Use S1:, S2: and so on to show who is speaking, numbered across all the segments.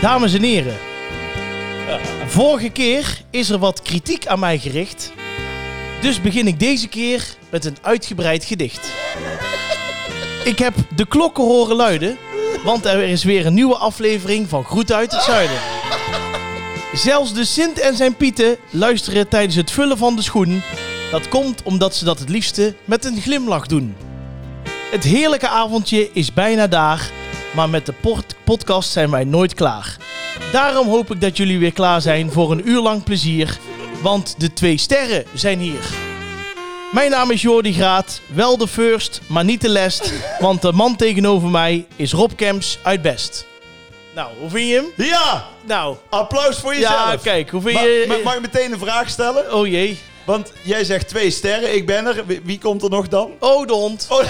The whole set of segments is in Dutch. S1: Dames en heren, vorige keer is er wat kritiek aan mij gericht. Dus begin ik deze keer met een uitgebreid gedicht. Ik heb de klokken horen luiden, want er is weer een nieuwe aflevering van Groet uit het Zuiden. Zelfs de Sint en zijn Pieten luisteren tijdens het vullen van de schoen. Dat komt omdat ze dat het liefste met een glimlach doen. Het heerlijke avondje is bijna daar, maar met de port- podcast zijn wij nooit klaar. Daarom hoop ik dat jullie weer klaar zijn voor een uur lang plezier, want de twee sterren zijn hier. Mijn naam is Jordi Graat, wel de first, maar niet de last, want de man tegenover mij is Rob Kemps uit Best. Nou, hoe vind je hem?
S2: Ja,
S1: Nou,
S2: applaus voor jezelf.
S1: ja, kijk, hoe vind
S2: Ma-
S1: je...
S2: ma- mag ik meteen een vraag stellen?
S1: Oh jee.
S2: Want jij zegt twee sterren, ik ben er. Wie, wie komt er nog dan?
S1: Oh, de hond.
S2: Oh.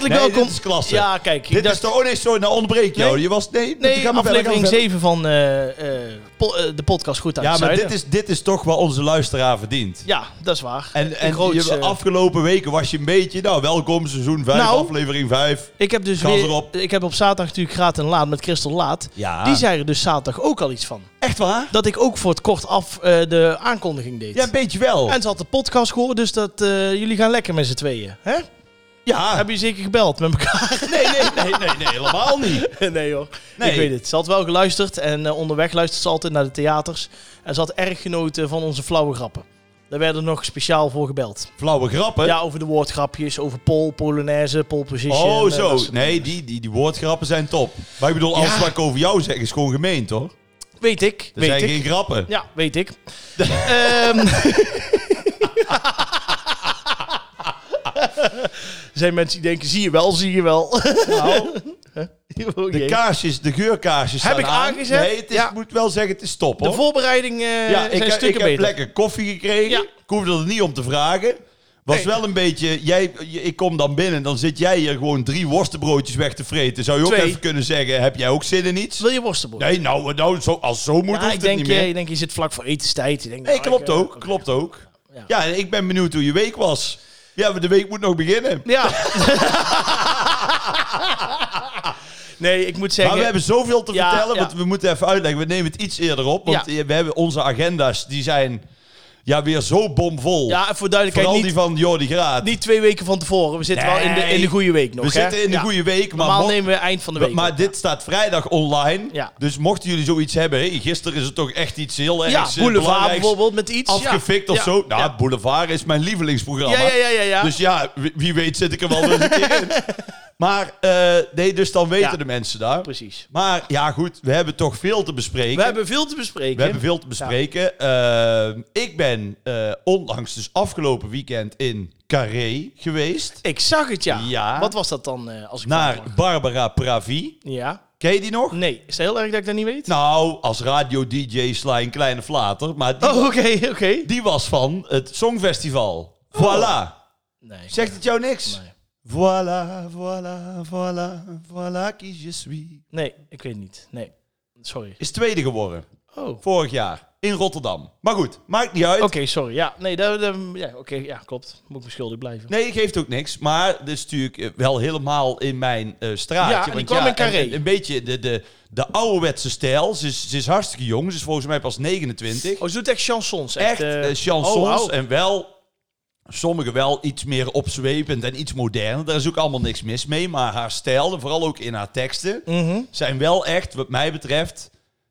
S1: Hartelijk
S2: Nee,
S1: welkom.
S2: dit is klasse.
S1: Ja, kijk.
S2: Dit
S1: dat-
S2: is de... Oh nee, sorry, nou onderbreek jou.
S1: Nee.
S2: Je was... Nee,
S1: nee,
S2: ga maar verder, ga maar
S1: aflevering
S2: verder.
S1: 7 van eh, eh, po- eh, de podcast Goed uit
S2: Ja,
S1: het
S2: maar dit
S1: Zuiden.
S2: is, dit is toch wat onze luisteraar verdient.
S1: Ja, dat is waar.
S2: En,
S1: De
S2: en
S1: groots,
S2: je,
S1: eh,
S2: afgelopen weken was je een beetje... Nou, welkom, seizoen 5,
S1: Nou.
S2: aflevering 5.
S1: ik heb dus
S2: gas
S1: weer,
S2: erop. Ah.
S1: ik heb op zaterdag natuurlijk Graat en Laat met Christel Laat.
S2: Ja.
S1: Die zei er dus zaterdag ook al iets van.
S2: Echt waar?
S1: Dat ik ook voor het kort af eh, de aankondiging deed.
S2: Ja, een beetje wel.
S1: En ze had de podcast gehoord, dus dat, eh, jullie gaan lekker met z'n tweeën. Hè?
S2: Ja.
S1: Heb je zeker gebeld met elkaar?
S2: Nee, nee, nee, nee, nee, helemaal niet.
S1: nee hoor.
S2: Nee.
S1: Ik weet het. Ze had wel geluisterd en eh, onderweg luistert ze altijd naar de theaters. En ze had erg genoten van onze flauwe grappen. Daar werden nog speciaal voor gebeld.
S2: Flauwe grappen.
S1: Ja, over de woordgrapjes, over pol, polonaise, pole position.
S2: Oh,
S1: en dat
S2: zo.
S1: soort-
S2: Nee, die, die, die woordgrappen zijn top. Maar ik bedoel, alles
S1: Ja.
S2: wat ik over jou zeg is gewoon gemeen, toch?
S1: Weet ik,
S2: Er
S1: weet
S2: zijn
S1: ik.
S2: geen grappen.
S1: Ja, weet ik. Ehm. Er zijn mensen die denken, zie je wel, zie je wel.
S2: Nou,
S1: Oh,
S2: de
S1: jee.
S2: kaarsjes, de geurkaarsjes
S1: Heb
S2: staan
S1: ik
S2: aan.
S1: aangezet?
S2: Nee, het is,
S1: Ja.
S2: moet wel zeggen, het is top,
S1: de
S2: hoor.
S1: voorbereiding eh
S2: ja, ik,
S1: zijn
S2: ik
S1: stukken
S2: heb
S1: beter.
S2: lekker koffie gekregen.
S1: Ja.
S2: Ik hoefde er niet om te vragen. Was
S1: Nee.
S2: wel een beetje... Jij, je- ik kom dan binnen, dan zit jij hier gewoon drie worstenbroodjes weg te vreten. Zou je ook
S1: Twee.
S2: even kunnen zeggen, heb jij ook zin in iets?
S1: Wil je worstenbrood?
S2: Nee, nou, nou zo, als zo moet,
S1: Ja,
S2: hoeft
S1: ik
S2: het
S1: denk,
S2: niet
S1: eh,
S2: meer.
S1: ik denk, je zit vlak voor etenstijd. Ik denk,
S2: Nee,
S1: nou,
S2: klopt
S1: ik, eh,
S2: ook. Klopt ook.
S1: Ja.
S2: Ja. ik ben benieuwd hoe je week was. Ja, maar de week moet nog beginnen.
S1: Ja. nee, ik moet zeggen...
S2: Maar we hebben zoveel te
S1: Ja,
S2: vertellen,
S1: ja.
S2: want we moeten even uitleggen. We nemen het iets eerder op, want we hebben onze agenda's, die zijn ja, weer zo bomvol.
S1: Ja, voor duidelijkheid,
S2: Vooral
S1: niet,
S2: die van Jordi Graat.
S1: niet twee weken van tevoren. We zitten wel in de, in de
S2: Nee.
S1: goede week nog,
S2: we
S1: hè?
S2: zitten in de
S1: Ja.
S2: goede week, maar,
S1: Normaal
S2: mo-
S1: nemen we eind van de
S2: maar-
S1: week
S2: maar
S1: op.
S2: dit staat vrijdag online.
S1: Ja.
S2: Dus mochten jullie zoiets hebben, hey, gisteren is het toch echt iets heel
S1: Ja,
S2: ergs eh,
S1: boulevard
S2: belangrijks
S1: bijvoorbeeld met iets. ja.
S2: afgefikt of
S1: Ja.
S2: zo. Nou,
S1: ja.
S2: Boulevard is mijn lievelingsprogramma.
S1: Ja, ja, ja, ja, ja.
S2: Dus ja, wie, wie weet zit ik er wel weer eens een keer in. Maar eh, nee, dus dan weten
S1: Ja.
S2: de mensen daar.
S1: Precies.
S2: Maar ja, goed, we hebben toch veel te bespreken.
S1: We hebben veel te bespreken.
S2: We hebben veel te bespreken. Eh, ik ben eh, onlangs, dus afgelopen weekend, in Carré geweest.
S1: Ik zag het, ja.
S2: Ja.
S1: Wat was dat dan eh, als ik
S2: Naar
S1: vraag mag?
S2: Barbara Pravi.
S1: Ja.
S2: Ken je die nog?
S1: Nee, is het heel erg dat ik dat niet weet?
S2: Nou, als radio-dj sla je een kleine flater. Maar die,
S1: oh, oké, oké.
S2: die was van het Songfestival. Voilà.
S1: Nee.
S2: Zegt het jou niks?
S1: Nee.
S2: Voilà, voilà, voilà, voilà qui je suis.
S1: nee, ik weet niet. Nee. Sorry.
S2: Is tweede geworden.
S1: Oh. Oké,
S2: Vorig jaar. In Rotterdam. Maar goed, maakt niet uit.
S1: sorry. Ja, nee, dat, dat- ja, oké, ja, klopt. Moet ik me schuldig blijven.
S2: Nee, geeft ook niks. Maar dit is natuurlijk eh, wel helemaal in mijn eh, straatje.
S1: Ja, en die
S2: Want
S1: kwam in Carré.
S2: en- en Een beetje de, de, de ouderwetse stijl. Ze is, ze is hartstikke jong. Ze is volgens mij pas 29.
S1: Oh, ze doet echt chansons. Echt,
S2: Echt
S1: eh,
S2: eh, chansons.
S1: oh, oh.
S2: En wel, sommige wel iets meer opzwepend en iets moderner. Daar is ook allemaal niks mis mee. Maar haar stijl, en vooral ook in haar teksten,
S1: Mhm.
S2: zijn wel echt, wat mij betreft,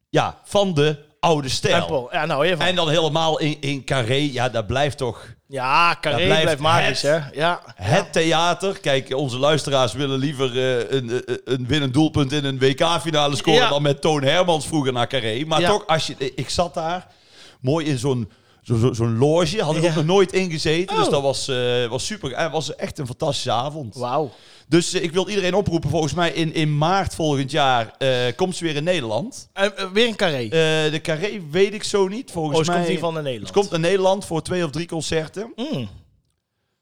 S2: ja, van de oude
S1: En
S2: stijl.
S1: Paul. Ja, nou, even.
S2: En dan helemaal in, in Carré. Ja, dat blijft toch...
S1: ja, Carré
S2: Dat
S1: blijft,
S2: blijft
S1: magisch, hè?
S2: het.
S1: Ja.
S2: Het theater. Kijk, onze luisteraars willen liever eh, een, eh, een winnend doelpunt in een WK-finale scoren
S1: Ja.
S2: dan met Toon Hermans vroeger naar Carré. Maar
S1: Ja.
S2: toch, als je, eh, ik zat daar mooi in zo'n zo, zo- zo'n loge. Had ik
S1: Ja.
S2: ook nog nooit ingezeten.
S1: Oh.
S2: Dus dat was, eh, was super. Het was echt een fantastische avond.
S1: Wauw.
S2: Dus eh, ik wil iedereen oproepen. Volgens mij in, in maart volgend jaar eh, komt ze weer in Nederland.
S1: En, eh, weer een Carré.
S2: Eh, de Carré weet ik zo niet. Volgens
S1: oh, ze
S2: mij
S1: komt hier van naar Nederland.
S2: Ze komt naar Nederland voor twee of drie concerten.
S1: Mm.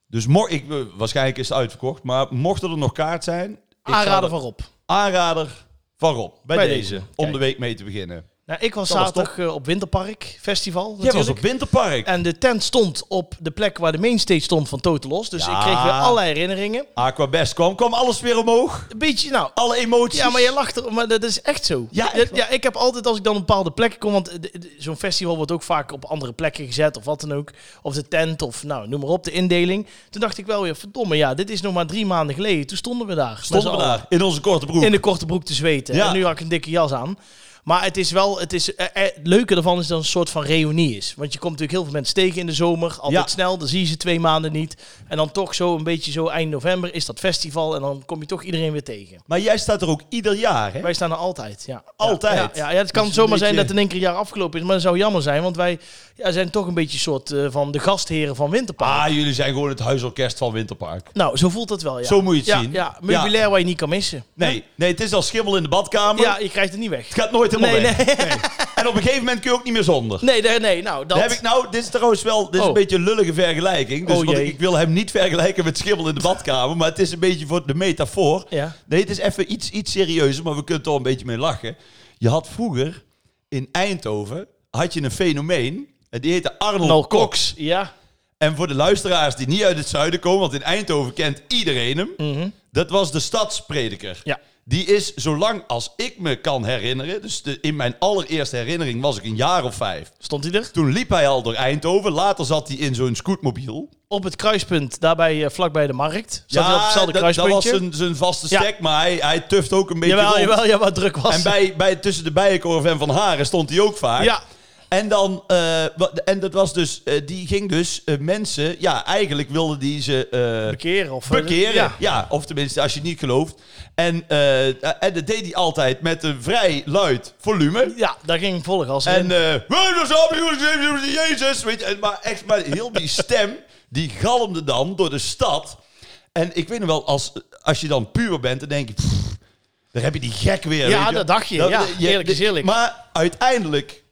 S2: Dus mo- ik, eh, waarschijnlijk is het uitverkocht, maar mochten er nog kaart zijn, ik zou
S1: Aanrader
S2: dat-
S1: van Rob.
S2: aanrader van Rob. Bij,
S1: Bij
S2: deze,
S1: deze.
S2: om
S1: Kijk.
S2: de week mee te beginnen.
S1: Nou, ik was
S2: Dat was
S1: zaterdag eh, op Winterpark Festival.
S2: Jij was
S1: natuurlijk.
S2: op Winterpark.
S1: En de tent stond op de plek waar de mainstage stond van Total Los. Dus
S2: Ja.
S1: ik kreeg weer allerlei herinneringen.
S2: Aquabest kwam, kwam alles weer omhoog.
S1: Een beetje, nou...
S2: Alle emoties.
S1: Ja, maar je lacht er, maar dat is echt zo.
S2: Ja, echt
S1: Dat-
S2: waar.
S1: ja, ik heb altijd als ik dan op bepaalde plekken kom, want eh, d- d- zo'n festival wordt ook vaak op andere plekken gezet of wat dan ook. Of de tent of nou, noem maar op, de indeling. Toen dacht ik wel weer, verdomme, ja, dit is nog maar drie maanden geleden. Toen stonden we daar. met
S2: Stonden
S1: z'n
S2: we
S1: allen.
S2: daar in onze korte broek.
S1: in de korte broek te zweten.
S2: Ja.
S1: En nu had ik een dikke jas aan. Maar het is wel, het, is, eh, eh, het leuke ervan is dat het een soort van reunie is. Want je komt natuurlijk heel veel mensen tegen in de zomer. Altijd
S2: Ja.
S1: snel, dan zie je ze twee maanden niet. En dan toch zo een beetje zo eind november is dat festival. En dan kom je toch iedereen weer tegen.
S2: Maar jij staat er ook ieder jaar, hè?
S1: Wij staan er altijd, ja.
S2: Altijd?
S1: Ja, ja, ja, het kan
S2: Dus een
S1: zomaar zijn
S2: beetje-
S1: dat in één keer een jaar afgelopen is. Maar dat zou jammer zijn, want wij ja, zijn toch een beetje een soort eh, van de gastheren van Winterpark.
S2: Ah, jullie zijn gewoon het huisorkest van Winterpark.
S1: Nou, zo voelt dat wel, ja.
S2: Zo moet je het
S1: ja,
S2: zien.
S1: Ja, meubilair waar je niet kan missen.
S2: Nee, nee, het is als schimmel in de badkamer.
S1: Ja, je krijgt het niet weg.
S2: Het gaat nooit helemaal
S1: Nee,
S2: weg. Nee. En op een gegeven moment kun je ook niet meer zonder.
S1: Nee, nee, nee nou, dat...
S2: Dan heb ik nou, dit is trouwens wel dit is
S1: Oh.
S2: een beetje een lullige vergelijking. Dus
S1: Oh,
S2: want
S1: jee.
S2: ik, ik wil hem niet vergelijken met schimmel in de badkamer. Maar het is een beetje voor de metafoor.
S1: Ja.
S2: Nee, het is even iets, iets serieuzer, maar we kunnen er al een beetje mee lachen. Je had vroeger in Eindhoven had je een fenomeen. En die heette Arnold
S1: Nol
S2: Cox.
S1: Cox. Ja.
S2: En voor de luisteraars die niet uit het zuiden komen, want in Eindhoven kent iedereen hem. Dat was de stadsprediker.
S1: Mhm. Ja.
S2: Die is, zolang als ik me kan herinneren, dus de- in mijn allereerste herinnering was ik een jaar of vijf.
S1: Stond hij er?
S2: Toen liep hij al door Eindhoven. Later zat hij in zo'n scootmobiel.
S1: Op het kruispunt, daarbij eh, vlakbij de markt. Zat hij op hetzelfde
S2: dat, dat
S1: kruispuntje?
S2: was zijn, zijn vaste
S1: Ja.
S2: stek, maar hij, hij tuft ook een beetje
S1: Jawel,
S2: rond.
S1: jawel, ja, wat druk was.
S2: En
S1: het.
S2: bij, bij, tussen de bijenkorf en Van Haren stond hij ook vaak.
S1: Ja.
S2: En dan, eh, wa- en dat was dus, eh, die ging dus eh, mensen, ja, eigenlijk wilden die ze eh,
S1: Bekeren of...
S2: Bekeren, ja.
S1: Ja.
S2: Of tenminste, als je het niet gelooft. En, eh, en dat deed hij altijd met een vrij luid volume.
S1: Ja, daar ging volg als
S2: En...
S1: en,
S2: eh, "Wij zijn samen, Jezus! Weet je, en maar echt, maar heel die stem, die galmde dan door de stad. En ik weet nog wel, als, als je dan puur bent, dan denk je... "Pff, daar heb je die gek weer.
S1: Ja,
S2: weet je."
S1: dat dacht je, ja. Eerlijk is eerlijk.
S2: Maar uiteindelijk...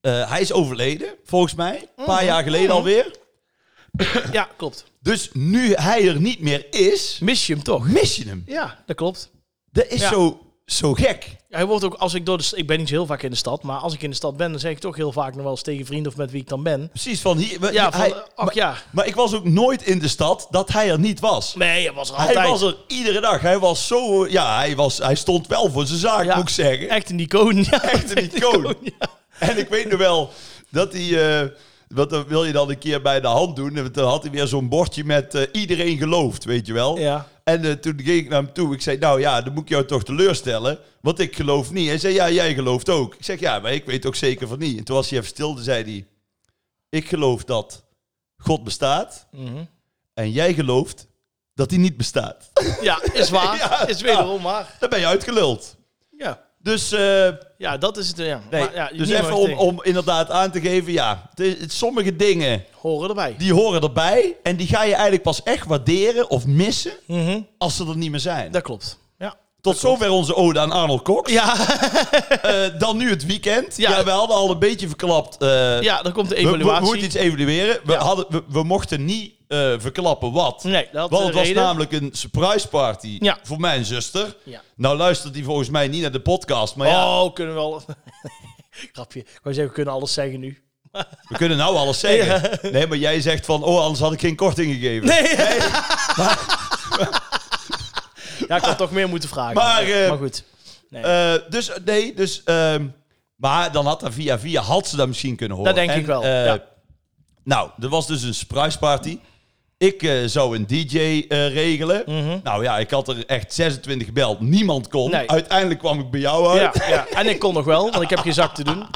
S2: eh, hij is overleden, volgens mij. Een
S1: Mhm.
S2: paar jaar geleden alweer. eh,
S1: Ja, klopt.
S2: Dus nu hij er niet meer is,
S1: Mis je hem toch?
S2: mis je hem.
S1: Ja, dat klopt.
S2: Dat is
S1: Ja.
S2: zo, zo gek.
S1: Hij wordt ook, als ik door de... st- Ik ben niet zo heel vaak in de stad, maar als ik in de stad ben, dan zeg ik toch heel vaak nog wel eens tegen vrienden of met wie ik dan ben.
S2: Precies, van hier... we-
S1: Ja, van...
S2: hij-
S1: eh, ach
S2: maar,
S1: ja.
S2: maar ik was ook nooit in de stad dat hij er niet was.
S1: Nee, hij was er
S2: Hij
S1: altijd.
S2: was er iedere dag. Hij was zo... eh, Ja, hij, was, hij stond wel voor zijn zaak,
S1: Ja.
S2: moet ik zeggen.
S1: Echt een icoon. Ja.
S2: Echt een icoon.
S1: Ja.
S2: En ik weet nog wel dat hij... eh, wat dat wil je dan een keer bij de hand doen? En toen had hij weer zo'n bordje met eh, iedereen gelooft, weet je wel.
S1: Ja.
S2: En eh, toen ging ik naar hem toe. Ik zei, nou ja, dan moet ik jou toch teleurstellen. Want ik geloof niet. Hij zei, ja, jij gelooft ook. Ik zeg, ja, maar ik weet ook zeker van niet. En toen was hij even stil. Toen zei hij, ik geloof dat God bestaat.
S1: Mhm.
S2: En jij gelooft dat hij niet bestaat.
S1: Ja, is waar.
S2: Ja,
S1: is wederom waar.
S2: Dan ben je uitgeluld.
S1: Ja.
S2: Dus, eh,
S1: Ja, dat is het. Ja.
S2: nee,
S1: Maar ja,
S2: dus
S1: niemand
S2: even om,
S1: tegen.
S2: om inderdaad aan te geven, ja. het is- het- sommige dingen,
S1: Horen erbij.
S2: die horen erbij. En die ga je eigenlijk pas echt waarderen of missen
S1: Mhm.
S2: als ze er niet meer zijn.
S1: Dat klopt. Ja.
S2: Tot zover onze ode aan Arnold Cox.
S1: Ja,
S2: Eh, dan nu het weekend. Ja.
S1: Ja.
S2: we hadden al een beetje verklapt. eh,
S1: ja, dan komt de
S2: we- we, we
S1: evaluatie.
S2: moeten iets evalueren. We,
S1: Ja.
S2: hadden, we, we mochten niet eh, verklappen wat.
S1: Nee, dat
S2: Want
S1: had
S2: het
S1: de
S2: was
S1: reden.
S2: namelijk een surprise party
S1: Ja.
S2: voor mijn zuster.
S1: Ja.
S2: Nou luistert die volgens mij niet naar de podcast. Maar ja,
S1: Oh, kunnen we al... Grapje. Ik wou zeggen, we kunnen alles zeggen nu.
S2: we kunnen nou alles zeggen. Nee, maar jij zegt van, oh, anders had ik geen korting gegeven.
S1: Nee! ja, ik had toch meer moeten vragen.
S2: Maar, eh,
S1: maar goed.
S2: Eh, dus eh, nee, dus... ehm, maar dan had dat via via, had ze dat misschien kunnen horen.
S1: Dat denk ik wel,
S2: eh,
S1: ja.
S2: Nou, er was dus een surprise party. Ik eh, zou een DJ eh, regelen. Nou ja, ik had er echt 26 gebeld. Niemand kon.
S1: Mhm. Nee.
S2: Uiteindelijk kwam ik bij jou uit.
S1: Ja, ja. En ik kon nog wel, want ik heb geen zak te doen.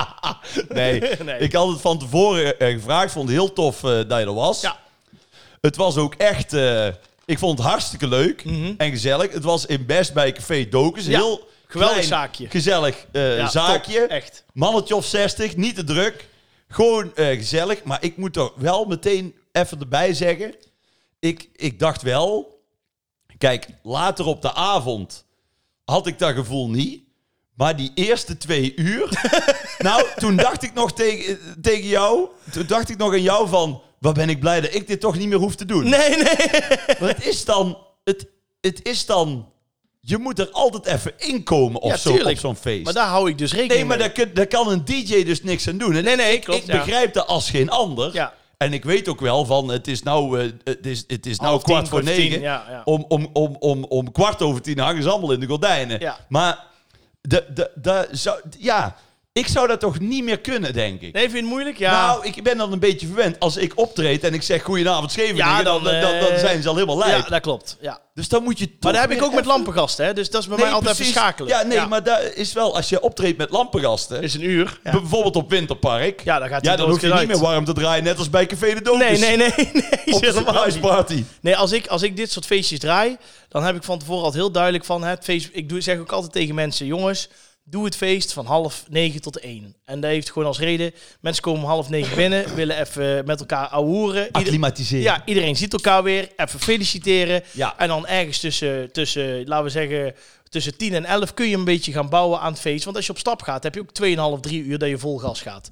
S2: Nee.
S1: Nee.
S2: ik had het van tevoren eh, gevraagd. Vond het heel tof eh, dat je er was.
S1: Ja.
S2: Het was ook echt... eh, ik vond het hartstikke leuk en gezellig. Het was in Best bij Café Dokus.
S1: Mhm. Ja,
S2: Heel
S1: geweldig
S2: klein,
S1: zaakje.
S2: Gezellig eh,
S1: Ja,
S2: zaakje.
S1: top. Echt.
S2: Mannetje of 60, niet te druk. Gewoon eh, gezellig. Maar ik moet er wel meteen even erbij zeggen. Ik, ik dacht wel. Kijk, later op de avond had ik dat gevoel niet. Maar die eerste twee uur. nou, toen dacht ik nog tegen, tegen jou. Toen dacht ik nog aan jou van. Wat ben ik blij dat ik dit toch niet meer hoef te doen.
S1: Nee, nee.
S2: Maar het is dan. Het, het is dan. Je moet er altijd even inkomen op
S1: Ja,
S2: zo'n op
S1: tuurlijk.
S2: zo'n feest.
S1: Maar daar hou ik dus rekening
S2: nee, maar
S1: mee.
S2: daar, kun- daar kan een DJ dus niks aan doen. En
S1: Nee, nee,
S2: ik,
S1: klopt,
S2: ik
S1: ja.
S2: begrijp dat als geen ander.
S1: Ja.
S2: En ik weet ook wel van, het is nou, eh, het is, het is nou
S1: Half tien,
S2: kwart voor
S1: kwart voor tien,
S2: negen.
S1: ja, ja.
S2: Om, om, om, om, om kwart over tien hangen ze allemaal in de gordijnen.
S1: Ja.
S2: Maar de, de, de, zou, ja, ik zou dat toch niet meer kunnen, denk ik.
S1: Nee, vind je het moeilijk? Ja.
S2: Nou, ik ben dan een beetje verwend. Als ik optreed en ik zeg goedenavond Scheveningen,
S1: Ja,
S2: dan,
S1: dan,
S2: dan, dan,
S1: eh,
S2: zijn ze al helemaal lijp.
S1: ja, dat klopt. Ja.
S2: dus dan moet je
S1: Maar daar
S2: toch
S1: heb ik
S2: weer
S1: ook met
S2: even-
S1: lampengasten, hè? dus dat is bij mij
S2: Nee,
S1: altijd
S2: precies.
S1: even schakelen.
S2: Ja, nee, maar daar is wel, als je optreedt met lampengasten,
S1: is een uur. Ja.
S2: bijvoorbeeld op Winterpark,
S1: Ja, dan gaat die
S2: ja, dan hoef je
S1: doodgeluid.
S2: niet meer Dus warm te draaien, net als bij Café de Domus.
S1: Nee, nee, nee. nee
S2: Op de
S1: helemaal niet.
S2: surpriseparty.
S1: Nee, als ik, als ik dit soort feestjes draai, dan heb ik van tevoren al heel duidelijk van hè, het feest. Ik doe, zeg ook altijd tegen mensen: jongens, doe het feest van half negen tot één. En dat heeft gewoon als reden: mensen komen om half negen binnen, willen even met elkaar ouwen.
S2: Acclimatiseren.
S1: Ja, iedereen ziet elkaar weer, even feliciteren.
S2: Ja.
S1: En dan ergens tussen, tussen, laten we zeggen, tussen 10 en 11 kun je een beetje gaan bouwen aan het feest. Want als je op stap gaat, heb je ook 2,5, 3 uur dat je vol gas gaat.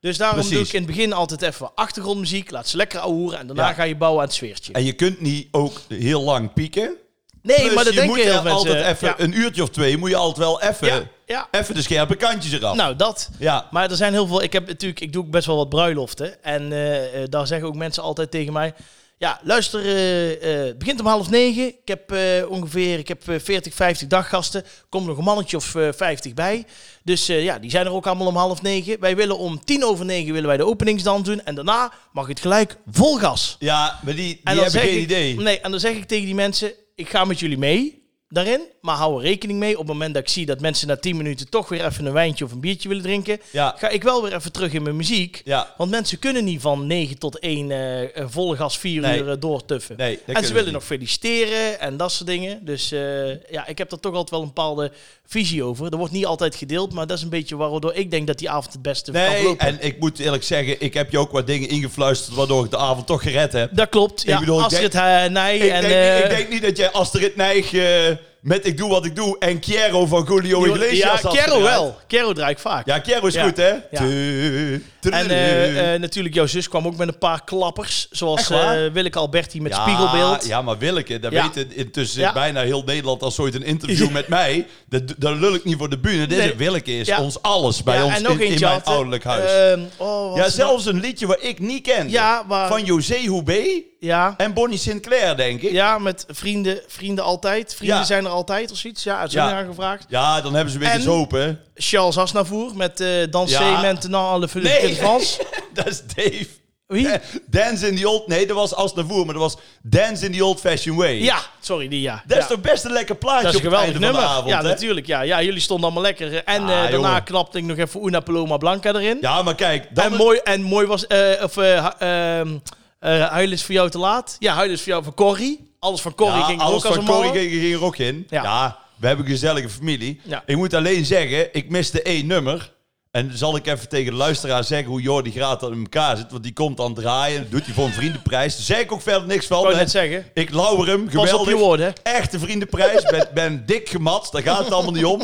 S1: Dus daarom
S2: Precies.
S1: doe ik in het begin altijd even wat achtergrondmuziek. Laat ze lekker ouwen en daarna
S2: Ja.
S1: ga je bouwen aan het sfeertje.
S2: En je kunt niet ook heel lang pieken.
S1: Nee,
S2: Plus,
S1: maar dat
S2: Dus je
S1: denken
S2: moet
S1: heel
S2: er
S1: veel mensen.
S2: altijd even,
S1: ja.
S2: een uurtje of twee, moet je altijd wel even,
S1: Ja, ja.
S2: even de scherpe kantjes eraf.
S1: Nou, dat.
S2: ja.
S1: Maar er zijn heel veel. Ik heb natuurlijk, ik doe ook best wel wat bruiloften. En eh, eh, daar zeggen ook mensen altijd tegen mij. Ja, luister, eh, eh, het begint om half negen. Ik heb eh, ongeveer ik heb, eh, 40, 50 daggasten. Er komt nog een mannetje of eh 50 bij. Dus eh, ja, die zijn er ook allemaal om half negen. Wij willen om tien over negen willen wij de openingsdans doen. En daarna mag het gelijk vol gas.
S2: Ja, maar die,
S1: En
S2: die hebben
S1: zeg
S2: geen
S1: ik-
S2: idee.
S1: Nee, en dan zeg ik tegen die mensen: ik ga met jullie mee daarin, maar hou er rekening mee. Op het moment dat ik zie dat mensen na 10 minuten toch weer even een wijntje of een biertje willen drinken,
S2: Ja,
S1: ga ik wel weer even terug in mijn muziek.
S2: ja.
S1: Want mensen kunnen niet van 9 tot 1 eh eh, volle gas 4
S2: Nee.
S1: uur eh, doortuffen.
S2: Nee, dat
S1: en
S2: kunnen
S1: ze
S2: ze
S1: willen
S2: niet.
S1: nog feliciteren en dat soort dingen. Dus eh, ja, ik heb daar toch altijd wel een bepaalde visie over. Dat wordt niet altijd gedeeld, maar dat is een beetje waardoor ik denk dat die avond het beste kan
S2: Nee, eh,
S1: lopen.
S2: en ik moet eerlijk zeggen, ik heb je ook wat dingen ingefluisterd waardoor ik de avond toch gered heb.
S1: Dat klopt. Ja,
S2: bedoel, ik
S1: Astrid eh, Nij
S2: Ik,
S1: en...
S2: denk,
S1: eh,
S2: niet- ik denk niet dat jij Astrid Nijg eh, met Ik Doe Wat Ik Doe en Chiero van Julio Iglesias
S1: Ja,
S2: had
S1: Kero
S2: gedraaid.
S1: wel. Kero draai ik vaak.
S2: Ja, Chiero is
S1: Ja.
S2: goed, hè?
S1: Ja.
S2: Tu- tu-
S1: En eh, eh, natuurlijk, jouw zus kwam ook met een paar klappers. Zoals
S2: Echt waar?
S1: eh, Willeke Alberti met
S2: Ja,
S1: Spiegelbeeld.
S2: Ja, maar Willeke, dat
S1: Ja.
S2: weet intussen
S1: Ja.
S2: bijna heel Nederland als ooit een interview
S1: Ja.
S2: met mij. Dat, dat lul ik niet voor de bühne. Deze
S1: Nee.
S2: Willeke is
S1: Ja.
S2: ons alles bij
S1: Ja,
S2: ons
S1: en nog
S2: in, in
S1: eentje
S2: mijn
S1: had, eh,
S2: ouderlijk huis.
S1: ehm, oh, wat
S2: ja,
S1: is dat?
S2: zelfs een liedje wat ik niet kende.
S1: Ja, maar,
S2: Van José Houbé
S1: ja,
S2: en Bonnie Sinclair, denk ik.
S1: ja, met vrienden, vrienden altijd. Vrienden
S2: Ja.
S1: zijn er altijd of zoiets. Ja, het is
S2: Ja.
S1: ook aangevraagd.
S2: Ja, dan hebben ze weer
S1: En-
S2: eens open.
S1: Charles Asnavoer met eh Danser
S2: Ja.
S1: maintenant alle vuur
S2: Nee.
S1: in Frans.
S2: Dat is Dave.
S1: Wie?
S2: Eh, Dance in the old... Nee, dat was als naar voer, maar dat was Dance in the old fashioned way.
S1: Ja, sorry, die ja.
S2: Dat is
S1: Ja.
S2: toch best een lekker plaatje
S1: Dat is een
S2: op het
S1: geweldig
S2: einde
S1: nummer.
S2: van de avond,
S1: ja,
S2: hè?
S1: natuurlijk. Ja. ja, jullie stonden allemaal lekker. En
S2: Ah,
S1: eh, daarna
S2: jongen.
S1: knapte ik nog even Una Paloma Blanca erin.
S2: Ja, maar kijk, dan
S1: en, mooi, en mooi was. eh, of, eh, ha- ehm, eh, huilen is voor jou te laat. Ja, huilen is voor jou van Corrie. Alles van Corrie
S2: Ja,
S1: ging er
S2: alles
S1: ook als
S2: van
S1: een
S2: Corrie
S1: malle.
S2: ging, ging er ook in. Ja.
S1: Ja.
S2: we hebben een gezellige familie.
S1: Ja.
S2: Ik moet alleen zeggen, ik miste één nummer. En dan zal ik even tegen de luisteraar zeggen hoe Jordi Graat dan in elkaar zit. Want die komt aan het draaien, dat doet hij voor een vriendenprijs. Daar zeg ik ook verder niks van.
S1: Wou
S2: hè.
S1: net zeggen.
S2: Ik lauwer hem,
S1: Pas op
S2: geweldig.
S1: je woorden. hè.
S2: echte vriendenprijs. Ben, ben dik gematst, daar gaat het allemaal niet om.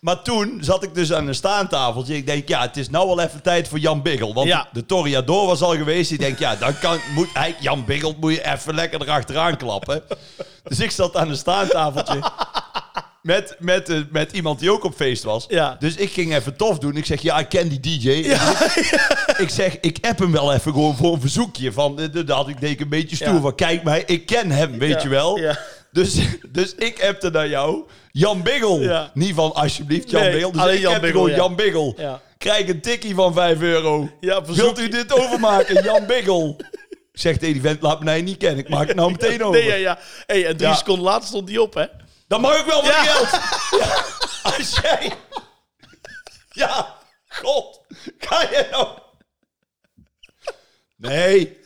S2: Maar toen zat ik dus aan een staantafeltje. Ik denk, ja, het is nou wel even tijd voor Jan Biggel. Want
S1: Ja.
S2: de Toriador was al geweest. Ik denk, ja, dan kan, moet hij, Jan Biggel moet je even lekker erachteraan klappen. Dus ik zat aan een staantafeltje. Met, met, eh, met iemand die ook op feest was.
S1: Ja.
S2: Dus ik ging even tof doen. Ik zeg, ja, ik ken die DJ. Ik zeg, ik app hem wel even gewoon voor een verzoekje. Van, eh, dat had ik, deed ik een beetje stoer
S1: Ja.
S2: van, kijk mij, ik ken hem, weet
S1: Ja,
S2: je wel.
S1: ja.
S2: Dus, dus ik appte naar jou, Jan Biggel.
S1: Ja,
S2: Niet van alsjeblieft Jan
S1: Nee,
S2: Biggel. Dus
S1: alleen
S2: ik
S1: Jan
S2: appte
S1: Biggel,
S2: gewoon
S1: ja.
S2: Jan Biggel.
S1: Ja.
S2: Krijg een tikkie van 5 euro.
S1: Ja,
S2: Wilt u dit overmaken, Jan Biggel? Zegt die vent, laat me nou niet kennen. Ik maak het nou meteen over.
S1: Nee, ja, ja. Hey, en drie
S2: Ja.
S1: seconden later stond die op, hè?
S2: Dan mag ik wel wat
S1: Ja.
S2: geld. Ja, als jij... Ja, god. Ga jij nou... Nee.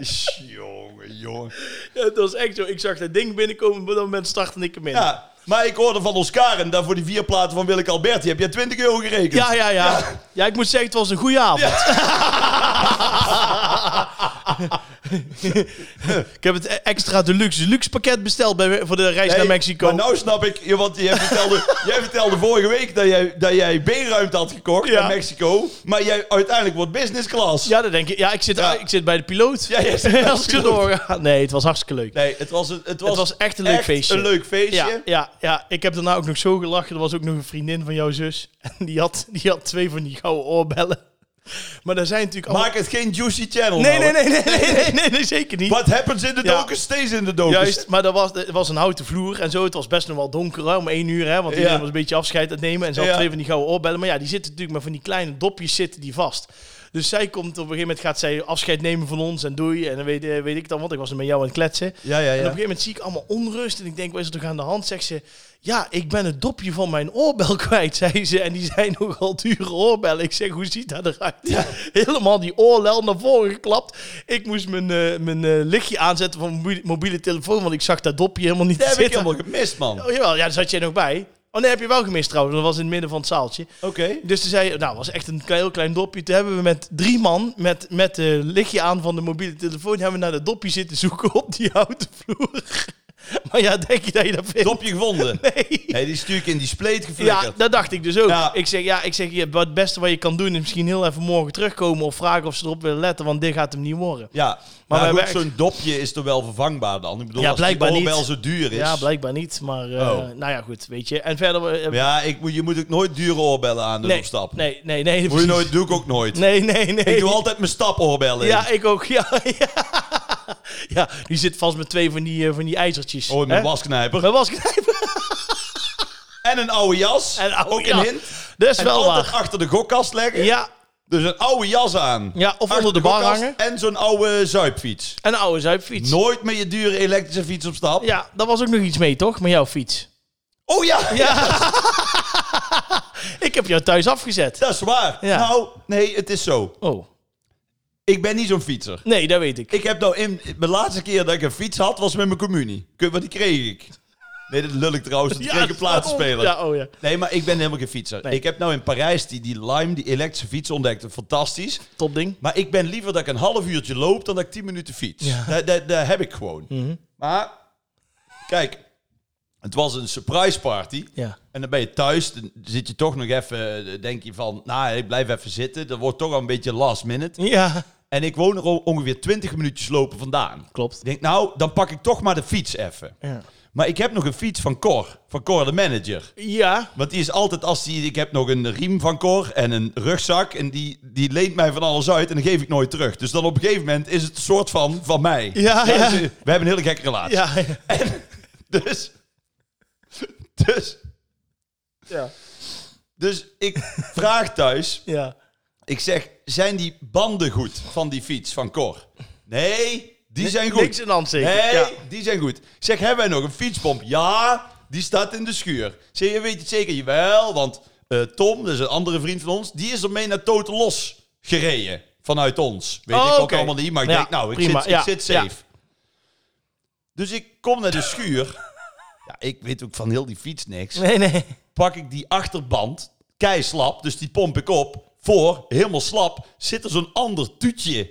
S2: Sj, Jongen, jongen.
S1: Ja, dat was echt zo. Ik zag dat ding binnenkomen. Op dat moment startte ik hem in. Ja,
S2: Ja, maar ik hoorde van Oscar en daarvoor die vier platen van Willeke Alberti heb jij 20 euro gerekend.
S1: ja, ja. Ja, ik moet zeggen, het was een goede avond. Ik heb het e-, extra deluxe luxe pakket besteld bij, voor de reis
S2: Nee,
S1: naar Mexico.
S2: Maar nou snap ik, ja, want jij vertelde, jij vertelde vorige week dat jij, dat jij B-ruimte had gekocht
S1: Ja.
S2: in Mexico. Maar jij uiteindelijk wordt business class.
S1: Ja, dat denk ik. Ja, ik zit,
S2: Ja.
S1: ik zit bij de piloot.
S2: Ja, jij zit bij de
S1: Als ik zo
S2: piloot.
S1: doorga. Nee, het was hartstikke leuk.
S2: Nee, het was, een- het was,
S1: het was echt een leuk feestje.
S2: een leuk feestje.
S1: ja, ja, ja, ik heb daarna ook nog zo gelachen. Er was ook nog een vriendin van jouw zus. En die had, die had twee van die gouden oorbellen. Maar daar zijn natuurlijk
S2: Maak het geen juicy channel.
S1: Oh. Nee,
S2: nou,
S1: nee,
S2: hè.
S1: nee, nee, nee, nee, nee, nee, zeker niet.
S2: What happens in de
S1: Ja.
S2: doken stays in de doken.
S1: Juist, maar er was, er was een houten vloer en zo. Het was best nog wel donker hè, om één uur, hè, want iedereen
S2: Ja.
S1: was een beetje afscheid aan het nemen. En ze had
S2: Ja.
S1: twee van die gouden oorbellen. Maar ja, die zitten natuurlijk maar van die kleine dopjes zitten die vast. Dus zij komt op een gegeven moment, gaat zij afscheid nemen van ons en doei. En dan weet, eh, weet ik dan wat, ik was er met jou aan het kletsen.
S2: Ja, ja,
S1: En op een
S2: ja.
S1: gegeven moment zie ik allemaal onrust en ik denk, wat is er toch aan de hand? Zegt ze, ja, ik ben het dopje van mijn oorbel kwijt, zei ze. En die zijn nogal dure oorbellen. Ik zeg, hoe ziet dat eruit? Helemaal die oorlel naar voren geklapt. Ik moest mijn, eh, mijn eh, lichtje aanzetten van mijn mobi- mobiele telefoon, want ik zag dat dopje helemaal niet
S2: Dat heb ik
S1: zitten.
S2: helemaal gemist, man. Oké.
S1: Oh, jawel, ja, daar zat jij nog bij. Oh nee, heb je wel gemist trouwens, want dat was in het midden van het zaaltje. Dus toen zei, nou, was echt een klein, heel klein dopje. Toen hebben we met drie man, met, met eh lichtje aan van de mobiele telefoon, hebben we naar dat dopje zitten zoeken op die houten vloer. maar ja, denk je dat je dat vindt?
S2: Dopje gevonden.
S1: Nee.
S2: Nee, die is natuurlijk in die spleet
S1: Ja,
S2: geflikkerd.
S1: dat dacht ik dus ook.
S2: Ja.
S1: Ik zeg, ja, ik zeg, je- wat het beste wat je kan doen is misschien heel even morgen terugkomen of vragen of ze erop willen letten, want dit gaat hem niet worden.
S2: Ja,
S1: Maar
S2: maar,
S1: wij
S2: goed,
S1: werken-
S2: zo'n dopje is toch wel vervangbaar dan? Ik bedoel,
S1: Ja,
S2: als die
S1: blijkbaar
S2: oorbel
S1: niet.
S2: zo duur is.
S1: Ja, blijkbaar niet, maar eh,
S2: Oh.
S1: nou ja, goed, weet je. En verder... eh,
S2: Ja, ik, moet- je moet ook nooit dure oorbellen aan doen
S1: nee,
S2: op stap.
S1: nee, nee, nee.
S2: Moet je
S1: precies.
S2: nooit, doe ik ook nooit.
S1: Nee, nee, nee.
S2: Ik doe altijd mijn stapoorbellen.
S1: Ja,
S2: Ja,
S1: ik ook. Ja, ja. ja die zit vast met twee van die, eh, van die ijzertjes.
S2: oh, mijn
S1: Hè?
S2: wasknijper.
S1: Mijn wasknijper.
S2: En een oude jas.
S1: En oude
S2: ook
S1: jas.
S2: een hint.
S1: Dat is
S2: En
S1: wel
S2: altijd
S1: waar.
S2: achter de gokkast leggen.
S1: Ja,
S2: Dus een oude jas aan.
S1: ja, of
S2: Achter
S1: onder de bar
S2: gokkast
S1: hangen.
S2: En zo'n oude zuipfiets.
S1: En een oude zuipfiets.
S2: Nooit met je dure elektrische fiets op stap.
S1: Ja, daar was ook nog iets mee, toch? Met jouw fiets.
S2: Oh ja,
S1: Ja. ik heb jou thuis afgezet.
S2: dat is waar.
S1: Ja.
S2: Nou, nee, het is zo.
S1: Oh,
S2: Ik ben niet zo'n fietser.
S1: nee, dat weet ik.
S2: Ik heb nou in... De laatste keer dat ik een fiets had, was met mijn communie. Kun- Wat die kreeg ik? Nee, dat lul ik trouwens. Dat
S1: Ja,
S2: kreeg ik een plaatspeler.
S1: Ja, oh ja.
S2: Nee, maar ik ben helemaal geen fietser.
S1: Nee.
S2: Ik heb nou in Parijs die, die Lime, die elektrische fiets ontdekt. Fantastisch.
S1: Top ding.
S2: Maar ik ben liever dat ik een half uurtje loop dan dat ik tien minuten fiets.
S1: Ja. Mhm.
S2: Dat, dat, dat heb ik gewoon. Maar, kijk, het was een surprise party.
S1: Ja.
S2: En dan ben je thuis, dan zit je toch nog even, eh, denk je van, nou, ik blijf even zitten. Dat wordt toch al een beetje last minute.
S1: Ja,
S2: En ik woon er al ongeveer 20 minuutjes lopen vandaan.
S1: klopt.
S2: Ik denk, nou, dan pak ik toch maar de fiets even.
S1: Ja.
S2: Maar ik heb nog een fiets van Cor, van Cor de manager.
S1: Ja,
S2: Want die is altijd als die. Ik heb nog een riem van Cor en een rugzak. En die, die leent mij van alles uit en dan geef ik nooit terug. Dus dan op een gegeven moment is het een soort van van mij.
S1: Ja, ja.
S2: dus, eh, we hebben een hele gekke relatie.
S1: ja, ja.
S2: Dus. Dus.
S1: Ja.
S2: Dus ik vraag thuis.
S1: ja.
S2: Ik zeg: zijn die banden goed van die fiets van Cor? Nee, die zijn goed.
S1: Niks in hand zeker.
S2: Nee,
S1: Ja.
S2: die zijn goed. Ik Zeg, hebben wij nog een fietspomp? Ja, die staat in de schuur. Ik Zeg, je weet het zeker? Jawel, want eh, Tom, dat is een andere vriend van ons, die is er mee naar Toten Los gereden. Vanuit ons. Weet
S1: Oh,
S2: ik ook
S1: oké.
S2: allemaal niet, maar ik
S1: Ja,
S2: denk, nou, ik,
S1: prima.
S2: zit, ik
S1: Ja,
S2: zit
S1: ja.
S2: safe. Dus ik kom naar de schuur. Ja, ik weet ook van heel die fiets niks.
S1: Nee, nee.
S2: Pak ik die achterband, keislap, dus die pomp ik op. Voor, helemaal slap, zit er zo'n ander tuutje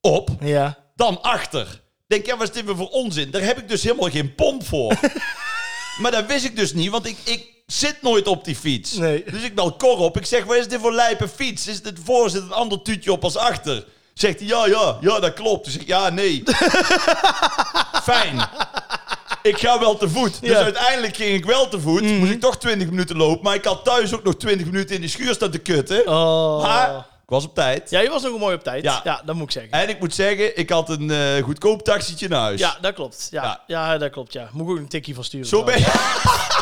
S2: op
S1: Ja.
S2: dan achter. Denk, ja, wat is dit weer voor onzin? Daar heb ik dus helemaal geen pomp voor. maar dat wist ik dus niet, want ik, ik zit nooit op die fiets.
S1: Nee.
S2: Dus ik bel Cor op. Ik zeg, wat is dit voor lijpe fiets? Is dit voor zit een ander tuutje op als achter? Zegt hij, ja, ja, ja, dat klopt. Dus ik, ja, nee. Fijn. Ik ga wel te voet. Dus
S1: Ja. Mhm.
S2: uiteindelijk ging ik wel te voet. Moest ik toch 20 minuten lopen. Maar ik had thuis ook nog 20 minuten in de schuur staan te kutten.
S1: Oh.
S2: Maar ik was op tijd.
S1: Ja, je was nog mooi op tijd.
S2: Ja.
S1: ja dat moet ik zeggen.
S2: En ik moet zeggen, ik had een eh, goedkoop taxietje naar huis.
S1: Ja, dat klopt. Ja,
S2: Dus- Ja.
S1: ja. dat klopt. Ja. Moet ik ook een tikje van sturen.
S2: Zo ben je...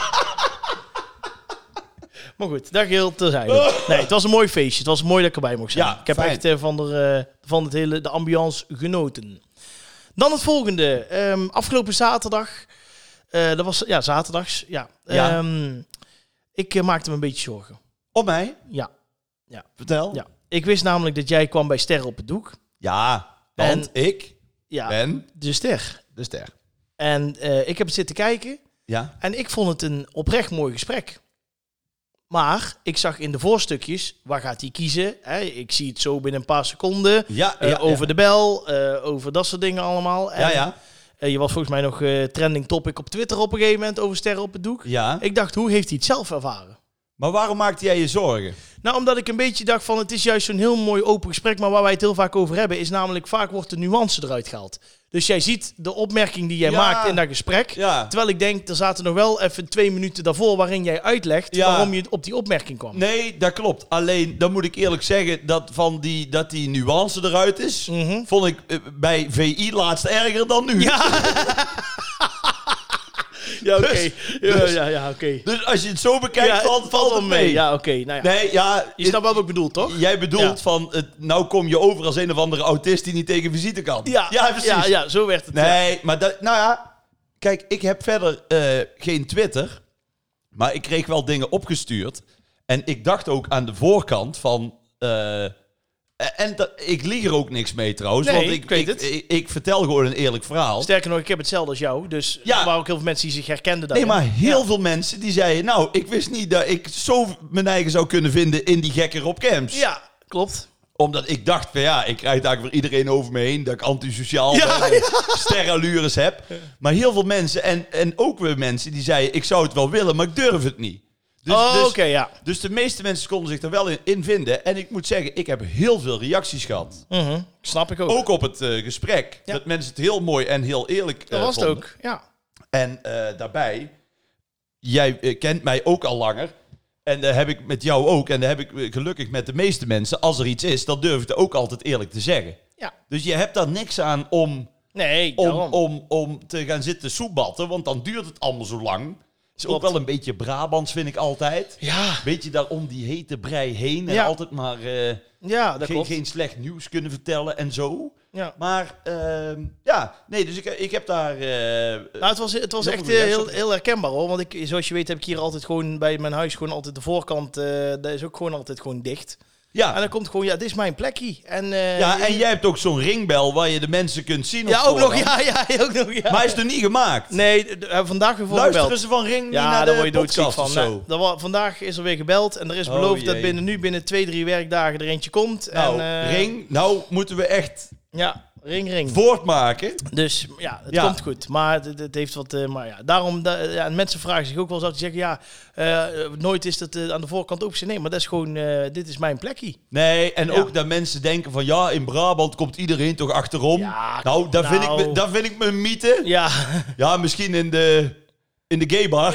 S1: Maar goed, daar geheel terzijde. Nee, het was een mooi feestje. Het was mooi dat ik erbij mocht zijn.
S2: Oh. Ja,
S1: ik heb
S2: fijn.
S1: echt eh, van, de, eh, van het hele, de ambiance genoten. Dan het volgende. Ehm, afgelopen zaterdag. eh, dat was ja, zaterdags. Ja.
S2: Ja.
S1: Ehm, ik eh, maakte me een beetje zorgen.
S2: Op mij?
S1: Ja,
S2: Vertel. Ja.
S1: ja. Ik wist namelijk dat jij kwam bij Sterren op het Doek.
S2: want ik
S1: Ja,
S2: ben
S1: de ster.
S2: de ster.
S1: En eh, ik heb het zitten kijken.
S2: Ja.
S1: En ik vond het een oprecht mooi gesprek. Maar ik zag in de voorstukjes, waar gaat hij kiezen? Hè, ik zie het zo binnen een paar seconden.
S2: Ja,
S1: Eh,
S2: ja,
S1: over
S2: ja.
S1: de bel, eh, over dat soort dingen allemaal. En,
S2: Ja, ja.
S1: eh, je was volgens mij nog eh, trending topic op Twitter op een gegeven moment over sterren op het doek.
S2: ja.
S1: Ik dacht, hoe heeft hij het zelf ervaren?
S2: Maar waarom maakte jij je zorgen?
S1: Nou, omdat ik een beetje dacht van het is juist zo'n heel mooi open gesprek, maar waar wij het heel vaak over hebben, is namelijk vaak wordt de nuance eruit gehaald. Dus jij ziet de opmerking die jij
S2: Ja.
S1: maakt in dat gesprek.
S2: Ja.
S1: Terwijl ik denk, er zaten nog wel even twee minuten daarvoor waarin jij uitlegt
S2: Ja.
S1: waarom je op die opmerking kwam.
S2: Nee, dat klopt. Alleen, dan moet ik eerlijk zeggen dat van die, dat die nuance eruit is,
S1: Mhm.
S2: vond ik eh, bij VI laatst erger dan nu.
S1: Ja, oké.
S2: Dus-
S1: ja,
S2: dus-
S1: ja, ja, oké.
S2: Dus als je het zo bekijkt,
S1: Ja,
S2: valt, valt
S1: wel
S2: het mee.
S1: Ja, oké. Nou ja.
S2: Nee, ja,
S1: Je
S2: het-
S1: snapt wel wat ik bedoel, toch?
S2: jij bedoelt
S1: Ja.
S2: van, het, nou kom je over als een of andere autist die niet tegen visite kan. precies.
S1: Ja, ja, zo werd het. ja.
S2: Nee, maar dat, nou ja, kijk, ik heb verder eh, geen Twitter, maar ik kreeg wel dingen opgestuurd. En ik dacht ook aan de voorkant van. eh, en dat- ik lieg er ook niks mee trouwens,
S1: Nee,
S2: want ik,
S1: ik weet
S2: ik,
S1: het.
S2: Ik, ik vertel gewoon een eerlijk verhaal.
S1: Sterker nog, ik heb hetzelfde als jou. Dus
S2: Ja.
S1: er waren ook heel veel mensen die zich herkenden daarin.
S2: Nee, maar heel
S1: Ja.
S2: veel mensen die zeiden, nou, ik wist niet dat ik zo mijn eigen zou kunnen vinden in die gekke Rob Camps.
S1: Ja, klopt.
S2: Omdat ik dacht van ja, ik krijg daar weer iedereen over me heen. Dat ik antisociaal
S1: Ja,
S2: ben en sterrenlures heb. Maar heel veel mensen, en, en ook weer mensen, die zeiden ik zou het wel willen, maar ik durf het niet. Dus,
S1: oh,
S2: dus,
S1: oké, ja.
S2: dus de meeste mensen konden zich er wel in, in vinden. En ik moet zeggen, ik heb heel veel reacties gehad.
S1: Mhm, Snap ik ook.
S2: Ook op het eh, gesprek.
S1: Ja.
S2: Dat mensen het heel mooi en heel eerlijk
S1: dat
S2: eh,
S1: was het
S2: vonden.
S1: ook, ja.
S2: En eh, daarbij, jij eh, kent mij ook al langer. En dat heb ik met jou ook. En dat heb ik eh, gelukkig met de meeste mensen. Als er iets is, dan durf ik het ook altijd eerlijk te zeggen.
S1: Ja.
S2: Dus je hebt daar niks aan om,
S1: Nee,
S2: om,
S1: daarom.
S2: om, om te gaan zitten soebatten. Want dan duurt het allemaal zo lang. is ook
S1: Klopt.
S2: wel een beetje Brabants, vind ik altijd.
S1: Ja,
S2: Beetje daar om die hete brei heen. En
S1: Ja.
S2: altijd maar eh,
S1: ja, dat
S2: geen,
S1: klopt.
S2: geen slecht nieuws kunnen vertellen en zo.
S1: Ja.
S2: Maar ehm, ja, nee, dus ik, ik heb daar... eh,
S1: Nou, het was, het was
S2: Heel
S1: echt
S2: goed,
S1: eh,
S2: ja,
S1: heel,
S2: sorry.
S1: heel herkenbaar hoor. Want ik, zoals je weet heb ik hier altijd gewoon bij mijn huis gewoon altijd de voorkant. eh daar is ook gewoon altijd gewoon dicht.
S2: ja.
S1: En dan komt gewoon, ja, dit is mijn plekje. En, eh,
S2: Ja, en jij hebt ook zo'n ringbel waar je de mensen kunt zien. op
S1: Ja, ook nog,
S2: voorhand.
S1: ja, ja, ook nog, ja.
S2: Maar hij is er niet gemaakt.
S1: Nee, d- d- hebben vandaag weer voor
S2: Luisteren
S1: gebeld.
S2: ze van ring niet
S1: Ja,
S2: naar
S1: daar
S2: de
S1: word je
S2: podcast
S1: doodziek
S2: of
S1: van.
S2: zo?
S1: Nou, daar wa- vandaag is er weer gebeld en er is
S2: Oh,
S1: beloofd dat
S2: jee.
S1: binnen nu, binnen twee, drie werkdagen er eentje komt.
S2: nou,
S1: en, eh,
S2: ring, nou moeten we echt
S1: Ja, ring, ring.
S2: voortmaken.
S1: Dus ja, het
S2: Ja.
S1: komt goed. Maar het, het heeft wat. eh, maar ja, daarom. da- ja, en mensen vragen zich ook wel eens af. Die zeggen ja, eh, nooit is dat eh, aan de voorkant opzien. Nee, maar dat is gewoon. eh, dit is mijn plekje.
S2: Nee, en
S1: Ja.
S2: ook dat mensen denken van ja, in Brabant komt iedereen toch achterom.
S1: Ja,
S2: nou, daar,
S1: nou.
S2: Vind ik, me- daar vind ik me mythe.
S1: Ja,
S2: Ja, misschien in de, in de gay bar.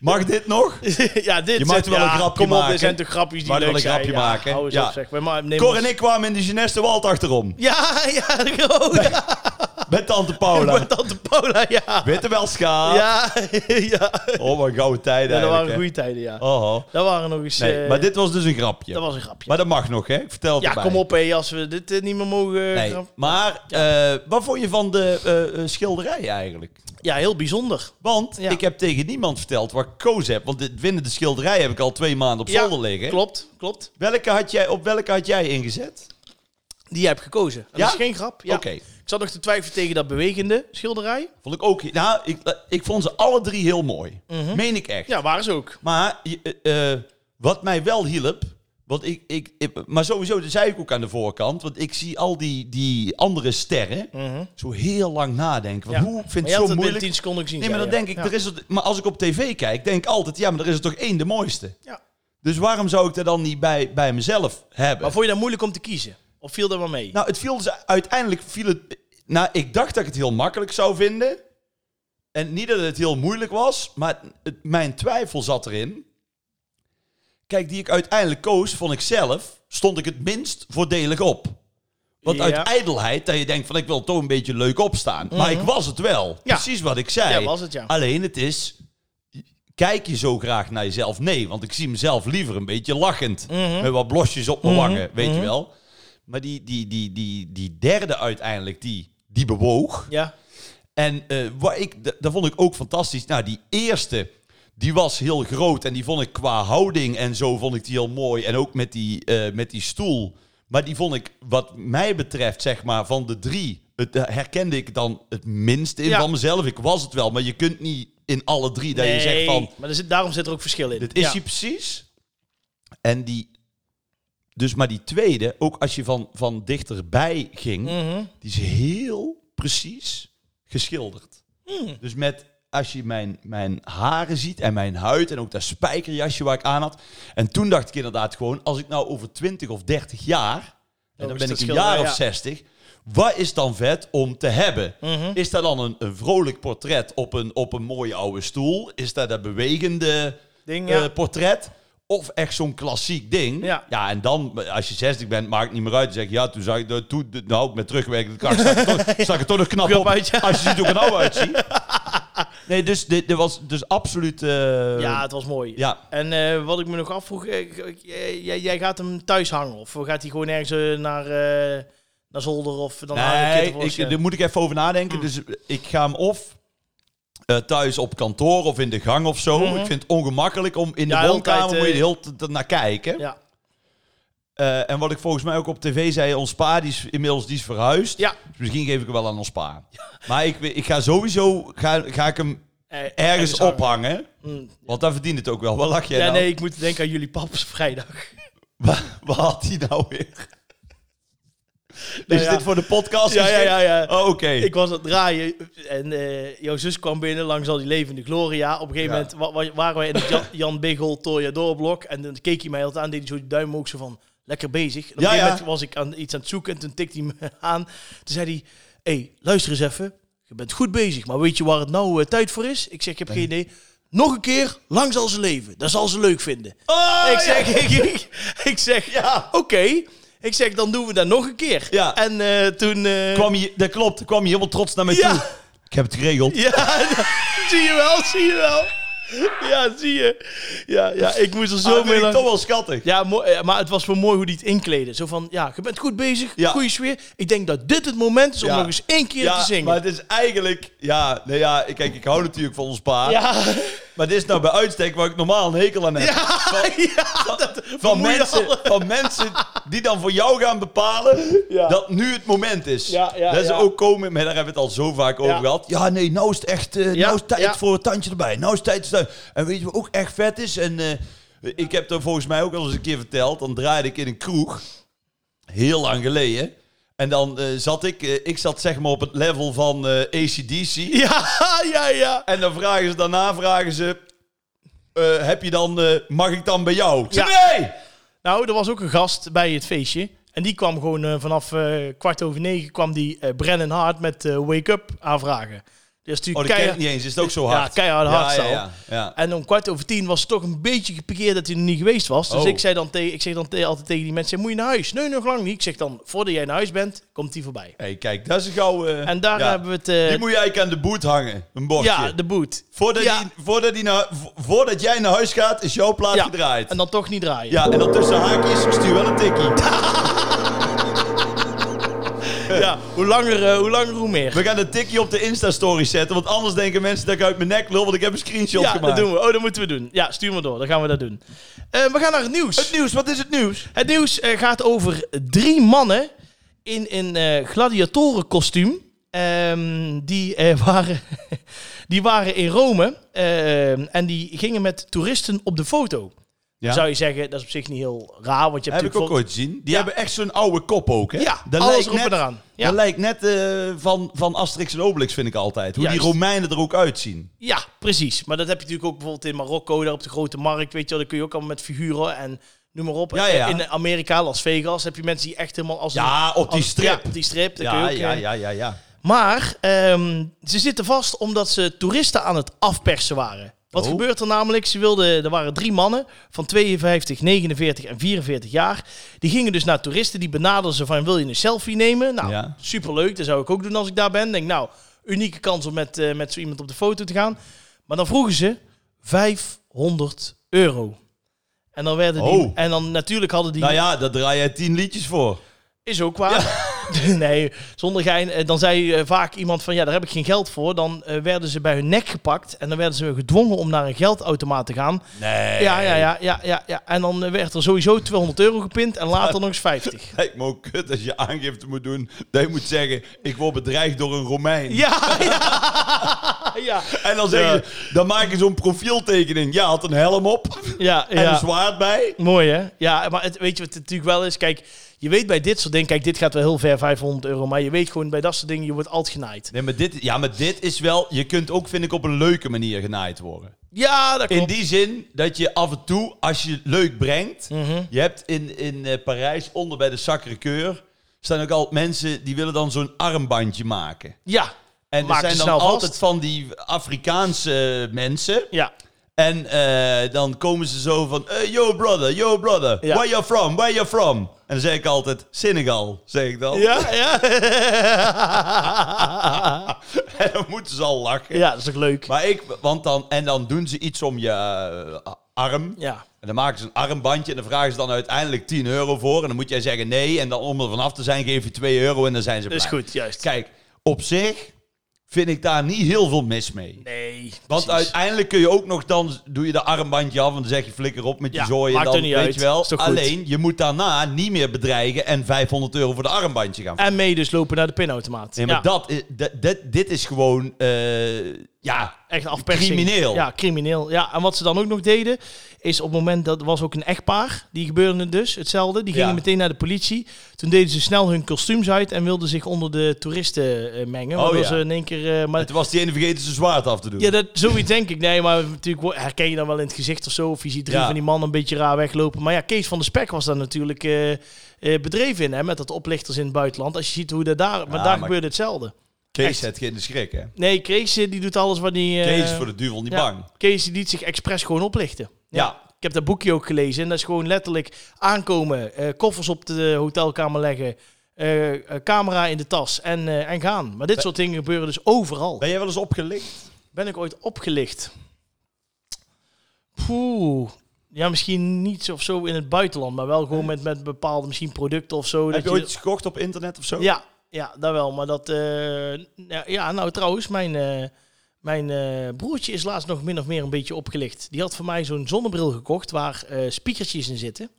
S2: Mag dit nog?
S1: ja dit
S2: Je mag
S1: zit-
S2: wel een
S1: ja,
S2: grapje
S1: Kom op,
S2: maken.
S1: dit zijn toch grapjes die
S2: Mag je
S1: leuk
S2: wel
S1: zijn.
S2: een grapje
S1: ja,
S2: maken?
S1: Hou eens
S2: Ja.
S1: op, zeg. Maar, maar neem
S2: Cor
S1: ons-
S2: en ik kwamen in de Geneste Wald achterom.
S1: Ja, ja, gewoon. Ja,
S2: Met tante Paula.
S1: met tante Paula, ja.
S2: Witte wel schaap.
S1: Ja, ja.
S2: Oh, wat gouden tijden
S1: Ja, dat waren
S2: eigenlijk,
S1: goede tijden, ja.
S2: hè. Oh, oh.
S1: Dat waren nog eens.
S2: Nee,
S1: eh,
S2: maar dit was dus een grapje.
S1: dat was een grapje.
S2: Maar dat mag nog, hè? Ik vertel het
S1: ja,
S2: erbij.
S1: kom op, hé, als we dit eh, niet meer mogen.
S2: Nee,
S1: grap-
S2: maar eh, wat vond je van de eh, eh, schilderij eigenlijk?
S1: Ja, heel bijzonder.
S2: Want
S1: Ja.
S2: ik heb tegen niemand verteld waar ik gekozen heb. Want dit winnende schilderij heb ik al twee maanden op
S1: Ja,
S2: zolder liggen.
S1: Klopt, klopt.
S2: Welke had jij, op welke had jij ingezet?
S1: Die heb ik gekozen. En
S2: Ja?
S1: Dat is geen grap. Ja.
S2: Oké.
S1: Ik zat nog te twijfelen tegen dat bewegende schilderij.
S2: Vond ik ook... Nou, ik, ik vond ze alle drie heel mooi. Meen ik echt.
S1: Mhm. Ja, waren ze ook.
S2: Maar je- eh, eh, wat mij wel hielp. Want ik, ik, ik- maar sowieso, dat zei ik ook aan de voorkant. Want ik zie al die, die andere sterren zo heel lang nadenken. Want
S1: Ja.
S2: Hoe, ik
S1: Maar
S2: vind
S1: je
S2: het
S1: had
S2: zo
S1: het binnen
S2: moeilijk.
S1: 10 seconden gezien.
S2: Nee, maar
S1: ja,
S2: dan
S1: ja.
S2: denk ik,
S1: Ja.
S2: er is het, maar als ik op tv kijk, denk ik altijd, ja, maar er is er toch één de mooiste.
S1: Ja.
S2: Dus waarom zou ik dat dan niet bij, bij mezelf hebben?
S1: Maar vond je dat moeilijk om te kiezen? Of viel dat wel mee?
S2: Nou, het viel dus uiteindelijk viel het. Nou, ik dacht dat ik het heel makkelijk zou vinden. En niet dat het heel moeilijk was, maar het- mijn twijfel zat erin. Kijk, die ik uiteindelijk koos, vond ik zelf, stond ik het minst voordelig op. Want
S1: Ja.
S2: uit ijdelheid, dat je denkt van ik wil toch een beetje leuk opstaan. Maar ik was het wel.
S1: Mhm. Ja.
S2: Precies wat ik zei.
S1: Ja, was het, ja.
S2: Alleen het is, kijk je zo graag naar jezelf? Nee, want ik zie mezelf liever een beetje lachend.
S1: Mhm.
S2: Met wat blosjes op mijn wangen, weet je wel. Maar die, die, die, die, die derde uiteindelijk, die, die bewoog.
S1: ja.
S2: En eh wat ik, d- dat vond ik ook fantastisch. Nou, die eerste, die was heel groot. En die vond ik qua houding en zo, vond ik die heel mooi. En ook met die, eh, met die stoel. Maar die vond ik, wat mij betreft, zeg maar, van de drie, het, eh, herkende ik dan het minst in
S1: Ja.
S2: van mezelf. Ik was het wel, maar je kunt niet in alle drie dat je zegt van,
S1: maar er zit, daarom zit er ook verschil in.
S2: dit is
S1: Ja.
S2: hij precies. En die, dus maar die tweede, ook als je van, van dichterbij ging,
S1: Mhm.
S2: die is heel precies geschilderd.
S1: Mm.
S2: Dus met, als je mijn, mijn haren ziet en mijn huid en ook dat spijkerjasje waar ik aan had. En toen dacht ik inderdaad gewoon, als ik nou over 20 of 30 jaar,
S1: Oh,
S2: en
S1: is
S2: dan
S1: dat
S2: ben ik een
S1: schilderij,
S2: jaar of
S1: ja.
S2: 60, wat is dan vet om te hebben?
S1: mhm. Mm.
S2: Is dat dan een, een vrolijk portret op een, op een mooie oude stoel? Is dat dat bewegende
S1: Ding, ja.
S2: eh, portret? Of echt zo'n klassiek ding.
S1: Ja.
S2: en dan, als je 60 bent, maakt het niet meer uit. Dan zeg je, ja, toen zag ik, dat- toen, nou, met terugwerkende kracht, zag ik er toch, zag ik er toch nog knap
S1: Knap
S2: op.
S1: uit, ja.
S2: Als je ziet hoe ik er nou uitzie. Nee, dus dit, dit was dus absoluut... eh,
S1: ja, het was mooi.
S2: ja.
S1: En eh, wat ik me nog afvroeg, eh, ik- ik- eh, jij, jij gaat hem thuis hangen of gaat hij gewoon ergens eh, naar, eh, naar zolder of dan naar de
S2: Nee, ik,
S1: kindervoorstelling?
S2: daar moet ik even over nadenken.
S1: Mm.
S2: Dus ik ga hem of eh, thuis op kantoor of in de gang of zo.
S1: Mhm.
S2: Ik vind het ongemakkelijk om in de
S1: Ja, heel
S2: woonkamer
S1: tijd, eh,
S2: moet je er heel te- te naar kijken.
S1: Ja,
S2: Eh, en wat ik volgens mij ook op tv zei, ons pa die is inmiddels die is verhuisd.
S1: ja.
S2: Dus misschien geef ik hem wel aan ons pa. Maar ik, ik ga sowieso ga, ga ik hem
S1: Eh,
S2: ergens
S1: hangen.
S2: ophangen.
S1: Mm.
S2: Want dan verdient het ook wel. Wat lach jij
S1: Ja,
S2: nou?
S1: nee, ik moet denken aan jullie paps vrijdag.
S2: Wa- Wat had hij nou weer? is
S1: Nou ja.
S2: dit voor de podcast?
S1: Ja, ja, ja, ja.
S2: Oh, oké.
S1: Ik was aan het draaien en eh, jouw zus kwam binnen langs al die levende gloria. Op een gegeven
S2: Ja.
S1: moment wa- wa- waren wij in het Jan, Jan Biggel Toreadorblok en dan keek hij mij altijd aan, deed hij zo die duim ook zo van lekker bezig. En op
S2: Ja,
S1: een gegeven
S2: ja.
S1: moment was ik aan iets aan het zoeken en toen tikte hij me aan. Toen zei hij, hé, hey, luister eens even, je bent goed bezig, maar weet je waar het nou eh, tijd voor is? Ik zeg, ik heb geen idee. Nog een keer, lang zal ze leven. Dat zal ze leuk vinden.
S2: Oh,
S1: ik
S2: ja.
S1: zeg, ik, ik, ik zeg,
S2: Ja.
S1: oké. Ik zeg, dan doen we dat nog een keer.
S2: Ja.
S1: En eh, toen... eh,
S2: kwam je, dat klopt, kwam je helemaal trots naar mij
S1: Ja.
S2: toe. Ik heb het geregeld.
S1: Ja, zie je wel, zie je wel. Ja, zie je. Ja, ja ik moest er
S2: Zo
S1: zo
S2: ben
S1: mee
S2: Ah, ik toch
S1: lang...
S2: wel schattig.
S1: Ja, mo- eh, maar het was wel mooi hoe die het inkleden. Zo van, ja, je bent goed bezig,
S2: Ja.
S1: goede sfeer. Ik denk dat dit het moment is om
S2: Ja.
S1: nog eens één keer te zingen.
S2: maar het is eigenlijk... Ja, nee, ja, ik- kijk, ik hou natuurlijk van ons pa.
S1: Ja,
S2: Maar dit is nou bij uitstek waar ik normaal een hekel aan heb.
S1: ja, ja, dat
S2: Van,
S1: vermoeide
S2: mensen,
S1: alle-
S2: van mensen die dan voor jou gaan bepalen
S1: Ja.
S2: dat nu het moment is.
S1: Ja, ja,
S2: dat ze
S1: ja.
S2: ook komen, maar daar hebben we het al zo vaak over
S1: Ja.
S2: gehad. Ja, nee, nou is het echt eh,
S1: Ja,
S2: nou is het tijd
S1: ja.
S2: voor een tandje erbij. Nou is het tijd. voor- En weet je wat ook echt vet is? En eh, ik heb dat volgens mij ook al eens een keer verteld. Dan draaide ik in een kroeg, heel lang geleden. En dan eh, zat ik, eh, ik zat zeg maar op het level van eh ACDC.
S1: Ja, ja, ja.
S2: En dan vragen ze, daarna vragen ze, eh, heb je dan, eh, mag ik dan bij jou? Ik zeg,
S1: Ja.
S2: nee! Oh,
S1: Nou, er was ook een gast bij het feestje. En die kwam gewoon eh, vanaf eh, kwart over negen kwam die eh Brennan Hart met eh, Wake Up aanvragen. Dus
S2: Oh,
S1: natuurlijk
S2: dat ken ik
S1: keihard-
S2: niet eens. Is het ook zo
S1: Ja,
S2: hard?
S1: keihard hardstyle.
S2: Ja, ja, ja.
S1: En om kwart over tien was het toch een beetje gepikeerd dat hij er niet geweest was. Dus
S2: Oh.
S1: ik zei dan, tegen, ik zeg dan te- altijd tegen die mensen, moet je naar huis? Nee, nog lang niet. Ik zeg dan, voordat jij naar huis bent, komt hij voorbij.
S2: Hey, kijk, dat is een gouden...
S1: En daar
S2: ja.
S1: hebben we het...
S2: Die
S1: eh,
S2: moet je eigenlijk aan de boot hangen, een bordje.
S1: ja, de boot.
S2: voordat,
S1: ja.
S2: die, voordat, die naar, vo- voordat jij naar huis gaat, is jouw plaat
S1: Ja,
S2: gedraaid.
S1: en dan toch niet draaien.
S2: ja, en dan tussen haakjes, stuur wel een tikkie.
S1: Ja, hoe langer, eh, hoe langer, hoe meer.
S2: We gaan een tikkie op de Insta-story zetten, want anders denken mensen dat ik uit mijn nek lul, want ik heb een screenshot
S1: Ja,
S2: gemaakt.
S1: dat doen we. Oh, dat moeten we doen. Ja, stuur maar door. Dan gaan we dat doen. Eh, we gaan naar het nieuws.
S2: Het nieuws, wat is het nieuws?
S1: Het nieuws eh, gaat over drie mannen in een eh, gladiatorenkostuum. Ehm, die, eh, waren, die waren in Rome ehm, en die gingen met toeristen op de foto.
S2: Ja.
S1: Zou je zeggen, dat is op zich niet heel raar, want je hebt
S2: Heb ik ook
S1: natuurlijk
S2: ooit gezien. Die
S1: Ja.
S2: hebben echt zo'n oude kop ook, hè?
S1: Ja,
S2: dat
S1: alles
S2: lijkt
S1: erop
S2: net,
S1: en eraan. Ja.
S2: Dat lijkt net eh, van, van Asterix en Obelix, vind ik altijd. Hoe
S1: Juist.
S2: die Romeinen er ook uitzien.
S1: vol- Ja, precies. Maar dat heb je natuurlijk ook bijvoorbeeld in Marokko, daar op de grote markt, weet je wel. Daar kun je ook allemaal met figuren en noem maar op.
S2: Ja, ja.
S1: In Amerika, Las Vegas, heb je mensen die echt helemaal als... een-
S2: Ja, op die
S1: als-
S2: strip.
S1: Ja, op die strip. daar kun je
S2: Ja,
S1: ook,
S2: ja,
S1: eh,
S2: ja, ja, ja.
S1: Maar ehm, ze zitten vast omdat ze toeristen aan het afpersen waren. Wat
S2: Oh.
S1: gebeurt er namelijk? Ze wilden, er waren drie mannen van 52, 49 en 44 jaar. Die gingen dus naar toeristen. Die benaderden ze van, wil je een selfie nemen? Nou,
S2: Ja.
S1: superleuk. Dat zou ik ook doen als ik daar ben. Denk, nou, unieke kans om met, eh, met zo iemand op de foto te gaan. Maar dan vroegen ze 500 euro. En dan werden die...
S2: Oh.
S1: En dan natuurlijk hadden die...
S2: Nou ja, daar draai jij tien liedjes voor.
S1: Is ook waar. Dus nee, zonder gein. eh, Dan zei eh, vaak iemand van ja, daar heb ik geen geld voor. Dan eh, werden ze bij hun nek gepakt en dan werden ze gedwongen om naar een geldautomaat te gaan.
S2: Nee.
S1: Ja, ja, ja, ja, ja, ja. En dan eh, werd er sowieso 200 euro gepint en later nog eens 50.
S2: Lijkt me ook kut als je aangifte moet doen. Dat je moet zeggen, ik word bedreigd door een Romein.
S1: Ja, ja, ja,
S2: En dan zeggen
S1: Ja.
S2: ze, dan maak je zo'n profieltekening. Ja, had een helm op
S1: ja.
S2: en een
S1: ja.
S2: zwaard bij.
S1: Mooi hè? Ja, maar het, weet je wat het natuurlijk wel is? Kijk, je weet bij dit soort dingen, kijk, dit gaat wel heel ver, 500 euro. Maar je weet gewoon bij dat soort dingen, je wordt altijd genaaid.
S2: Nee, maar dit, ja, maar dit is wel... Je kunt ook, vind ik, op een leuke manier genaaid worden.
S1: Ja, dat
S2: In
S1: klopt.
S2: die zin dat je af en toe, als je het leuk brengt...
S1: Mhm.
S2: Je hebt in, in eh, Parijs, onder bij de Sacré-Cœur... staan ook al mensen die willen dan zo'n armbandje maken.
S1: Ja,
S2: En
S1: Maak
S2: er
S1: ze
S2: zijn
S1: snel
S2: dan
S1: vast.
S2: altijd van die Afrikaanse eh, mensen...
S1: ja.
S2: En eh, dan komen ze zo van, eh, yo brother, yo brother,
S1: Ja.
S2: where you from, where you from? En dan zeg ik altijd, Senegal, zeg ik dan.
S1: Ja, ja.
S2: En dan moeten ze al lachen.
S1: ja, dat is toch leuk?
S2: Maar ik, want dan, en dan doen ze iets om je eh, arm.
S1: Ja.
S2: En dan maken ze een armbandje en dan vragen ze dan uiteindelijk 10 euro voor. En dan moet jij zeggen nee. En dan om er vanaf te zijn geef je 2 euro en dan zijn ze
S1: Dat
S2: blij.
S1: is goed, juist.
S2: Kijk, op zich vind ik daar niet heel veel mis mee.
S1: Nee.
S2: Want
S1: precies.
S2: uiteindelijk kun je ook nog dan doe je de armbandje af en dan zeg je flikker op met je
S1: Ja,
S2: zooi en
S1: maakt
S2: dan
S1: er niet
S2: weet
S1: uit.
S2: je wel.
S1: Is toch goed?
S2: Alleen je moet daarna niet meer bedreigen en 500 euro voor de armbandje gaan.
S1: En mee dus lopen naar de pinautomaat.
S2: Nee, maar
S1: ja,
S2: dat is, dat, dat- dit is gewoon eh, ja
S1: echt afpersing.
S2: crimineel.
S1: Ja, crimineel. Ja, en wat ze dan ook nog deden, is op het moment dat er was ook een echtpaar, die gebeurde het dus hetzelfde. Die gingen
S2: Ja.
S1: meteen naar de politie. Toen deden ze snel hun kostuums uit en wilden zich onder de toeristen eh, mengen.
S2: Oh,
S1: waardoor
S2: ja.
S1: ze in één keer. eh, maar
S2: Het was die ene vergeten zijn zwaard af te doen.
S1: Ja, dat, zoiets denk ik. Nee, maar natuurlijk wo- herken je dan wel in het gezicht of zo. Of je ziet drie
S2: Ja.
S1: van die mannen een beetje raar weglopen. Maar ja, Kees van de Spek was daar natuurlijk eh, eh, bedreven in. Hè, met dat oplichters in het buitenland. Als je ziet hoe dat daar... Maar
S2: Ja,
S1: daar
S2: maar-
S1: gebeurde hetzelfde.
S2: Kees
S1: echt.
S2: het geen schrik hè.
S1: Nee, Kees eh, die doet alles wat hij... eh,
S2: Kees is voor de duivel niet
S1: ja,
S2: bang.
S1: Kees die liet zich expres gewoon oplichten.
S2: Ja.
S1: Ik heb dat boekje ook gelezen. En dat is gewoon letterlijk aankomen. eh, koffers op de hotelkamer leggen. eh, eh, camera in de tas. En, eh, en gaan. Maar dit soort dingen gebeuren dus overal.
S2: Ben jij wel eens opgelicht?
S1: Ben ik ooit opgelicht? Poeh. Ja, misschien niet of zo in het buitenland, maar wel gewoon met, met bepaalde misschien producten of zo.
S2: Heb je ooit iets gekocht op internet of zo?
S1: Ja, ja, dat wel. Maar dat... eh, ja, ja, nou trouwens, mijn, eh, mijn eh, broertje is laatst nog min of meer een beetje opgelicht. Die had voor mij zo'n zonnebril gekocht waar eh spiekertjes in zitten.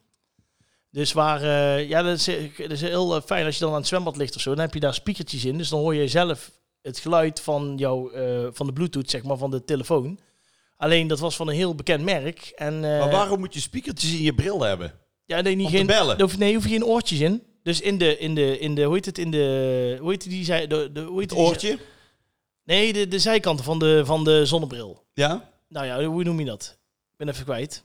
S1: Dus waar, eh, ja, dat is, dat is heel eh, fijn als je dan aan het zwembad ligt of zo. Dan heb je daar spiekertjes in. Dus dan hoor je zelf het geluid van, jouw, eh, van de Bluetooth, zeg maar, van de telefoon. Alleen dat was van een heel bekend merk. En, eh,
S2: Maar waarom moet je spiekertjes in je bril hebben?
S1: ja, nee, niet
S2: Om te
S1: geen,
S2: bellen.
S1: daar hoef- nee, hoef je geen oortjes in. Dus in de, in de, in de, hoe heet het, in de, hoe heet die, zij, de, de, hoe heet
S2: Het
S1: die-
S2: oortje?
S1: nee, de, de zijkanten van de, van de zonnebril.
S2: Ja.
S1: Nou ja, hoe noem je dat? Ik ben even kwijt.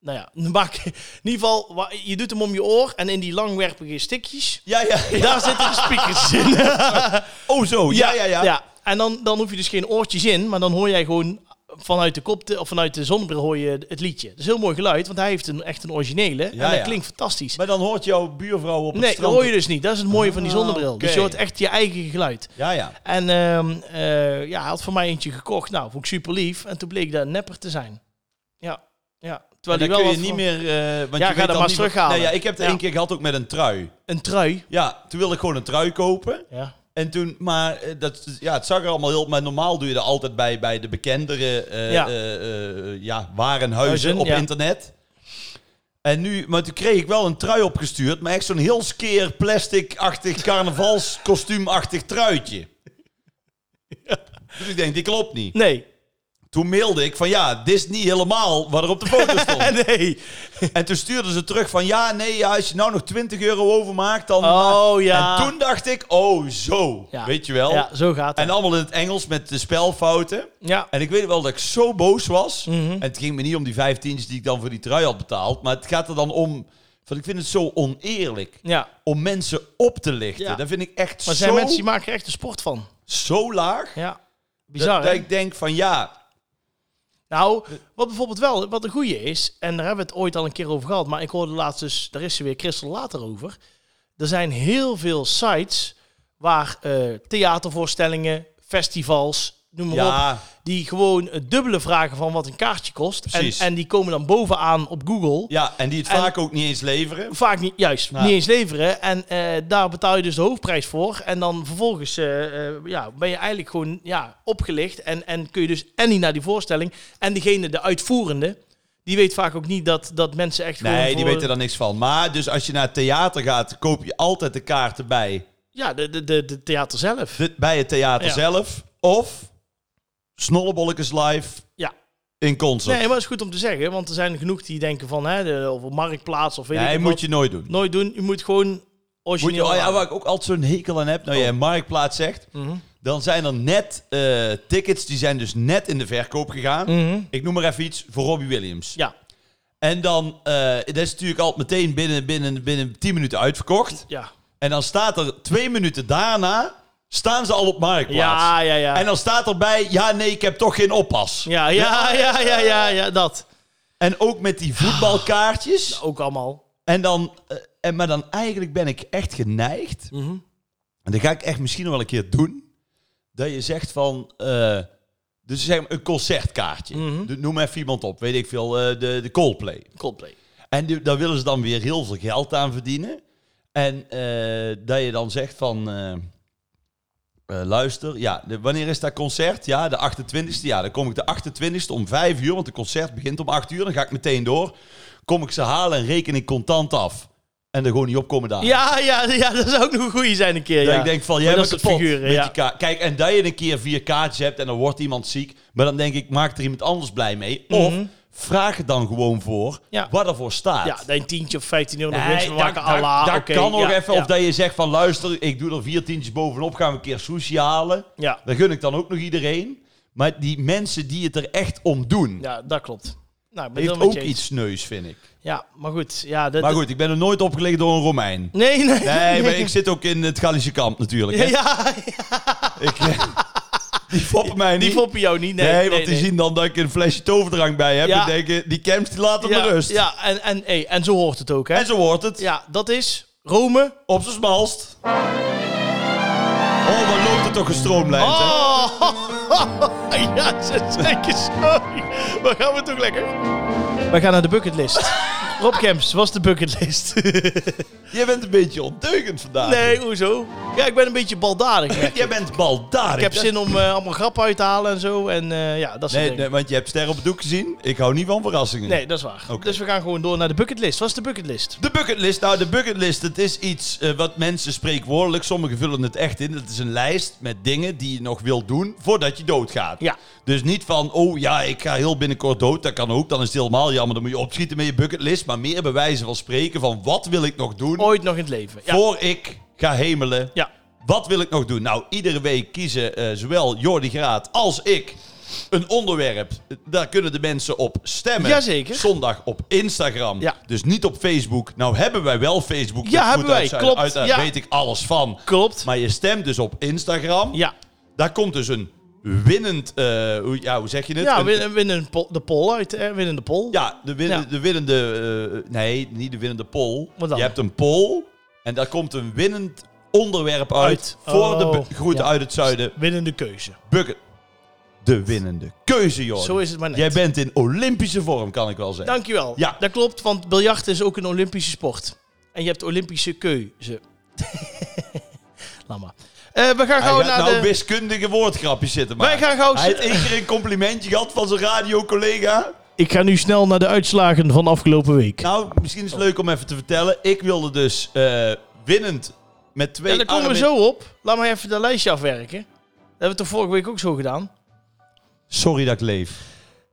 S1: Nou ja, maak, in ieder geval, wa- je doet hem om je oor en in die langwerpige stikjes,
S2: Ja, ja. ja.
S1: daar zitten de speakers in.
S2: Oh zo, ja, ja, ja.
S1: ja. En dan, dan hoef je dus geen oortjes in, maar dan hoor jij gewoon vanuit de kopte of vanuit de zonnebril hoor je het liedje. Dat is heel mooi geluid, want hij heeft een, echt een originele en
S2: Ja,
S1: dat
S2: ja.
S1: klinkt fantastisch.
S2: Maar dan hoort jouw buurvrouw op het
S1: Nee, dat
S2: strand.
S1: hoor je dus niet. Dat is het mooie van die
S2: Ah,
S1: zonnebril. Dus
S2: oké.
S1: je hoort echt je eigen geluid.
S2: Ja, ja.
S1: En ehm, eh, ja, hij had voor mij eentje gekocht. Nou, vond ik super lief. En toen bleek dat een nepper te zijn. Ja, ja.
S2: Maar
S1: Terwijl
S2: dan
S1: hij wel
S2: kun je
S1: wat
S2: niet
S1: voor-
S2: meer... eh, want
S1: Ja,
S2: je
S1: ga
S2: weet
S1: dat maar
S2: dan niet
S1: eens
S2: wat-
S1: terughalen.
S2: Nee, ja, ik heb het
S1: Ja.
S2: één keer gehad ook met een trui.
S1: een trui.
S2: Ja, toen wilde ik gewoon een trui kopen.
S1: Ja,
S2: En toen, maar eh, dat, ja, het zag er allemaal heel... Maar normaal doe je dat altijd bij, bij de bekendere eh,
S1: Ja.
S2: eh, eh, ja, warenhuizen
S1: Huizen,
S2: op
S1: ja.
S2: internet. En nu, maar toen kreeg ik wel een trui opgestuurd. Maar echt zo'n heel skeer plastic-achtig, carnavalskostuumachtig truitje. Dus ik denk, die klopt niet.
S1: nee.
S2: Toen mailde ik van ja, dit is niet helemaal wat er op de foto stond.
S1: nee.
S2: En toen stuurden ze terug van ja, nee, ja, als je nou nog 20 euro overmaakt, dan.
S1: Oh ja.
S2: En toen dacht ik, oh zo,
S1: Ja.
S2: weet je wel.
S1: Ja, zo gaat het.
S2: En allemaal in het Engels met de spelfouten.
S1: ja.
S2: En ik weet wel dat ik zo boos was.
S1: Mhm.
S2: En het ging me niet om die 15 die ik dan voor die trui had betaald. Maar het gaat er dan om. Van, ik vind het zo oneerlijk
S1: ja.
S2: om mensen op te lichten.
S1: Ja.
S2: Dat vind ik echt
S1: Maar er
S2: zo,
S1: zijn mensen die maken er echt een sport van.
S2: zo laag.
S1: Ja. Bizar,
S2: Dat, dat
S1: hè?
S2: ik denk van ja,
S1: Nou, wat bijvoorbeeld wel, wat een goeie is, en daar hebben we het ooit al een keer over gehad, maar ik hoorde laatst dus, daar is ze weer Christel later over. Er zijn heel veel sites waar eh, theatervoorstellingen, festivals, noem maar op.
S2: Ja,
S1: Die gewoon het dubbele vragen van wat een kaartje kost. En,
S2: Precies.
S1: en die komen dan bovenaan op Google.
S2: ja, en die het
S1: En-
S2: vaak ook niet eens leveren.
S1: Vaak niet, juist,
S2: Ja.
S1: niet eens leveren. En eh, daar betaal je dus de hoofdprijs voor. En dan vervolgens eh, eh, ja, ben je eigenlijk gewoon ja, opgelicht. En, en kun je dus en niet naar die voorstelling. En degene, de uitvoerende, die weet vaak ook niet dat, dat mensen echt gewoon...
S2: Nee, die
S1: voor-
S2: weten daar niks van. Maar dus als je naar het theater gaat, koop je altijd de kaarten bij,
S1: Ja, de, de, de, de theater zelf.
S2: de- bij het theater
S1: Ja.
S2: zelf. Of Snollebollekes live
S1: Ja.
S2: in concert.
S1: Nee, maar het is goed om te zeggen. Want er zijn er genoeg die denken van... Hè, de, of op marktplaats of weet
S2: Nee,
S1: ik wat.
S2: moet je nooit doen.
S1: Nooit doen. Je moet gewoon
S2: Moet je,
S1: origineel...
S2: oh ja,
S1: houden.
S2: waar ik ook altijd zo'n hekel aan heb, nou jij Marktplaats zegt,
S1: Oh. Mhm.
S2: dan zijn er net eh, tickets, die zijn dus net in de verkoop gegaan.
S1: Mhm.
S2: Ik noem maar even iets voor Robbie Williams.
S1: Ja,
S2: En dan, eh, dat is natuurlijk altijd meteen binnen, binnen, binnen 10 minuten uitverkocht.
S1: ja.
S2: En dan staat er twee minuten daarna, staan ze al op Marktplaats.
S1: Ja, ja, ja.
S2: En dan staat erbij, ja nee, ik heb toch geen oppas.
S1: Ja, ja, ja, ja, ja, ja, dat.
S2: En ook met die voetbalkaartjes.
S1: Ook allemaal.
S2: En dan, eh, en, maar dan eigenlijk ben ik echt geneigd
S1: Mhm.
S2: En dat ga ik echt misschien nog wel een keer doen. Dat je zegt van... eh, dus zeg maar een concertkaartje.
S1: Mhm.
S2: De- Noem even iemand op. Weet ik veel. eh, de, de Coldplay.
S1: Coldplay.
S2: En die- daar willen ze dan weer heel veel geld aan verdienen. En eh, dat je dan zegt van... eh, eh, luister, ja, de- wanneer is dat concert? Ja, de 28e. Ja, dan kom ik de 28e om 5 uur, want het concert begint om 8 uur. Dan ga ik meteen door. Kom ik ze halen en reken ik contant af. En er gewoon niet opkomen daar.
S1: Ja, ja, ja, dat zou ook nog een goeie zijn een keer.
S2: Dat
S1: Ja.
S2: ik denk van,
S1: Maar
S2: jij
S1: dat
S2: bent
S1: soort
S2: kapot
S1: figuren,
S2: met
S1: ja.
S2: die kaart. Kijk, en dat je een keer vier kaartjes hebt en dan wordt iemand ziek. Maar dan denk ik, maak er iemand anders blij mee. Of
S1: Mhm.
S2: vraag het dan gewoon voor
S1: Ja.
S2: wat ervoor staat.
S1: ja, dat je een tientje of 15 euro nog
S2: Nee,
S1: winst van
S2: dat-
S1: maken.
S2: dat-
S1: Allah,
S2: dat
S1: oké,
S2: kan nog
S1: ja,
S2: even.
S1: ja.
S2: Of dat je zegt van, luister, ik doe er vier tientjes bovenop. Gaan we een keer sushi halen.
S1: Ja,
S2: Dat gun ik dan ook nog iedereen. Maar die mensen die het er echt om doen,
S1: ja, dat klopt. Nou, ik ben het
S2: heeft
S1: wel met
S2: ook
S1: je eens.
S2: iets neus, vind ik.
S1: Ja, maar goed. Ja, dat,
S2: Maar goed, ik ben er nooit opgelegd door een Romein.
S1: Nee, nee.
S2: Nee, maar ik zit ook in het Gallische kamp natuurlijk.
S1: Ja,
S2: hè.
S1: ja,
S2: Ik, eh, die foppen mij niet.
S1: die foppen jou niet. Nee,
S2: Nee, want die zien dan dat ik een flesje toverdrank bij heb.
S1: Ja.
S2: En denken, die camps die laten
S1: ja,
S2: me rust.
S1: Ja, en, en, hey, en zo hoort het ook, hè?
S2: En zo wordt het.
S1: Ja, dat is Rome.
S2: Op z'n smalst. Oh, wat loopt het toch gestroomlijnd, hè?
S1: Oh, ja, ze- zeker sorry. Maar gaan we toch lekker? Wij gaan naar de bucketlist. Rob Kemps, was de bucketlist?
S2: Jij bent een beetje ondeugend vandaag.
S1: nee, hoezo? Ja, ik ben een beetje baldadig. merk
S2: Jij
S1: ik.
S2: bent baldadig.
S1: Ik heb
S2: Dat-
S1: zin om eh, allemaal grappen uit te halen en zo. En eh, ja, dat soort
S2: Nee,
S1: dingen.
S2: nee, want je hebt sterren op het doek gezien. Ik hou niet van verrassingen.
S1: Nee, dat is waar.
S2: Oké.
S1: Dus we gaan gewoon door naar de bucketlist. Wat is de bucketlist?
S2: De bucketlist, nou de bucketlist, het is iets eh, wat mensen spreekwoordelijk, sommigen vullen het echt in. Het is een lijst met dingen die je nog wilt doen voordat je doodgaat.
S1: Ja.
S2: Dus niet van, oh ja, ik ga heel binnenkort dood, dat kan ook, dan is het helemaal jammer, dan moet je opschieten met je bucketlist. Maar meer bewijzen van spreken van, wat wil ik nog doen
S1: Ooit nog in het leven. Ja.
S2: voor ik ga hemelen?
S1: ja.
S2: Wat wil ik nog doen? Nou, iedere week kiezen eh, zowel Jordi Graat als ik een onderwerp. Daar kunnen de mensen op stemmen.
S1: Jazeker.
S2: Zondag op Instagram.
S1: Ja.
S2: Dus niet op Facebook. Nou hebben wij wel Facebook.
S1: Ja,
S2: Dat
S1: hebben
S2: moet uit
S1: wij.
S2: zijn.
S1: Klopt.
S2: Uit, daar
S1: Ja.
S2: weet ik alles van.
S1: Klopt.
S2: Maar je stemt dus op Instagram.
S1: Ja.
S2: Daar komt dus een winnend... eh, hoe, ja, hoe zeg je het?
S1: Ja,
S2: Een-
S1: winnen, winnen pol- de pol uit. eh, winnen de pol.
S2: ja, de, win-
S1: Ja.
S2: de winnende. eh, nee, niet de winnende pol.
S1: Wat dan?
S2: Je hebt een pol en daar komt een winnend onderwerp uit.
S1: Uit.
S2: Voor de
S1: Oh,
S2: be- groeten
S1: ja.
S2: uit het zuiden.
S1: Winnende keuze.
S2: Bucket. De winnende keuze, joh.
S1: Zo is het maar net.
S2: Jij bent in Olympische vorm, kan ik wel zeggen.
S1: Dankjewel.
S2: Ja.
S1: Dat klopt, want biljart is ook een Olympische sport. En je hebt Olympische keuze. Laat maar. Eh, we gaan
S2: Hij
S1: gauw
S2: gaat
S1: naar
S2: nou
S1: de...
S2: wiskundige woordgrapjes zitten
S1: Wij
S2: maken.
S1: gaan gauw...
S2: Hij heeft één keer een complimentje gehad van zijn radiocollega.
S1: Ik ga nu snel naar de uitslagen van afgelopen week.
S2: Nou, misschien is het leuk om even te vertellen. Ik wilde dus eh, winnend met twee
S1: Ja, daar komen we
S2: armen-
S1: zo op. Laat maar even dat lijstje afwerken. Dat hebben we toch vorige week ook zo gedaan.
S2: Sorry dat ik leef.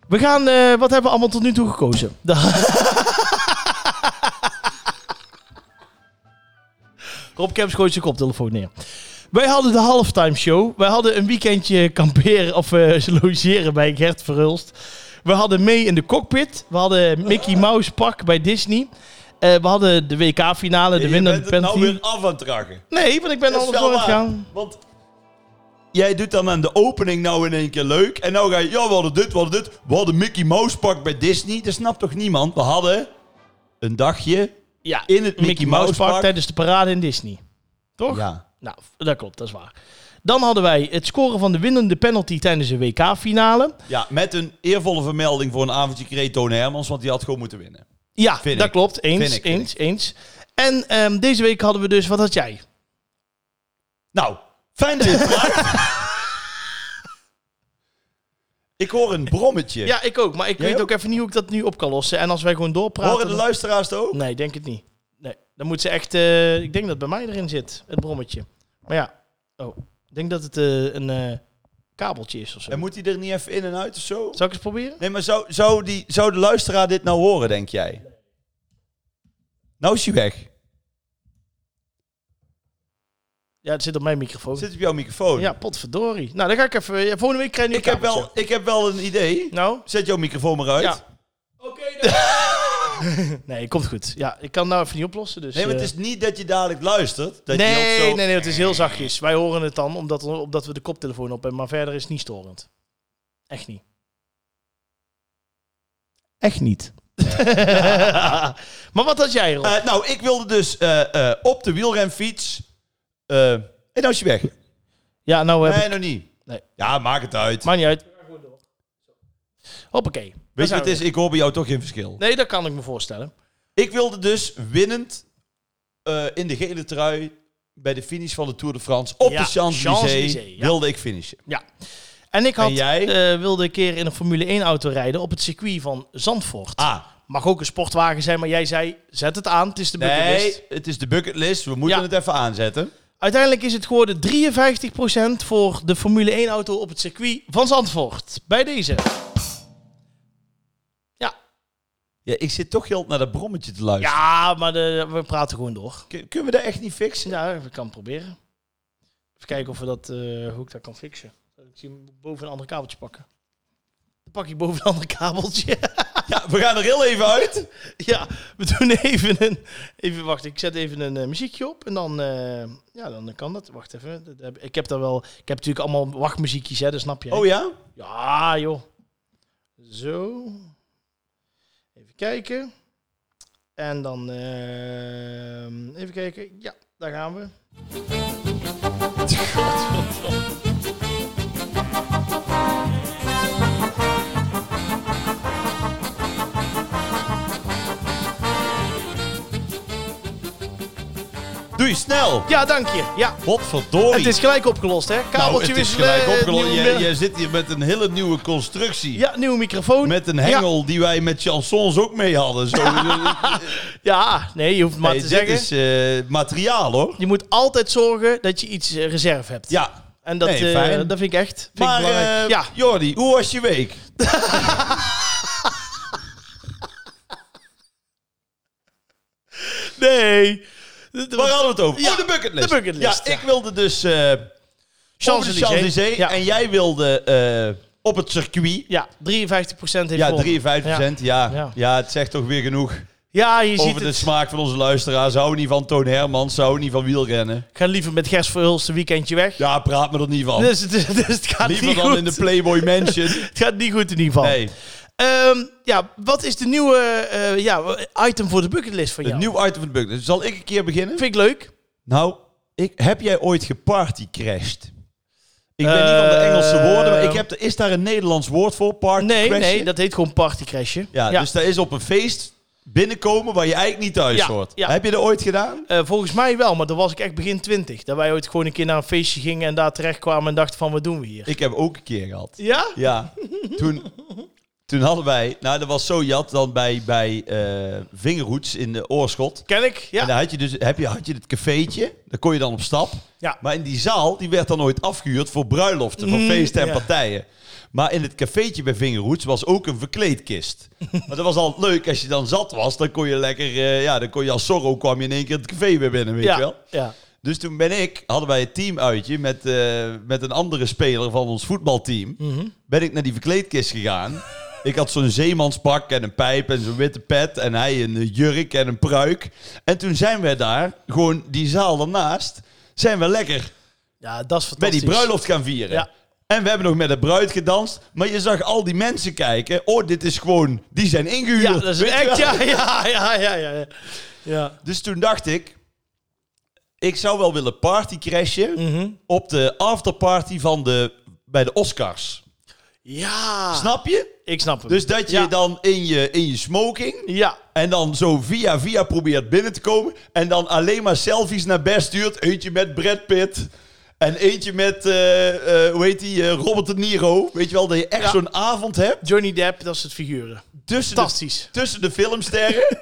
S1: We gaan... eh, wat hebben we allemaal tot nu toe gekozen? De- Rob Kemps gooit zijn koptelefoon neer. Wij hadden de halftime show. Wij hadden een weekendje kamperen of eh, logeren bij Gert Verhulst. We hadden mee in de cockpit. We hadden Mickey Mouse pak bij Disney. Eh, we hadden de WK-finale, de
S2: je
S1: winnaar
S2: bent
S1: de
S2: het nou
S1: penalty.
S2: weer af aan het rakken.
S1: Nee, want ik ben
S2: Dat
S1: al
S2: is
S1: door
S2: wel
S1: het
S2: waar.
S1: gaan.
S2: Want jij doet dan aan de opening nou in één keer leuk. En nou ga je, ja, we hadden dit, we hadden dit. We hadden Mickey Mouse pak bij Disney. Dat snapt toch niemand? We hadden een dagje.
S1: Ja,
S2: in het Mickey Mouse Park.
S1: tijdens de parade in Disney. Toch?
S2: Ja.
S1: Nou, dat klopt, dat is waar. Dan hadden wij het scoren van de winnende penalty tijdens de WK-finale.
S2: Ja, met een eervolle vermelding voor een avondje kreeg Toon Hermans, want die had gewoon moeten winnen.
S1: Ja,
S2: Vind
S1: dat
S2: ik.
S1: klopt. Eens,
S2: Vind ik, vind
S1: eens, eens. En ehm, deze week hadden we dus, wat had jij?
S2: Nou, fijn dat je het vraagt. Ik hoor een brommetje.
S1: Ja, ik ook. Maar ik
S2: Jij
S1: weet ook
S2: ook?
S1: even niet hoe ik dat nu op kan lossen. En als wij gewoon doorpraten...
S2: Horen de
S1: dan-
S2: luisteraars het ook?
S1: Nee, denk het niet. Nee, dan moet ze echt... eh, ik denk dat het bij mij erin zit, het brommetje. Maar ja, oh, ik denk dat het eh, een eh, kabeltje is of zo.
S2: En moet hij er niet even in en uit of zo?
S1: Zal ik eens proberen?
S2: Nee, maar zou, zou, die, zou de luisteraar dit nou horen, denk jij? Nou is hij weg.
S1: Ja, het zit op mijn microfoon.
S2: Zit op jouw microfoon.
S1: Ja, potverdorie. Nou, dan ga ik even... ja, volgende week krijg je nu
S2: ik, heb wel, ik heb wel een idee.
S1: Nou?
S2: Zet jouw microfoon maar uit.
S1: Ja. Nee, komt goed. Ja, ik kan het nou even niet oplossen, dus...
S2: Nee, maar het
S1: eh,
S2: is niet dat je dadelijk luistert. Dat je
S1: nee,
S2: op zo...
S1: nee, nee, het is heel zachtjes. Wij horen het dan omdat, omdat we de koptelefoon op hebben, maar verder is het niet storend. Echt niet. Echt niet. maar wat had jij, Rob?
S2: Eh, nou, ik wilde dus eh, eh, op de wielrenfiets. eh, en nou is je weg.
S1: ja, nou, heb
S2: Nee,
S1: ik-
S2: nog niet.
S1: Nee.
S2: Ja, maak het uit.
S1: maakt niet uit. Hoppakee. Daar
S2: Weet je
S1: zijn
S2: wat het
S1: we
S2: is? Ik hoor bij jou toch geen verschil.
S1: weer. Nee, dat kan ik me voorstellen.
S2: Ik wilde dus winnend eh, in de gele trui bij de finish van de Tour de France op
S1: Ja,
S2: de Champs-Élysées
S1: Champs-Élysées, ja.
S2: wilde ik finishen.
S1: Ja. En ik had,
S2: En jij?
S1: eh, wilde een keer in een Formule 1-auto rijden op het circuit van Zandvoort.
S2: Ah,
S1: Mag ook een sportwagen zijn, maar jij zei, zet het aan, het is de bucketlist.
S2: nee, het is de bucketlist. We moeten
S1: Ja.
S2: het even aanzetten.
S1: Uiteindelijk is het geworden 53% voor de Formule 1-auto op het circuit van Zandvoort. Bij deze. Ja,
S2: Ja, ik zit toch heel naar dat brommetje te luisteren.
S1: ja maar de, we praten gewoon door.
S2: Kun- Kunnen we dat echt niet fixen?
S1: Ja, ik kan het proberen. Even kijken of we dat, eh, hoe ik dat kan fixen. Ik zie hem boven een ander kabeltje pakken. Dan pak ik boven een ander kabeltje.
S2: Ja, we gaan er heel even uit.
S1: ja, we doen even een... Even wachten, ik zet even een eh, muziekje op en dan, eh, ja, dan kan dat. Wacht even, dat heb- ik heb daar wel... Ik heb natuurlijk allemaal wachtmuziekjes, hè, dat snap je. hè?
S2: Oh ja?
S1: Ja, joh. Zo. Even kijken. En dan ehm, even kijken. Ja, daar gaan we.
S2: Doe je snel.
S1: Ja, dank je. Ja,
S2: Godverdorie.
S1: het is gelijk opgelost, hè?
S2: Nou,
S1: Kabeltje
S2: het is
S1: wisselen,
S2: gelijk
S1: eh,
S2: opgelost.
S1: nieuwe
S2: Jij,
S1: mi-
S2: jij zit hier met een hele nieuwe constructie.
S1: Ja, nieuwe microfoon.
S2: Met een hengel die wij met chansons ook mee hadden. Zo,
S1: Ja, ja nee, je hoeft het maar
S2: Nee,
S1: te
S2: dit
S1: zeggen.
S2: is eh, materiaal hoor.
S1: Je moet altijd zorgen dat je iets eh, reserve hebt.
S2: Ja.
S1: En dat,
S2: Nee,
S1: eh,
S2: fijn.
S1: dat vind ik echt. Vind
S2: Maar
S1: ik belangrijk.
S2: eh,
S1: ja,
S2: Jordi, hoe was je week?
S1: nee. Dat- dat-
S2: Waar hadden we het over?
S1: Ja,
S2: oh, de bucketlist.
S1: de bucketlist,
S2: Ja,
S1: ja.
S2: ik wilde dus eh over de
S1: Champs-Élysées.
S2: Champs-Élysées.
S1: Ja.
S2: En jij wilde eh, op het circuit.
S1: Ja, 53% heeft
S2: Ja,
S1: gewonnen.
S2: 53 procent. Ja.
S1: Ja.
S2: Ja. het zegt toch weer genoeg
S1: Ja, je ziet
S2: over de
S1: het.
S2: smaak van onze luisteraars. Ze houden niet van Toon Hermans, ze houden niet van wielrennen.
S1: Ik ga liever met Gers Verhulst een weekendje weg.
S2: Ja, praat me er niet van.
S1: Dus, het is- dus het gaat
S2: Liever
S1: niet
S2: dan
S1: goed. Oh.
S2: in de Playboy Mansion.
S1: Het gaat niet goed in ieder geval.
S2: Nee,
S1: Ehm, ja, wat is de nieuwe eh, ja, item voor de bucketlist van
S2: een
S1: jou?
S2: nieuw item van de bucketlist. Zal ik een keer beginnen?
S1: Vind ik leuk.
S2: Nou, ik, heb jij ooit gepartycrashed? Ik ben niet van de Engelse woorden, maar ik heb, er- is daar een Nederlands woord voor?
S1: Nee,
S2: Partycrashen?
S1: Eh, nee, dat heet gewoon partycrashje.
S2: ja, dus daar is op een feest binnenkomen waar je eigenlijk niet thuis
S1: Ja,
S2: hoort.
S1: ja.
S2: Heb je dat ooit gedaan?
S1: Eh, volgens mij wel, maar dan was ik echt begin twintig. Dat wij ooit gewoon een keer naar een feestje gingen en daar terecht kwamen en dachten van, wat doen we hier?
S2: Ik heb ook een keer gehad.
S1: Ja?
S2: Ja, toen, toen hadden wij... Nou, dat was zo jat dan bij, bij eh Vingerhoets in de Oorschot.
S1: Ken ik? Ja.
S2: En daar had je dus heb je, had je het cafeetje, daar kon je dan op stap.
S1: Ja.
S2: Maar in die zaal, die werd dan ooit afgehuurd voor bruiloften, voor
S1: Mm,
S2: feesten en
S1: ja.
S2: partijen. Maar in het cafeetje bij Vingerhoets was ook een verkleedkist. maar dat was altijd leuk, als je dan zat was, dan kon je lekker, eh, ja, dan kon je als Zorro kwam je in één keer het café weer binnen, weet
S1: ja.
S2: je wel.
S1: Ja.
S2: Dus toen ben ik, hadden wij het teamuitje met, eh, met een andere speler van ons voetbalteam.
S1: Mhm.
S2: Ben ik naar die verkleedkist gegaan. ik had zo'n zeemanspak en een pijp en zo'n witte pet. En hij een eh, jurk en een pruik. En toen zijn we daar, gewoon die zaal daarnaast, zijn we lekker
S1: ja, dat is
S2: bij
S1: fantastisch.
S2: die bruiloft gaan vieren.
S1: Ja.
S2: En we hebben nog met de bruid gedanst. Maar je zag al die mensen kijken. Oh, dit is gewoon, die zijn ingehuurd.
S1: Ja, dat is een
S2: Weet je
S1: act.
S2: wel?
S1: Ja, ja, ja, ja, ja. ja.
S2: Dus toen dacht ik, Ik zou wel willen partycrashen
S1: Mhm.
S2: op de afterparty van de, bij de Oscars.
S1: Ja.
S2: Snap je?
S1: Ik snap hem.
S2: Dus dat je
S1: Ah. Ja.
S2: dan in je, in je smoking
S1: Ja.
S2: en dan zo via via probeert binnen te komen. En dan alleen maar selfies naar bed stuurt. Eentje met Brad Pitt. En eentje met, eh, eh, hoe heet die, eh, Robert De Niro. Weet je wel, dat je echt
S1: Ja.
S2: zo'n avond hebt.
S1: Johnny Depp, dat is het figuren.
S2: Tussen de,
S1: Fantastisch.
S2: tussen de filmsterren.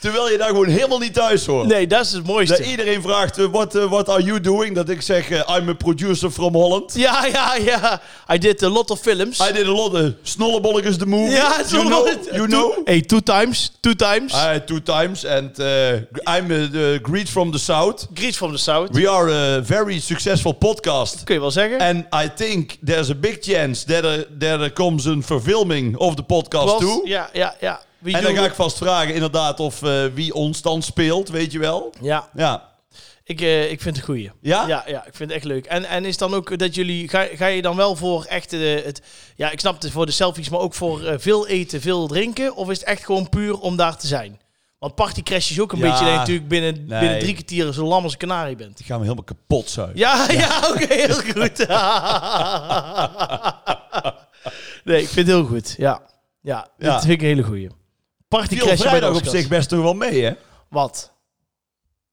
S2: terwijl je daar gewoon helemaal niet thuis hoort.
S1: Nee, dat is het
S2: Dat
S1: mooiste.
S2: iedereen vraagt, eh, what, eh, what are you doing? Dat ik zeg, eh, I'm a producer from Holland.
S1: Ja, ja, ja. Hij deed een lot of films.
S2: I did a lot of Snollebollek is the movie.
S1: ja,
S2: you know, you know.
S1: Hey, two times. Two times.
S2: I had two times and uh, I'm uh, the Greet from the South.
S1: Greet from the South.
S2: We are a very successful podcast.
S1: Kun je wel zeggen.
S2: And I think there's a big chance that er, that er comes een verfilming of de podcast
S1: Was-
S2: toe.
S1: Ja, ja, ja. Wie
S2: En dan
S1: doet-
S2: ga ik vast vragen inderdaad of eh, wie ons dan speelt, weet je wel.
S1: Ja,
S2: Ja.
S1: ik, eh, ik vind het een goeie.
S2: Ja?
S1: Ja, ja, ik vind het echt leuk. En, en is dan ook dat jullie... Ga, ga je dan wel voor echt eh, het... Ja, ik snap het voor de selfies, maar ook voor eh, veel eten, veel drinken? Of is het echt gewoon puur om daar te zijn? Want partycrash is ook een
S2: Ja.
S1: beetje dat je natuurlijk binnen,
S2: Nee.
S1: binnen drie kwartier zo lam als een kanarie bent.
S2: Die gaan we helemaal kapot zuigen.
S1: Ja, ja, oké, heel goed. nee, ik vind het heel goed. Ja, ja,
S2: Ja.
S1: dat vind ik een hele goeie.
S2: Viel
S1: Partycrash bij de
S2: vrijdag op
S1: Oscars.
S2: zich best nog wel mee, hè?
S1: Wat?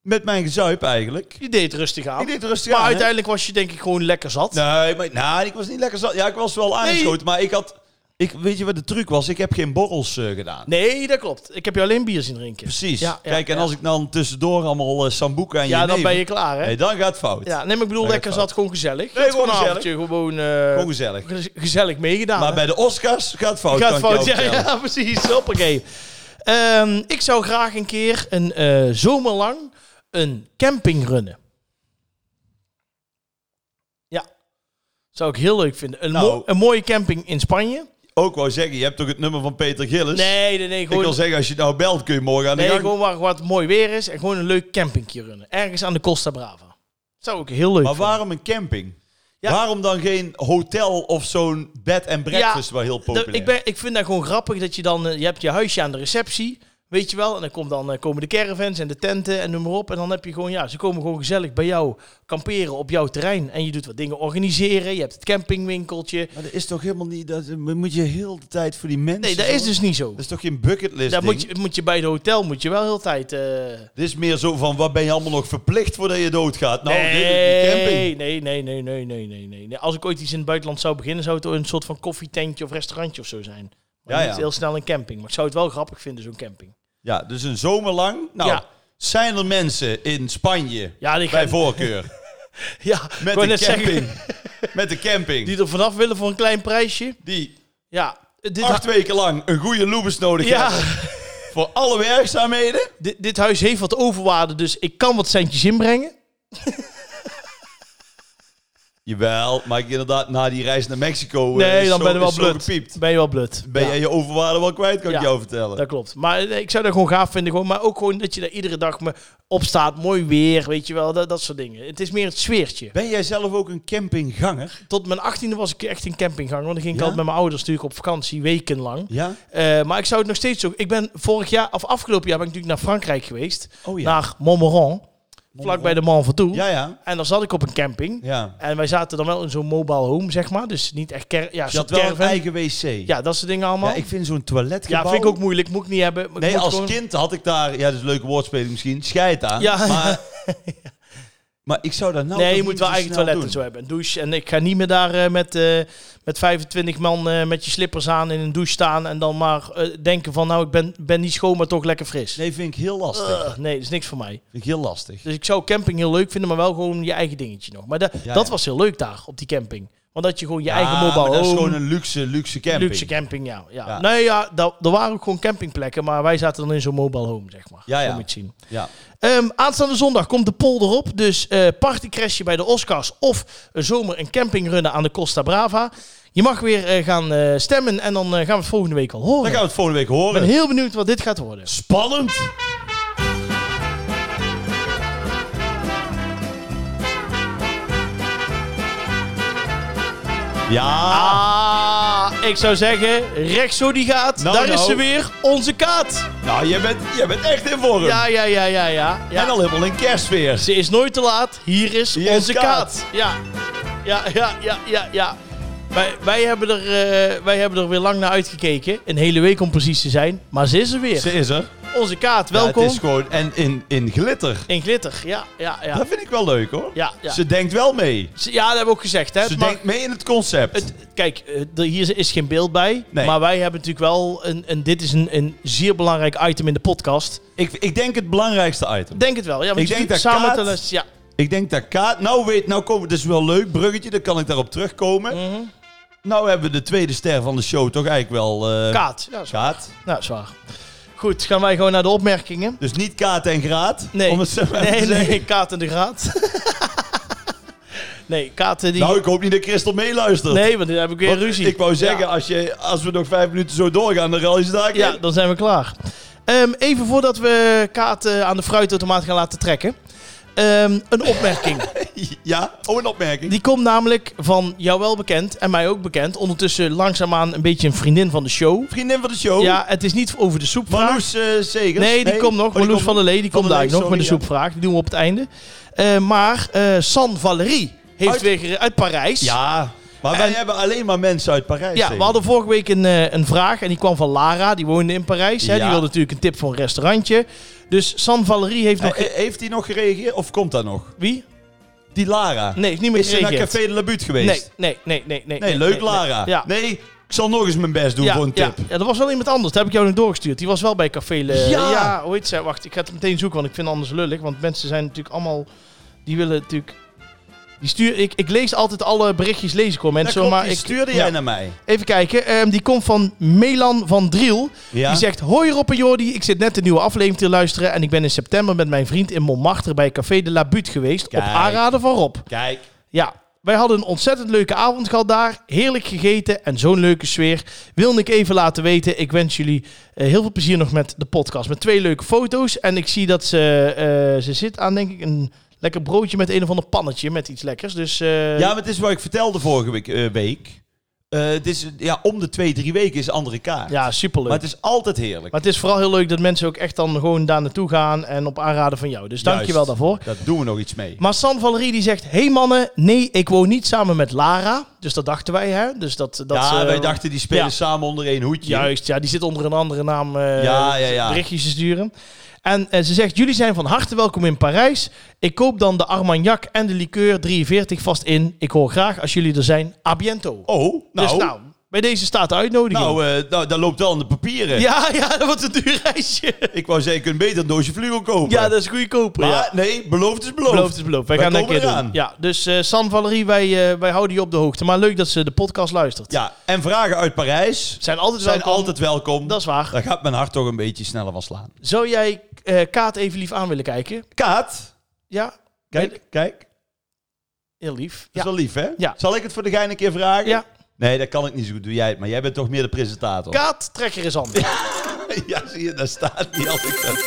S2: Met mijn gezuip eigenlijk.
S1: Je deed het rustig aan.
S2: Ik deed rustig
S1: maar
S2: aan, hè?
S1: uiteindelijk was je denk ik gewoon lekker zat.
S2: Nee, maar, nou, ik was niet lekker zat. Ja, ik was wel aangeschoten, maar ik had... Ik, weet je wat de truc was? Ik heb geen borrels eh, gedaan.
S1: Nee, dat klopt. Ik heb je alleen bier zien drinken.
S2: Precies.
S1: Ja, ja,
S2: Kijk, en
S1: ja.
S2: als ik dan tussendoor allemaal uh, sambuca en
S1: Ja, dan
S2: jenever-
S1: ben je klaar, hè?
S2: Nee, dan gaat het fout.
S1: ja, nee, maar ik bedoel,
S2: Ja,
S1: lekker
S2: dat
S1: zat gewoon gezellig.
S2: Nee,
S1: Je had
S2: gewoon
S1: gewoon een
S2: gezellig.
S1: avondje, gewoon, eh,
S2: Gewoon gezellig.
S1: gez- gezellig meegedaan.
S2: Maar
S1: hè?
S2: bij de Oscars gaat het fout.
S1: Gaat
S2: kan ik
S1: fout,
S2: jou
S1: ja,
S2: vertellen.
S1: ja, precies. Hoppakee. Ehm, ik zou graag een keer een eh, zomerlang een camping runnen. Ja. Zou ik heel leuk vinden. Een,
S2: Nou.
S1: mo- een mooie camping in Spanje.
S2: Ook wou zeggen, je hebt toch het nummer van Peter Gillis?
S1: Nee, nee, nee.
S2: Dus Ik wil
S1: Gewoon,
S2: zeggen, als je het nou belt, kun je morgen aan de
S1: nee,
S2: gang.
S1: gewoon waar wat mooi weer is. En gewoon een leuk campingje runnen. Ergens aan de Costa Brava. Zou ik heel leuk
S2: Maar
S1: vinden.
S2: waarom een camping?
S1: Ja.
S2: Waarom dan geen hotel of zo'n bed en breakfast, waar heel
S1: Dat-
S2: populair
S1: ik, ben, ik vind dat gewoon grappig dat je dan... eh, Je hebt je huisje aan de receptie, weet je wel. En dan, komt dan eh, komen de caravans en de tenten en noem maar op. En dan heb je gewoon... Ja, ze komen gewoon gezellig bij jou kamperen op jouw terrein. En je doet wat dingen organiseren. Je hebt het campingwinkeltje.
S2: Maar dat is toch helemaal niet... Dat moet je heel de tijd voor die mensen...
S1: Nee, dat is dus niet zo.
S2: Dat is toch geen bucketlist
S1: Daar
S2: ding?
S1: moet je, moet je bij het hotel moet je wel heel de tijd... eh,
S2: Dit is meer zo van, wat ben je allemaal nog verplicht voordat je doodgaat? Nou, dit is die camping.
S1: nee, nee, nee, nee, nee, nee, nee, nee, nee. Als ik ooit iets in het buitenland zou beginnen, zou het een soort van koffietentje of restaurantje of zo zijn. Maar
S2: Ja,
S1: niet
S2: ja.
S1: heel snel een camping. Maar ik zou het wel grappig vinden, zo'n camping.
S2: Ja, dus een zomer lang. Nou,
S1: Ja.
S2: zijn er mensen in Spanje
S1: Ja, die
S2: bij
S1: gaan-
S2: voorkeur
S1: Ja, ik
S2: met
S1: wou
S2: de
S1: net zeggen,
S2: camping? met de camping
S1: Die er vanaf willen voor een klein prijsje.
S2: die
S1: Ja, dit,
S2: acht
S1: hu-
S2: weken lang een goede loebes nodig
S1: ja,
S2: hebben voor alle werkzaamheden.
S1: dit, dit huis heeft wat overwaarde, dus ik kan wat centjes inbrengen.
S2: Jawel, maar ik inderdaad na die reis naar Mexico eh,
S1: Nee,
S2: is
S1: dan
S2: zo-
S1: ben je wel
S2: is zo
S1: blut.
S2: gepiept.
S1: Ben je wel blut.
S2: Ben
S1: Ja,
S2: jij je overwaarde wel kwijt, kan
S1: Ja,
S2: ik jou vertellen.
S1: Dat klopt. Maar eh, ik zou dat gewoon gaaf vinden. Gewoon, maar ook gewoon dat je daar iedere dag me opstaat. Mooi weer, weet je wel. Dat, dat soort dingen. Het is meer het sfeertje.
S2: Ben jij zelf ook een campingganger?
S1: Tot mijn achttiende was ik echt in campinggang. Want dan ging ik
S2: Ja?
S1: altijd met mijn ouders natuurlijk op vakantie, wekenlang.
S2: Ja?
S1: Eh, maar ik zou het nog steeds zo... Ik ben vorig jaar, of afgelopen jaar ben ik natuurlijk naar Frankrijk geweest.
S2: Oh ja.
S1: Naar Montmoran. Vlak bij de Man van Toe.
S2: Ja, ja.
S1: En dan zat ik op een camping.
S2: ja.
S1: En wij zaten dan wel in zo'n mobile home, zeg maar. Dus niet echt ker ja,
S2: Je
S1: zo'n
S2: had wel een
S1: caravan.
S2: eigen wc.
S1: Ja, dat soort dingen allemaal.
S2: Ja,
S1: Ja,
S2: ik vind zo'n toiletgebouw...
S1: vind ik ook moeilijk. Moet ik niet hebben. Maar ik
S2: Nee,
S1: moet
S2: als
S1: gewoon-
S2: kind had ik daar, ja, dus leuke woordspeling misschien, scheid aan.
S1: Ja.
S2: Maar, maar ik zou dat nou.
S1: nee,
S2: toch
S1: je
S2: niet
S1: moet wel
S2: zo
S1: eigen
S2: snel
S1: toilet en
S2: doen.
S1: zo hebben. Een douche. En ik ga niet meer daar eh, met, eh, met 25 man eh, met je slippers aan in een douche staan. En dan maar eh, denken van, nou, ik ben, ben niet schoon, maar toch lekker fris.
S2: Nee, vind ik heel lastig.
S1: Ugh, nee, dat is niks voor mij.
S2: Vind ik heel lastig.
S1: Dus ik zou camping heel leuk vinden, maar wel gewoon je eigen dingetje nog. Maar da-
S2: Ja,
S1: dat
S2: ja.
S1: was heel leuk daar, op die camping. Want dat je gewoon je
S2: Ja,
S1: eigen
S2: maar
S1: mobile
S2: Dat is
S1: home-
S2: gewoon een luxe, luxe camping.
S1: Luxe camping, ja. ja.
S2: Ja.
S1: Nou ja, da- er waren ook gewoon campingplekken, maar wij zaten dan in zo'n mobile home, zeg maar.
S2: Ja,
S1: Zo
S2: ja.
S1: moet je het zien.
S2: Ja.
S1: Ehm, aanstaande zondag komt de poll erop. Dus eh partycrashje bij de Oscars of een zomer een camping runnen aan de Costa Brava. Je mag weer eh, gaan eh, stemmen en dan eh, gaan we het volgende week al
S2: Dan
S1: horen.
S2: gaan we het volgende week
S1: Ik ben
S2: horen.
S1: heel benieuwd wat dit gaat worden.
S2: Spannend. Ja.
S1: Ah, ik zou zeggen, rechts zo die gaat.
S2: Nou,
S1: daar is
S2: nou.
S1: ze weer, onze kaat.
S2: Nou, jij bent, jij bent echt in vorm.
S1: Ja, ja, ja, ja, ja. ja.
S2: En al helemaal in kerstsfeer.
S1: Ze is nooit te laat. Hier is
S2: Hier is
S1: onze
S2: Kaat.
S1: kaat. Ja. Ja, ja, ja, ja, ja. Wij, wij, hebben er, eh, wij hebben er weer lang naar uitgekeken. Een hele week om precies te zijn. Maar ze is er weer.
S2: Ze is er.
S1: Onze kaat,
S2: Ja,
S1: welkom.
S2: het is gewoon... En in, in glitter.
S1: In glitter, ja, ja, ja.
S2: Dat vind ik wel leuk, hoor.
S1: Ja, ja.
S2: Ze denkt wel mee.
S1: Ze- ja, dat hebben we ook gezegd, hè.
S2: Ze
S1: Het mag-
S2: denkt mee in het concept.
S1: het, kijk, eh, er, hier is geen beeld bij.
S2: Nee.
S1: Maar wij hebben natuurlijk wel... Een, een, dit is een, een zeer belangrijk item in de podcast.
S2: Ik, ik denk het belangrijkste item.
S1: Denk het wel. Ja, want
S2: Ik
S1: je
S2: denk
S1: doet
S2: dat
S1: samen
S2: Kaat-
S1: te luisteren. Ja.
S2: Ik denk dat Kaat... Nou weet, nou komen... Dat is wel leuk, bruggetje. Dan kan ik daarop terugkomen.
S1: Mhm.
S2: Nou hebben we de tweede ster van de show toch eigenlijk wel... eh,
S1: Kaat. Ja, zwaar.
S2: Kaat.
S1: Nou, zwaar. Goed, gaan wij gewoon naar de opmerkingen.
S2: Dus niet Kaat en Graat.
S1: Nee.
S2: Om het zo maar te
S1: Nee,
S2: zeggen.
S1: nee, Kaat in de Graat. nee, Kaat eh, die...
S2: Nou, ik hoop niet dat Christel meeluistert.
S1: nee, want dan heb ik weer
S2: Want
S1: ruzie.
S2: Ik wou zeggen,
S1: Ja.
S2: als, je, als we nog vijf minuten zo doorgaan, dan rel je ze daar
S1: Ja,
S2: in.
S1: dan zijn we klaar. Ehm, even voordat we Kaat eh, aan de fruitautomaat gaan laten trekken. ehm, een opmerking.
S2: Ja? Oh, een opmerking.
S1: Die komt namelijk van jou wel bekend en mij ook bekend. Ondertussen langzaamaan een beetje een vriendin van de show.
S2: Vriendin van de show.
S1: Ja, het is niet over de soepvraag.
S2: Oh. Marloes eh, Segers.
S1: Nee, die komt nog.
S2: Oh, die
S1: Marloes van der Lee, die
S2: Van
S1: komt
S2: der
S1: daar
S2: Lee,
S1: nog met de
S2: sorry,
S1: soepvraag. Die doen we op het einde. Eh, maar eh, San Valerie heeft
S2: Uit-
S1: weer gere- uit Parijs.
S2: Ja, maar wij
S1: En-
S2: hebben alleen maar mensen uit Parijs.
S1: Ja, we
S2: Segers.
S1: hadden vorige week een, eh, een vraag en die kwam van Lara, die woonde in Parijs. Hè?
S2: Ja.
S1: Die wilde natuurlijk een tip voor een restaurantje. Dus San Valerie heeft nog...
S2: Eh, eh, Heeft hij nog gereageerd of komt dat nog?
S1: Wie?
S2: Die Lara.
S1: Nee, heeft niet meer
S2: Is ze naar
S1: gereageerd.
S2: Café de La Butte geweest?
S1: Nee, nee, nee, nee. Nee,
S2: Nee, leuk Lara.
S1: Ja.
S2: Nee, ik zal nog eens mijn best doen
S1: ja,
S2: voor een
S1: ja,
S2: tip.
S1: ja, dat was wel iemand anders. Dat heb ik jou nog doorgestuurd. Die was wel bij Café Le...
S2: Ja.
S1: hoe heet zij? Wacht, ik ga het meteen zoeken, want ik vind het anders lullig. Want mensen zijn natuurlijk allemaal... Die willen natuurlijk... Die stuur, ik, ik lees altijd alle berichtjes, lees ik hoor
S2: Dat
S1: mensen.
S2: klopt,
S1: maar
S2: die
S1: ik,
S2: stuurde
S1: ja.
S2: jij naar mij.
S1: Even kijken, ehm, die komt van Melan van Driel.
S2: Ja.
S1: Die zegt, hoi Rob en Jordi, ik zit net de nieuwe aflevering te luisteren... en ik ben in september met mijn vriend in Montmartre bij Café de La Butte geweest...
S2: Kijk.
S1: op aanraden van Rob.
S2: Kijk.
S1: Ja, wij hadden een ontzettend leuke avond gehad daar. Heerlijk gegeten en zo'n leuke sfeer. Wilde ik even laten weten. Ik wens jullie eh, heel veel plezier nog met de podcast. Met twee leuke foto's. En ik zie dat ze, eh, ze zit aan, denk ik, een lekker broodje met een of ander pannetje met iets lekkers. Dus eh,
S2: ja, maar het is wat ik vertelde vorige week. eh, week. Eh, het is, ja, om de twee, drie weken is een andere kaart.
S1: ja, superleuk.
S2: maar
S1: Maar
S2: het
S1: het,
S2: is altijd heerlijk.
S1: is vooral heel leuk dat mensen ook echt dan gewoon daar naartoe gaan. En op aanraden van jou. Dus dank je wel
S2: Juist.
S1: daarvoor.
S2: Daar doen we nog iets mee.
S1: Maar San Valerie die zegt, hey mannen, nee, ik woon niet samen met Lara. Dus dat dachten wij, hè? Dus dat, dat
S2: ja,
S1: ze-
S2: wij dachten die spelen
S1: ja.
S2: samen onder één hoedje.
S1: Juist, ja, die zit onder een andere naam eh,
S2: Ja, ja, ja.
S1: berichtjes te sturen. En eh, ze zegt, jullie zijn van harte welkom in Parijs. Ik koop dan de Armagnac en de liqueur 43 vast in. Ik hoor graag als jullie er zijn. A biento.
S2: Oh, nou,
S1: Dus
S2: nou,
S1: nou, bij deze staat de uitnodiging.
S2: eh, nou, eh. dat loopt wel in de papieren.
S1: ja, ja, dat wordt een duur reisje.
S2: Ik wou zeggen, je kunt beter een doosje vlugel kopen.
S1: Ja, dat is goedkoper.
S2: maar
S1: ja.
S2: nee, beloofd is beloofd.
S1: Beloofd is beloofd. Wij,
S2: Wij
S1: gaan dat een
S2: komen
S1: keer doen.
S2: eraan.
S1: Ja, dus eh, San Valerie, wij, eh, wij houden je op de hoogte. Maar leuk dat ze de podcast luistert.
S2: Ja, en vragen uit Parijs
S1: Zijn altijd
S2: zijn
S1: welkom.
S2: altijd welkom.
S1: Dat is waar.
S2: Daar gaat mijn hart toch een beetje sneller van slaan.
S1: Zou jij eh, Kaat even lief aan willen kijken?
S2: Kaat,
S1: Ja,
S2: kijk, kijk. Dat
S1: heel lief.
S2: is
S1: Ja.
S2: wel lief, hè?
S1: Ja.
S2: Zal ik het voor de gein een keer vragen?
S1: Ja.
S2: Nee, dat kan ik niet zo goed. Doe jij het, maar jij bent toch meer de presentator.
S1: Kaat, trek er eens aan.
S2: ja, zie je, daar staat niet altijd.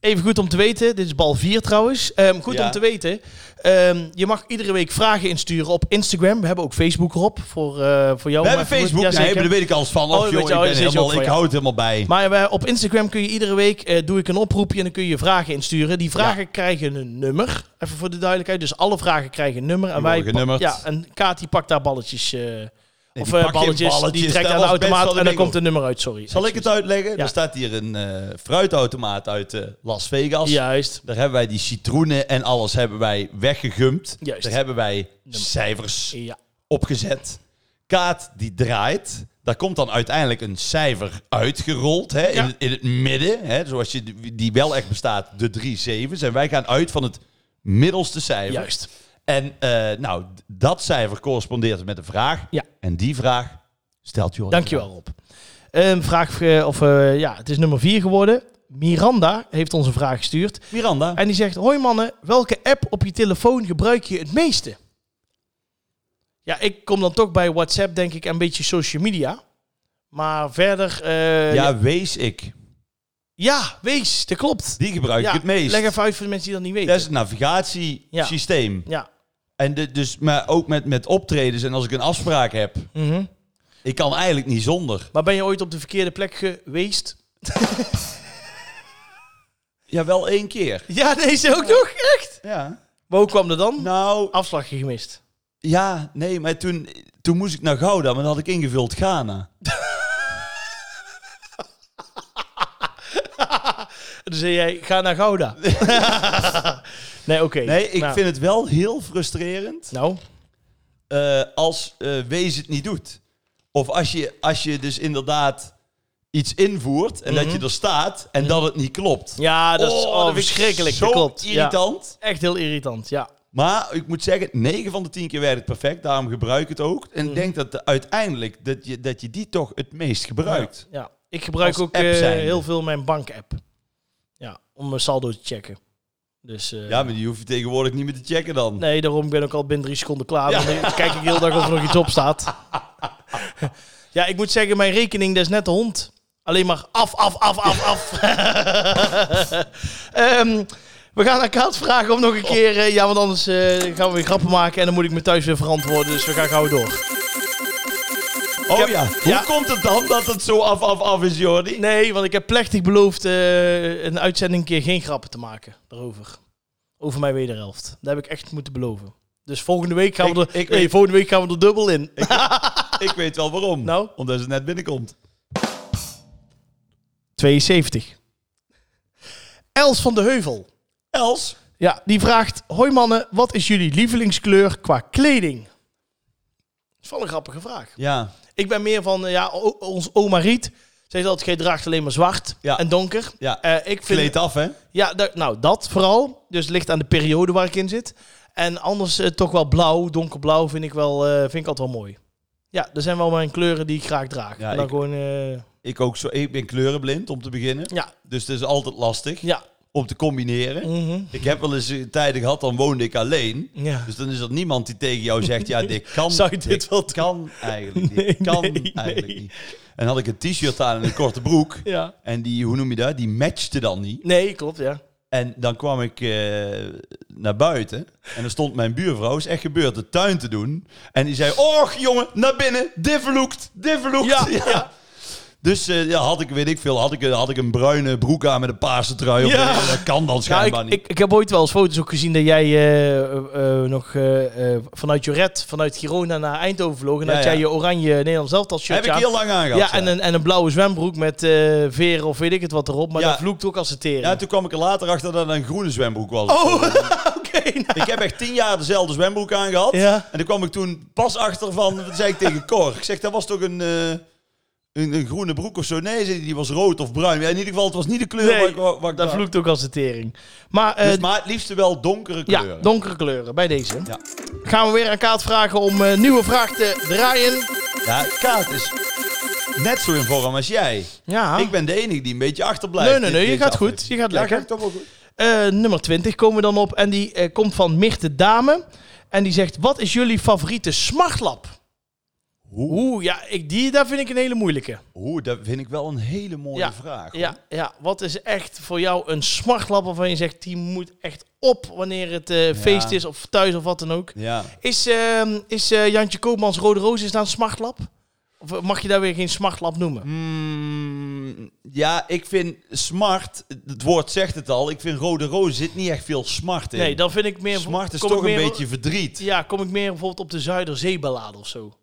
S1: Even goed om te weten, dit is bal 4 trouwens. Ehm, goed
S2: Ja.
S1: om te weten, ehm, je mag iedere week vragen insturen op Instagram. We hebben ook Facebook erop voor, eh, voor jou.
S2: We
S1: om
S2: hebben
S1: even goed-
S2: Facebook,
S1: Ja,
S2: nee,
S1: zeker.
S2: maar daar weet ik alles van.
S1: Oh,
S2: Of,
S1: weet
S2: joh,
S1: je,
S2: ik,
S1: oh,
S2: ben
S1: dat is ook
S2: helemaal,
S1: voor
S2: ik
S1: jou.
S2: hou het helemaal bij.
S1: Maar eh, op Instagram kun je iedere week eh, doe ik een oproepje en dan kun je vragen insturen. Die vragen krijgen een nummer. Even voor de duidelijkheid. Dus alle vragen krijgen een nummer. En
S2: Die worden
S1: pa-
S2: genummerd.
S1: Ja, en Kaat die pakt daar balletjes. eh, of
S2: die
S1: eh,
S2: pakt geen
S1: balletjes,
S2: balletjes,
S1: Die trekt
S2: dat
S1: aan de
S2: was best wel
S1: automaat
S2: de
S1: en dan
S2: bingo.
S1: komt een nummer uit. Sorry.
S2: Zal ik het uitleggen?
S1: dus- Ja.
S2: Er staat hier een eh, fruitautomaat uit eh, Las Vegas.
S1: Juist.
S2: Daar hebben wij die citroenen en alles hebben wij weggegumpt.
S1: Juist.
S2: Daar hebben wij cijfers
S1: Ja.
S2: opgezet. Kaat die draait. Daar komt dan uiteindelijk een cijfer uitgerold. Hè, in,
S1: Ja.
S2: het, in het midden. Hè, zoals je die- die wel echt bestaat. De drie zevens. En wij gaan uit van het middelste cijfer.
S1: Juist.
S2: En eh, nou, d- dat cijfer correspondeert met een vraag.
S1: Ja.
S2: En die vraag stelt Joris.
S1: Dankjewel, Rob. Een vraag, eh, of eh, ja, het is nummer 4 geworden. Miranda heeft ons een vraag gestuurd.
S2: Miranda.
S1: En die zegt: Hoi mannen, welke app op je telefoon gebruik je het meeste? Ja, ik kom dan toch bij WhatsApp, denk ik, en een beetje social media. Maar verder. eh, ja.
S2: ja, wees ik.
S1: ja, wees, dat klopt.
S2: Die gebruik
S1: ja,
S2: ik het meest.
S1: Leg even uit voor de mensen die dat niet weten.
S2: Dat is het navigatiesysteem.
S1: Ja,
S2: En En de, dus, maar ook met, met optredens en als ik een afspraak heb.
S1: Mhm.
S2: Ik kan eigenlijk niet zonder.
S1: Maar ben je ooit op de verkeerde plek geweest?
S2: Ja, wel één keer.
S1: Ja, deze ook nog, echt?
S2: Ja.
S1: Maar hoe kwam dat dan?
S2: Nou,
S1: Afslagje gemist.
S2: ja, nee, maar toen, toen moest ik naar Gouda, maar dan had ik ingevuld Ghana.
S1: Dan zei jij, ga naar Gouda. nee, oké.
S2: Nee, ik
S1: Nou,
S2: vind het wel heel frustrerend
S1: Nou,
S2: eh, als eh, Wees het niet doet. Of als je, als je dus inderdaad iets invoert en dat je er staat en dat het niet klopt.
S1: Mhm. ja, dat is oh,
S2: Oh, dat vind ik
S1: verschrikkelijk.
S2: Zo
S1: dat klopt. Ja.
S2: irritant.
S1: Echt heel irritant, ja.
S2: Maar ik moet zeggen, 9 van de 10 keer werkt het perfect. Daarom gebruik ik het ook. En
S1: Mhm.
S2: ik denk dat de- uiteindelijk dat je, dat je die toch het meest gebruikt.
S1: Ja. Ik gebruik
S2: Als
S1: ook
S2: app
S1: eh,
S2: zijnde.
S1: heel veel mijn bank-app. Ja, om mijn saldo te checken. Dus, eh,
S2: Ja, maar die hoef je tegenwoordig niet meer te checken dan.
S1: Nee, daarom ben ik ook al binnen drie seconden klaar.
S2: Ja.
S1: Want dan kijk ik heel dag of er nog iets op staat. ja, ik moet zeggen, mijn rekening, dat is net de hond. Alleen maar af, af, af, af, af. Ehm, we gaan aan Kaat vragen om nog een keer... eh, ja, want anders eh, gaan we weer grappen maken en dan moet ik me thuis weer verantwoorden. Dus we gaan gauw door.
S2: oh
S1: heb-
S2: ja.
S1: ja.
S2: hoe komt het dan dat het zo af, af, af is, Jordi?
S1: Nee, want ik heb plechtig beloofd eh, een uitzending een keer geen grappen te maken daarover. Over mijn wederhelft. Dat heb ik echt moeten beloven. Dus volgende week gaan, we,
S2: Ik-
S1: er,
S2: ik
S1: nee,
S2: weet-
S1: volgende week gaan we er dubbel in.
S2: Ik weet wel waarom.
S1: Nou?
S2: Omdat het net binnenkomt.
S1: 72. Els van de Heuvel.
S2: Els,
S1: Ja, die vraagt: Hoi mannen, wat is jullie lievelingskleur qua kleding? Dat is wel een grappige vraag.
S2: ja.
S1: Ik ben meer van, eh, ja, o- ons oma Riet. Zij zegt altijd, jij draagt alleen maar zwart
S2: Ja.
S1: en donker.
S2: ja.
S1: Eh, ik vind,
S2: Kleed af, hè?
S1: ja, dat- nou, dat vooral. Dus het ligt aan de periode waar ik in zit. En anders eh, toch wel blauw, donkerblauw vind ik, wel, eh, vind ik altijd wel mooi. Ja, dat zijn wel mijn kleuren die ik graag draag.
S2: Ja,
S1: En dan
S2: ik-
S1: gewoon, eh,
S2: Ik, ook zo, ik ben kleurenblind, om te beginnen.
S1: ja,
S2: Dus het is altijd lastig
S1: ja.
S2: om te combineren.
S1: mhm,
S2: Ik heb wel eens eh, tijden gehad, dan woonde ik alleen.
S1: ja.
S2: Dus dan is er niemand die tegen jou zegt: Ja, dit kan.
S1: Zou je dit wel doen?
S2: kan eigenlijk niet.
S1: Nee,
S2: kan
S1: nee,
S2: eigenlijk
S1: nee.
S2: niet. En had ik een t-shirt aan en een korte broek.
S1: ja.
S2: En die, hoe noem je dat? Die matchte dan niet.
S1: Nee, klopt, ja.
S2: En dan kwam ik eh, naar buiten. En dan stond mijn buurvrouw, is echt gebeurd, de tuin te doen. En die zei: Och jongen, naar binnen. Dit verloekt. Dit verloekt.
S1: Ja, ja.
S2: Dus eh, ja, had ik, weet ik veel, had ik, eh, had ik een bruine broek aan met een paarse trui. op.
S1: Ja.
S2: Dat kan dan
S1: Ja,
S2: schijnbaar
S1: ik,
S2: niet.
S1: ik, ik heb ooit wel eens foto's ook gezien dat jij eh, eh, eh, nog eh, eh, vanuit Joret, vanuit Girona naar Eindhoven vloog. En
S2: Ja,
S1: dat
S2: ja.
S1: jij je oranje Nederlands elftal shirt
S2: heb ik heel lang aangehad.
S1: Ja, en een, en een blauwe zwembroek met eh veren of weet ik het wat erop. Maar
S2: Ja.
S1: dat vloekt ook als het teren.
S2: Ja, toen kwam ik er later achter dat het een groene zwembroek was.
S1: oh, oké. nou.
S2: Ik heb echt tien jaar dezelfde zwembroek aangehad.
S1: Ja.
S2: En daar kwam ik toen pas achter van, dat zei ik tegen Cor. Ik zeg, dat was toch een, eh, een, een groene broek of zo? Nee, zei hij, die was rood of bruin. Ja, in ieder geval, het was niet de kleur
S1: Nee,
S2: waar ik, waar, waar
S1: Dat
S2: ik dacht.
S1: vloekt ook als de tering. Maar, eh,
S2: Dus, maar het liefste wel donkere
S1: ja,
S2: kleuren.
S1: donkere kleuren bij deze.
S2: Ja.
S1: Gaan we weer aan Kaat vragen om eh, nieuwe vraag te draaien.
S2: Ja, Kaat is net zo in vorm als jij.
S1: Ja.
S2: Ik ben de enige die een beetje achterblijft.
S1: Ah. nee, nee,
S2: dit-
S1: nee. Je
S2: deze
S1: gaat goed.
S2: aflevering.
S1: Je gaat
S2: Ja,
S1: lekker.
S2: ga ik toch wel goed.
S1: Eh, nummer 20 komen we dan op. En die eh, komt van Mirte Dame. En die zegt: Wat is jullie favoriete smartlap?
S2: Hoe,
S1: Oeh, ja, ik, die daar vind ik een hele moeilijke.
S2: hoe, dat vind ik wel een hele mooie
S1: Ja,
S2: vraag. hoor.
S1: Ja, ja, wat is echt voor jou een smartlap waarvan je zegt: die moet echt op wanneer het eh, feest is of thuis of wat dan ook?
S2: ja.
S1: Is, ehm, is eh, Jantje Koopmans Rode Roos is daar een smartlap? Of eh, mag je daar weer geen smartlap noemen?
S2: Mm, ja, ik vind smart, het woord zegt het al, ik vind Rode Roos zit niet echt veel smart in.
S1: Nee, dan vind ik meer.
S2: smart is
S1: kom
S2: toch
S1: ik
S2: een
S1: meer-
S2: beetje verdriet. Ja,
S1: Ja, kom ik meer bijvoorbeeld op de Zuiderzeeballade of zo?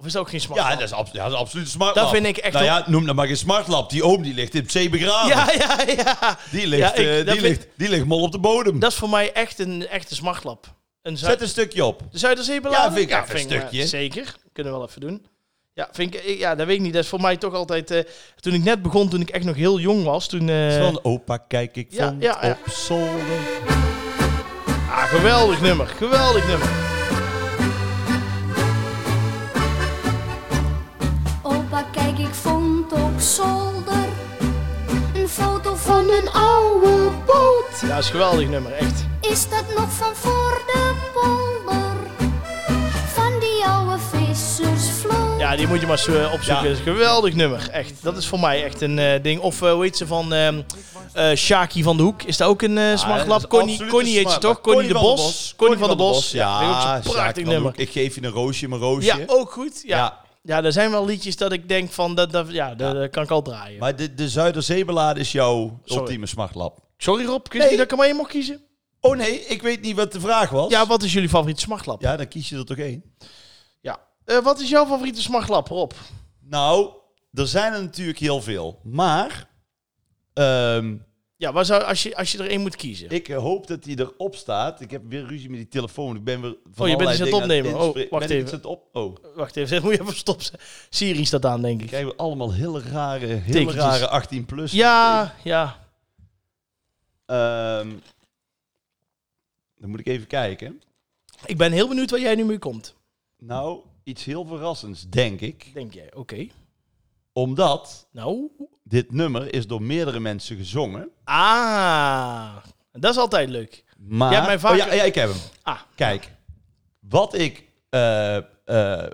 S1: Of is dat ook geen smartlap?
S2: dat, is ab- ja, dat is absoluut een smart
S1: Dat
S2: lab.
S1: vind ik echt
S2: Nou
S1: wel-
S2: ja, noem dat maar geen smart lab. Die oom die ligt in het zee begraven.
S1: Ja, ja, ja.
S2: Die, ligt,
S1: Ja, ik-
S2: eh,
S1: dat
S2: die,
S1: vind-
S2: ligt, die ligt mol op de bodem.
S1: Dat is voor mij echt een echte smartlap. Een Zuid-
S2: Zet een stukje op.
S1: de Zuiderzeeballade?
S2: Ja, vind ik even een
S1: eh,
S2: stukje.
S1: zeker. Kunnen we wel even doen. Ja, vind ik, ik- ja, dat weet ik niet. Dat is voor mij toch altijd... eh, toen ik net begon, toen ik echt nog heel jong was, toen... eh,
S2: Van opa, kijk, ik
S1: ja,
S2: vond
S1: ja, ja.
S2: op zolder.
S1: ah, geweldig nummer. Geweldig nummer.
S3: Opa, kijk, ik vond op zolder een foto van een oude boot.
S1: Ja, is een geweldig nummer, echt.
S3: Is dat nog van voor de polder? Van die oude vissersvloot.
S1: Ja, die moet je maar eens eh, opzoeken.
S2: Ja.
S1: Dat is een geweldig nummer. Echt. Dat is voor mij echt een eh, ding. Of eh, hoe heet ze van ehm eh, Shaki van de Hoek? Is dat ook een eh
S2: dat
S1: smart
S2: is
S1: lab? Connie,
S2: absoluut
S1: Connie
S2: een
S1: heet ze
S2: smart
S1: toch?
S2: lab.
S1: Connie, de Bos. Connie van de Bos.
S2: Ja,
S1: dat is ook zo'n
S2: Sjaak
S1: prachtig
S2: van
S1: nummer.
S2: Hoek. Ik geef je een roosje, mijn roosje.
S1: Ja, ook goed. Ja. Ja.
S2: Ja.
S1: er zijn wel liedjes dat ik denk van, dat, dat, ja, dat, dat kan ik al draaien.
S2: Maar de, de Zuiderzeebelade is jouw
S1: Sorry.
S2: ultieme smachtlap.
S1: Sorry Rob, kun je
S2: Nee.
S1: niet dat ik er maar één mag kiezen?
S2: Oh nee, ik weet niet wat de vraag was.
S1: Ja, wat is jullie favoriete smartlap? Ja.
S2: Ja, dan kies je er toch één.
S1: Eh, wat is jouw favoriete smartlap, Rob?
S2: Nou, er zijn er natuurlijk heel veel. Maar ehm,
S1: Ja, waar zou, als, je, als je er één moet kiezen.
S2: ik hoop dat hij erop staat. Ik heb weer ruzie met die telefoon. Ik ben weer van
S1: Oh, je bent
S2: allerlei
S1: iets aan het
S2: dingen
S1: opnemen. Oh,
S2: inspreken.
S1: wacht
S2: ben ik
S1: even.
S2: iets aan het op... Oh,
S1: Wacht even, dat moet je even stopzetten. Siri staat aan, denk ik.
S2: krijgen we allemaal hele rare, hele
S1: Tekentjes.
S2: rare 18 plus.
S1: Ja, ja.
S2: Ehm, dan moet ik even kijken.
S1: Ik ben heel benieuwd waar jij nu mee komt.
S2: Nou, iets heel verrassends, denk ik.
S1: Denk jij, oké.
S2: Omdat
S1: Nou.
S2: dit nummer is door meerdere mensen gezongen.
S1: Ah, dat is altijd leuk.
S2: Maar...
S1: Ja, mijn vader-
S2: Oh, ja, ja, ik heb hem.
S1: Ah,
S2: Kijk, wat ik... eh, eh,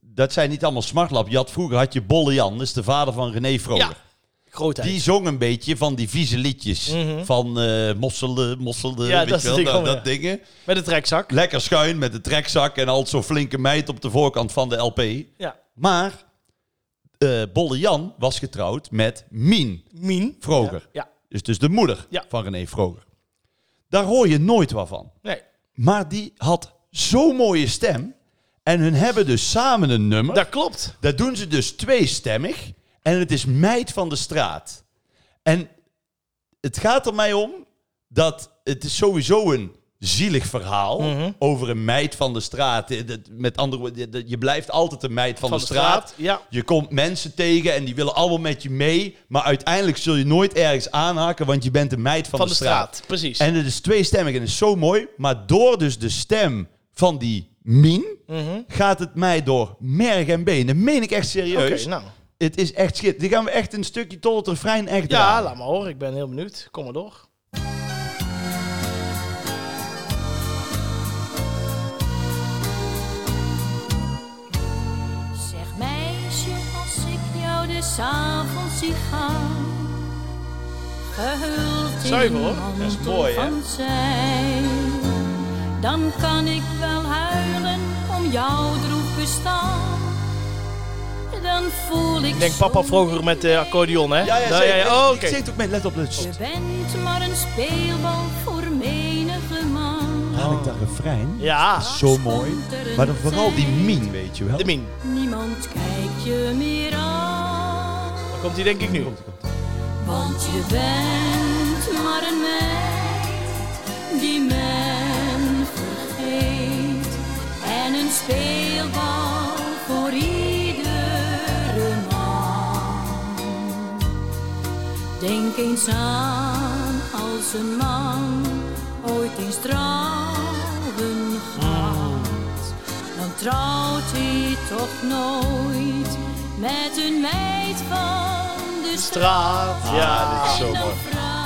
S2: dat zijn niet allemaal smartlap. Je had vroeger had je Bolle Jan, dat is de vader van René Vroger.
S1: ja. Grootheid.
S2: Die zong een beetje van die vieze liedjes.
S1: Mhm.
S2: Van eh mosselen, mosselen,
S1: Ja,
S2: weet
S1: dat is
S2: je wel,
S1: het ding
S2: dat,
S1: gewoon,
S2: dat dingen.
S1: Met een trekzak.
S2: Lekker schuin met de trekzak en al zo'n flinke meid op de voorkant van de LP.
S1: Ja.
S2: Maar eh Bolle Jan was getrouwd met Mien
S1: Mien.
S2: Vroger.
S1: Ja.
S2: Dus, dus de moeder
S1: Ja.
S2: van René Vroger. Daar hoor je nooit wat van.
S1: Nee.
S2: Maar die had zo'n mooie stem. En hun hebben dus samen een nummer.
S1: Dat klopt.
S2: Dat doen ze dus tweestemmig. En het is Meid van de Straat. En het gaat er mij om dat het is sowieso een zielig verhaal over een meid van de straat. Eh, dat- Met andere woorden, je- je blijft altijd een meid van, de, straat.
S1: Ja.
S2: Je komt mensen tegen en die willen allemaal met je mee. Maar uiteindelijk zul je nooit ergens aanhaken, want je bent een meid van,
S1: Van de straat. Precies.
S2: en het is tweestemmig en het is zo mooi. Maar door dus de stem van die Mien
S1: Mhm.
S2: gaat het mij door merg en been. Dat meen ik echt
S1: Oké,
S2: serieus.
S1: nou.
S2: Het is echt schit. Die gaan we echt een stukje tot het refrein echt
S1: Ja,
S2: draaien.
S1: laat maar horen. Ik ben heel benieuwd. Kom maar door.
S3: Zeg meisje, als ik jou dus avonds zie gaan, gehuld
S1: Zuiver,
S3: in
S1: hoor.
S2: Dat is mooi, hè?
S3: mantel van zij, dan kan ik wel huilen om jouw droef bestaan. Dan voel ik
S1: Ik denk papa
S3: soms-
S1: vroeger met eh, de accordeon, hè?
S2: Ja, ja,
S1: Daar-
S2: zeker.
S1: Oh,
S2: Ik
S1: oké.
S2: zit ook met, let op, let op.
S3: Je bent maar een speelbal voor menige man.
S2: Haal ik dat refrein?
S1: Oh. Ja,
S2: Zo mooi. Maar dan vooral die Mien, weet je wel.
S1: de min.
S3: Niemand kijkt je meer aan.
S1: Dan komt hij denk ik nu.
S3: Want je bent maar een meid die men vergeet. En een speelbal voor iedere man. Denk eens aan als een man ooit eens trouwen gaat. Dan trouwt hij toch nooit met een meid van de straat.
S1: Straat. Ja,
S2: Ah, dit is zo mooi.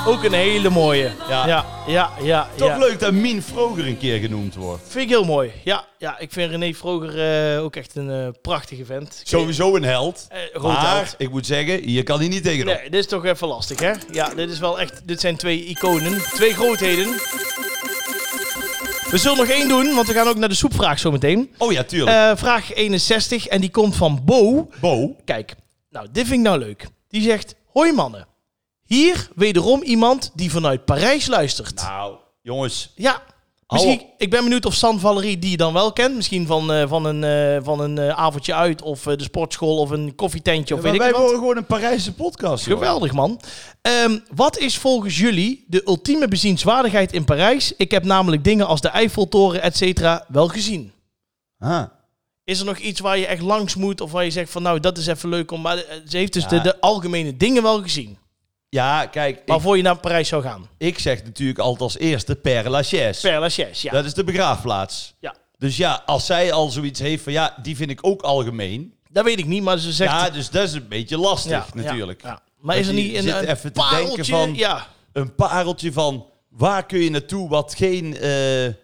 S1: ook een hele mooie.
S2: Ja.
S1: ja, ja. ja,
S2: Toch
S1: ja.
S2: leuk dat Mien Vroger een keer genoemd wordt.
S1: Vind ik heel mooi. Ja, ja ik vind René Vroger eh, ook echt een eh, prachtige vent.
S2: Sowieso een held.
S1: Eh, groot
S2: maar
S1: held.
S2: ik moet zeggen, je kan hier niet tegenop.
S1: Nee, dit is toch even lastig, hè? Ja, dit is wel echt... Dit zijn twee iconen. Twee grootheden. We zullen nog één doen, want we gaan ook naar de soepvraag zometeen.
S2: Oh ja, tuurlijk.
S1: Eh vraag 61 en die komt van Bo.
S2: Bo.
S1: Kijk, nou, dit vind ik nou leuk. Die zegt, hoi mannen. Hier wederom iemand die vanuit Parijs luistert.
S2: Nou, jongens.
S1: Ja.
S2: Hallo.
S1: Misschien, ik ben benieuwd of San Valerie die je dan wel kent. Misschien van, eh, van een, eh, van een eh, avondje uit of eh, de sportschool of een koffietentje of
S2: maar
S1: weet
S2: wij
S1: ik wat.
S2: horen gewoon een Parijse podcast. joh.
S1: Geweldig man. Ehm, wat is volgens jullie de ultieme bezienswaardigheid in Parijs? Ik heb namelijk dingen als de Eiffeltoren, et cetera, wel gezien.
S2: Ah.
S1: Is er nog iets waar je echt langs moet of waar je zegt van nou dat is even leuk om. Maar eh, ze heeft dus
S2: Ja.
S1: de, de algemene dingen wel gezien.
S2: Ja, kijk, ik,
S1: Maar voor je naar Parijs zou gaan.
S2: ik zeg natuurlijk altijd als eerste Père Lachaise.
S1: Père Lachaise, ja.
S2: Dat is de begraafplaats.
S1: ja.
S2: Dus ja, als zij al zoiets heeft van ja, die vind ik ook algemeen.
S1: Dat weet ik niet, maar ze zegt.
S2: Ja, dus dat is een beetje lastig natuurlijk.
S1: ja. Maar
S2: Want
S1: is er
S2: je
S1: niet een,
S2: zit
S1: een
S2: even te denken
S1: pareltje?
S2: van-
S1: Ja.
S2: Een pareltje van Waar kun je naartoe wat geen... eh,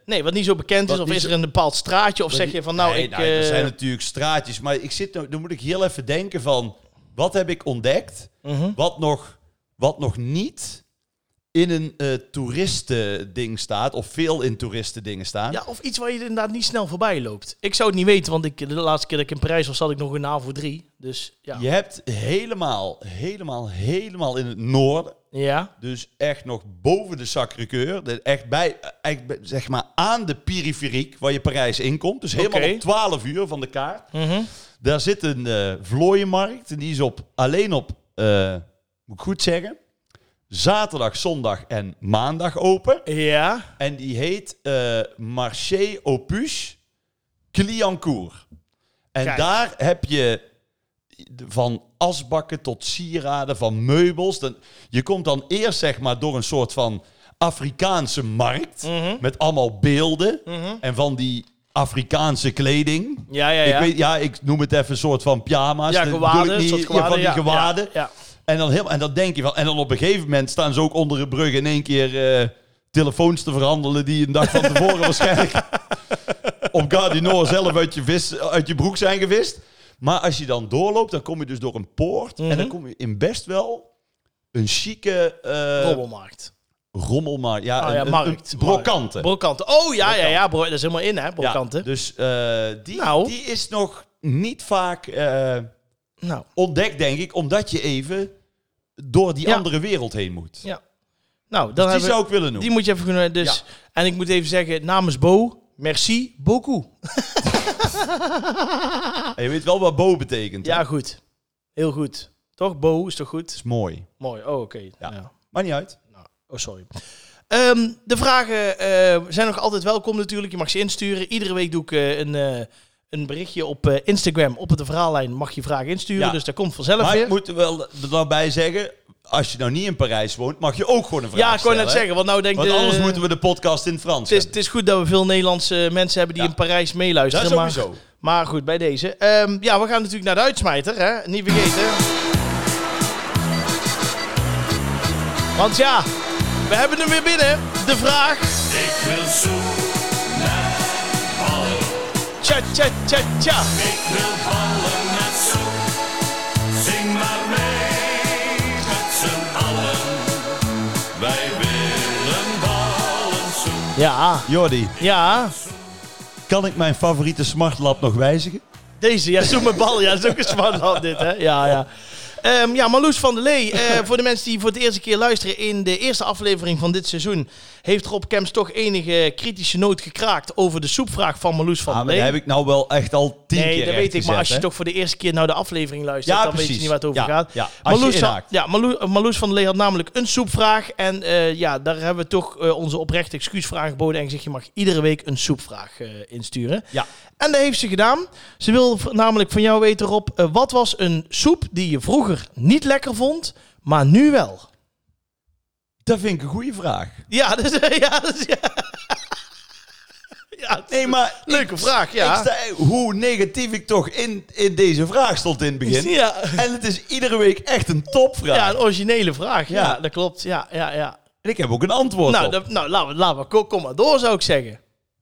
S1: Nee, wat niet zo bekend is.
S2: Wat
S1: Of
S2: niet
S1: is
S2: zo-
S1: er een bepaald straatje? Of
S2: Dat
S1: zeg
S2: die-
S1: je van nou,
S2: Nee,
S1: ik...
S2: nou, er
S1: eh,
S2: zijn natuurlijk straatjes, maar ik zit nou, dan moet ik heel even denken van wat heb ik ontdekt,
S1: mhm.
S2: wat nog, wat nog niet in een eh toeristending staat of veel in toeristendingen staan.
S1: Ja, of iets waar je inderdaad niet snel voorbij loopt. Ik zou het niet weten, want ik, de laatste keer dat ik in Parijs was, zat ik nog in NAVO 3. Dus ja.
S2: Je hebt helemaal, helemaal, helemaal in het noorden,
S1: Ja,
S2: dus echt nog boven de Sacré-Cœur, de- echt bij, echt bij- zeg maar aan de periferiek waar je Parijs inkomt, dus helemaal
S1: Oké.
S2: op 12 uur van de kaart.
S1: mhm.
S2: Daar zit een eh vlooienmarkt. En die is op, alleen op, eh, moet ik goed zeggen, zaterdag, zondag en maandag open.
S1: ja.
S2: En die heet eh, Marché Opus Cliancourt. En
S1: Kijk.
S2: daar heb je de- van asbakken tot sieraden, van meubels. Dan, je komt dan eerst zeg maar door een soort van Afrikaanse markt.
S1: Mhm.
S2: Met allemaal beelden
S1: Mhm.
S2: en van die Afrikaanse kleding.
S1: ja, ja, ja.
S2: Ik, weet, ja, ik noem het even een soort van pyjama's.
S1: ja,
S2: Dat
S1: gewaden.
S2: bedoel ik
S1: een
S2: niet.
S1: soort
S2: Ja,
S1: gewaden,
S2: van die Eh,
S1: ja,
S2: gewaden.
S1: Ja, ja.
S2: En, dan heel, en dan denk je van... En dan op een gegeven moment staan ze ook onder een brug... in één keer eh, telefoons te verhandelen... die een dag van tevoren waarschijnlijk... op Gardinoor zelf uit je, vis, uit je broek zijn gevist. Maar als je dan doorloopt, dan kom je dus door een poort... en
S1: Mhm.
S2: dan kom je in best wel een chique eh,
S1: Robbelmarkt.
S2: rommelmarkt. Ja,
S1: Ah,
S2: een-
S1: ja,
S2: een- een
S1: markt.
S2: brokante.
S1: Brokanten. Oh ja, ja, ja. Bro, dat is helemaal in, hè?
S2: eh, Ja,
S1: Brokanten.
S2: dus eh, die,
S1: Nou.
S2: die is nog niet vaak... eh,
S1: nou,
S2: ontdekt, denk ik, omdat je even door die
S1: Ja.
S2: andere wereld heen moet.
S1: Ja. nou,
S2: Dus
S1: dan
S2: die
S1: hebben
S2: zou ik willen
S1: Die
S2: noemen.
S1: moet je even kunnen. Dus, En ik moet even zeggen, namens Bo, merci beaucoup.
S2: En je weet wel wat Bo betekent. hè?
S1: Ja, goed. Heel goed. Toch? Bo is toch goed?
S2: is mooi.
S1: Mooi. Oh, oké.
S2: Ja.
S1: Ja.
S2: Maar niet uit.
S1: Oh, sorry. Ehm, de vragen eh, zijn nog altijd welkom natuurlijk. Je mag ze insturen. Iedere week doe ik eh, een, eh, een berichtje op eh, Instagram. Op de verhaallijn mag je vragen insturen.
S2: Ja.
S1: Dus dat komt vanzelf
S2: Maar
S1: weer.
S2: ik moet er wel er dan bij zeggen, als je nou niet in Parijs woont, mag je ook gewoon een vraag
S1: ja, ik kon
S2: stellen.
S1: net zeggen. Want nou denk
S2: Want anders
S1: de-
S2: moeten we de podcast in het Frans
S1: het, is,
S2: hebben.
S1: het is goed dat we veel Nederlandse mensen hebben die
S2: Ja.
S1: in Parijs
S2: Dat
S1: meeluisteren.
S2: is
S1: maar,
S2: sowieso.
S1: maar goed, bij deze. Ehm, ja, we gaan natuurlijk naar de uitsmijter. Hè? Niet vergeten. Want ja, we hebben hem weer binnen. De vraag.
S4: Ik wil zoen,
S1: Tja, tja, tja, tja.
S4: ik wil ballen naar zoen. Zing maar mee met z'n allen. Wij willen ballen zoen.
S1: Ja,
S2: Jordi,
S1: ja.
S2: kan ik mijn favoriete smartlap nog wijzigen?
S1: Ah, Deze, ja, zoek mijn bal. Ja, dat is ook een smartlap dit, hè. Ja, ja. Ehm, ja, Marloes van der Lee, eh, voor de mensen die voor de eerste keer luisteren... in de eerste aflevering van dit seizoen... heeft Rob Kemps toch enige kritische noot gekraakt... over de soepvraag van Marloes van
S2: Ah,
S1: der
S2: maar
S1: Lee.
S2: dat heb ik nou wel echt al tien keer
S1: nee, dat weet ik.
S2: recht
S1: maar als je
S2: gezet, hè?
S1: toch voor de eerste keer nou de aflevering luistert...
S2: Ja,
S1: dan weet
S2: precies.
S1: je niet waar het over
S2: Ja,
S1: gaat.
S2: ja, als je
S1: had-
S2: inhaakt.
S1: ja, Marloes, Marloes van der Lee had namelijk een soepvraag... en eh, ja, daar hebben we toch eh, onze oprechte excuusvraag geboden... en gezegd, je mag iedere week een soepvraag eh, insturen.
S2: Ja,
S1: En dat heeft ze gedaan. Ze wil v- namelijk van jou weten, Rob, eh, wat was een soep die je vroeger niet lekker vond, maar nu wel?
S2: dat vind ik een goede vraag.
S1: Ja, dat is... Ja, dat is- ja. Ja,
S2: Nee, maar
S1: leuke vraag,
S2: ik
S1: ja.
S2: sta- hoe negatief ik toch in, in deze vraag stond in het begin.
S1: Ja.
S2: En het is iedere week echt een topvraag.
S1: ja, een originele vraag. Ja,
S2: Ja.
S1: dat klopt. Ja, ja, ja.
S2: En ik heb ook een antwoord
S1: Nou,
S2: op.
S1: dat- nou laten we, laten we kom, kom maar door, zou ik zeggen.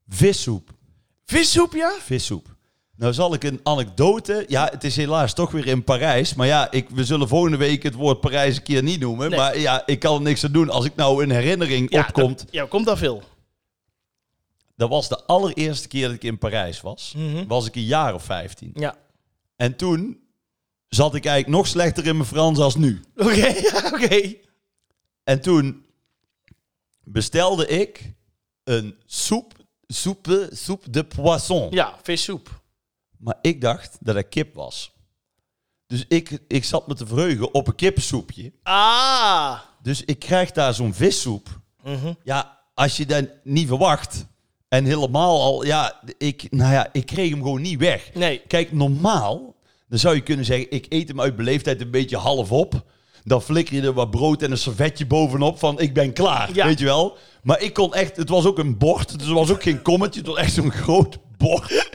S2: Vissoep.
S1: Vissoep, ja?
S2: Vissoep. Nou zal ik een anekdote... Ja, het is helaas toch weer in Parijs. Maar ja, ik, we zullen volgende week het woord Parijs een keer niet noemen.
S1: Nee.
S2: Maar ja, ik kan er niks aan doen. Als ik nou een herinnering
S1: ja
S2: opkomt...
S1: dat- ja, komt daar veel.
S2: Dat was de allereerste keer dat ik in Parijs was.
S1: Mhm.
S2: Was ik een jaar of 15.
S1: Ja.
S2: En toen zat ik eigenlijk nog slechter in mijn Frans als nu.
S1: Oké, ja, oké.
S2: En toen bestelde ik een soep, soupe, soupe de poisson.
S1: Ja, vissoep.
S2: Maar ik dacht dat het kip was. Dus ik, ik zat me te verheugen op een kipsoepje.
S1: Ah.
S2: Dus ik krijg daar zo'n vissoep.
S1: Mhm.
S2: Ja, als je dat niet verwacht. En helemaal al, ja, ik, nou ja, ik kreeg hem gewoon niet weg.
S1: Nee.
S2: Kijk, normaal, dan zou je kunnen zeggen, ik eet hem uit beleefdheid een beetje half op. Dan flikker je er wat brood en een servetje bovenop van, ik ben klaar,
S1: Ja.
S2: weet je wel. Maar ik kon echt, het was ook een bord, dus er was ook geen kommetje, het was echt zo'n groot bord.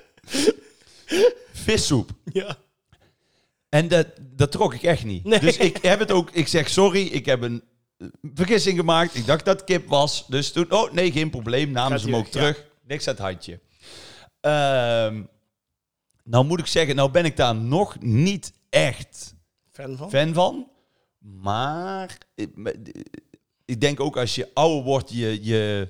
S2: Vissoep.
S1: Ja.
S2: En dat, dat trok ik echt niet.
S1: Nee.
S2: Dus ik heb het ook, ik zeg sorry, ik heb een vergissing gemaakt. Ik dacht dat het kip was. Dus toen, oh nee, geen probleem. Namen
S1: Gaat
S2: ze hem ook
S1: terug,
S2: terug. Niks aan het handje. Ehm, nou moet ik zeggen, nou ben ik daar nog niet echt
S1: Fan van?
S2: fan van. Maar ik, me- ik denk ook als je ouder wordt, je, je,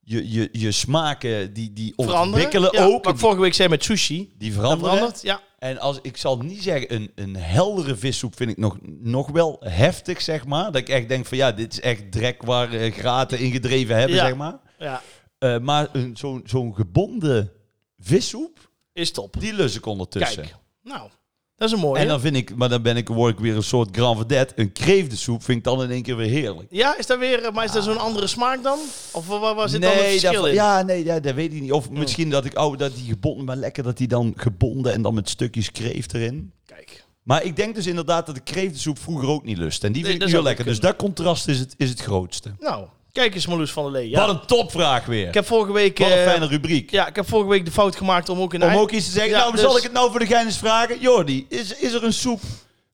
S2: je, je, je smaken die, die ontwikkelen
S1: Ja,
S2: ook.
S1: Wat ik vorige week zei met sushi.
S2: die
S1: Dat
S2: veranderen.
S1: verandert, ja.
S2: En als, ik zal niet zeggen, een, een heldere vissoep vind ik nog, nog wel heftig, zeg maar. Dat ik echt denk van, ja, dit is echt drek waar eh, graten in gedreven hebben,
S1: Ja.
S2: zeg maar.
S1: ja.
S2: Eh, maar een- zo'n zo'n gebonden vissoep,
S1: Is top.
S2: die lus ik ondertussen.
S1: Kijk. Nou, dat is een mooie.
S2: Dus, eh. En dan vind ik, maar dan ben ik, word ik weer een soort grand vedette. Een kreeftensoep vind ik dan in één keer weer heerlijk.
S1: Ja, is dat weer... eh, Maar is dat zo'n andere smaak dan? Of wa- wa- waar zit dan het
S2: dat-
S1: verschil in?
S2: Ja, Ah. nee, ja, dat weet ik niet. Of misschien dat ik, oh, dat die gebonden, maar lekker dat die dan gebonden en dan met stukjes kreeft erin.
S1: Kijk.
S2: Maar ik denk dus inderdaad dat de kreeftensoep vroeger ook niet lust. En die
S1: Nee,
S2: vind
S1: dat
S2: ik
S1: zou
S2: nu wel lekker. Dus
S1: kunnen.
S2: dat contrast is het, is het grootste.
S1: Nou, kijk eens Marloes van der Lee. Ja.
S2: Wat een topvraag weer.
S1: Ik heb vorige week...
S2: Wat een
S1: eh,
S2: fijne rubriek.
S1: Ja, ik heb vorige week de fout gemaakt om ook een...
S2: Om
S1: eind-
S2: ook iets te zeggen.
S1: Ja,
S2: nou,
S1: dus-
S2: zal ik het nou voor de gein eens vragen? Jordi, is, is er een soep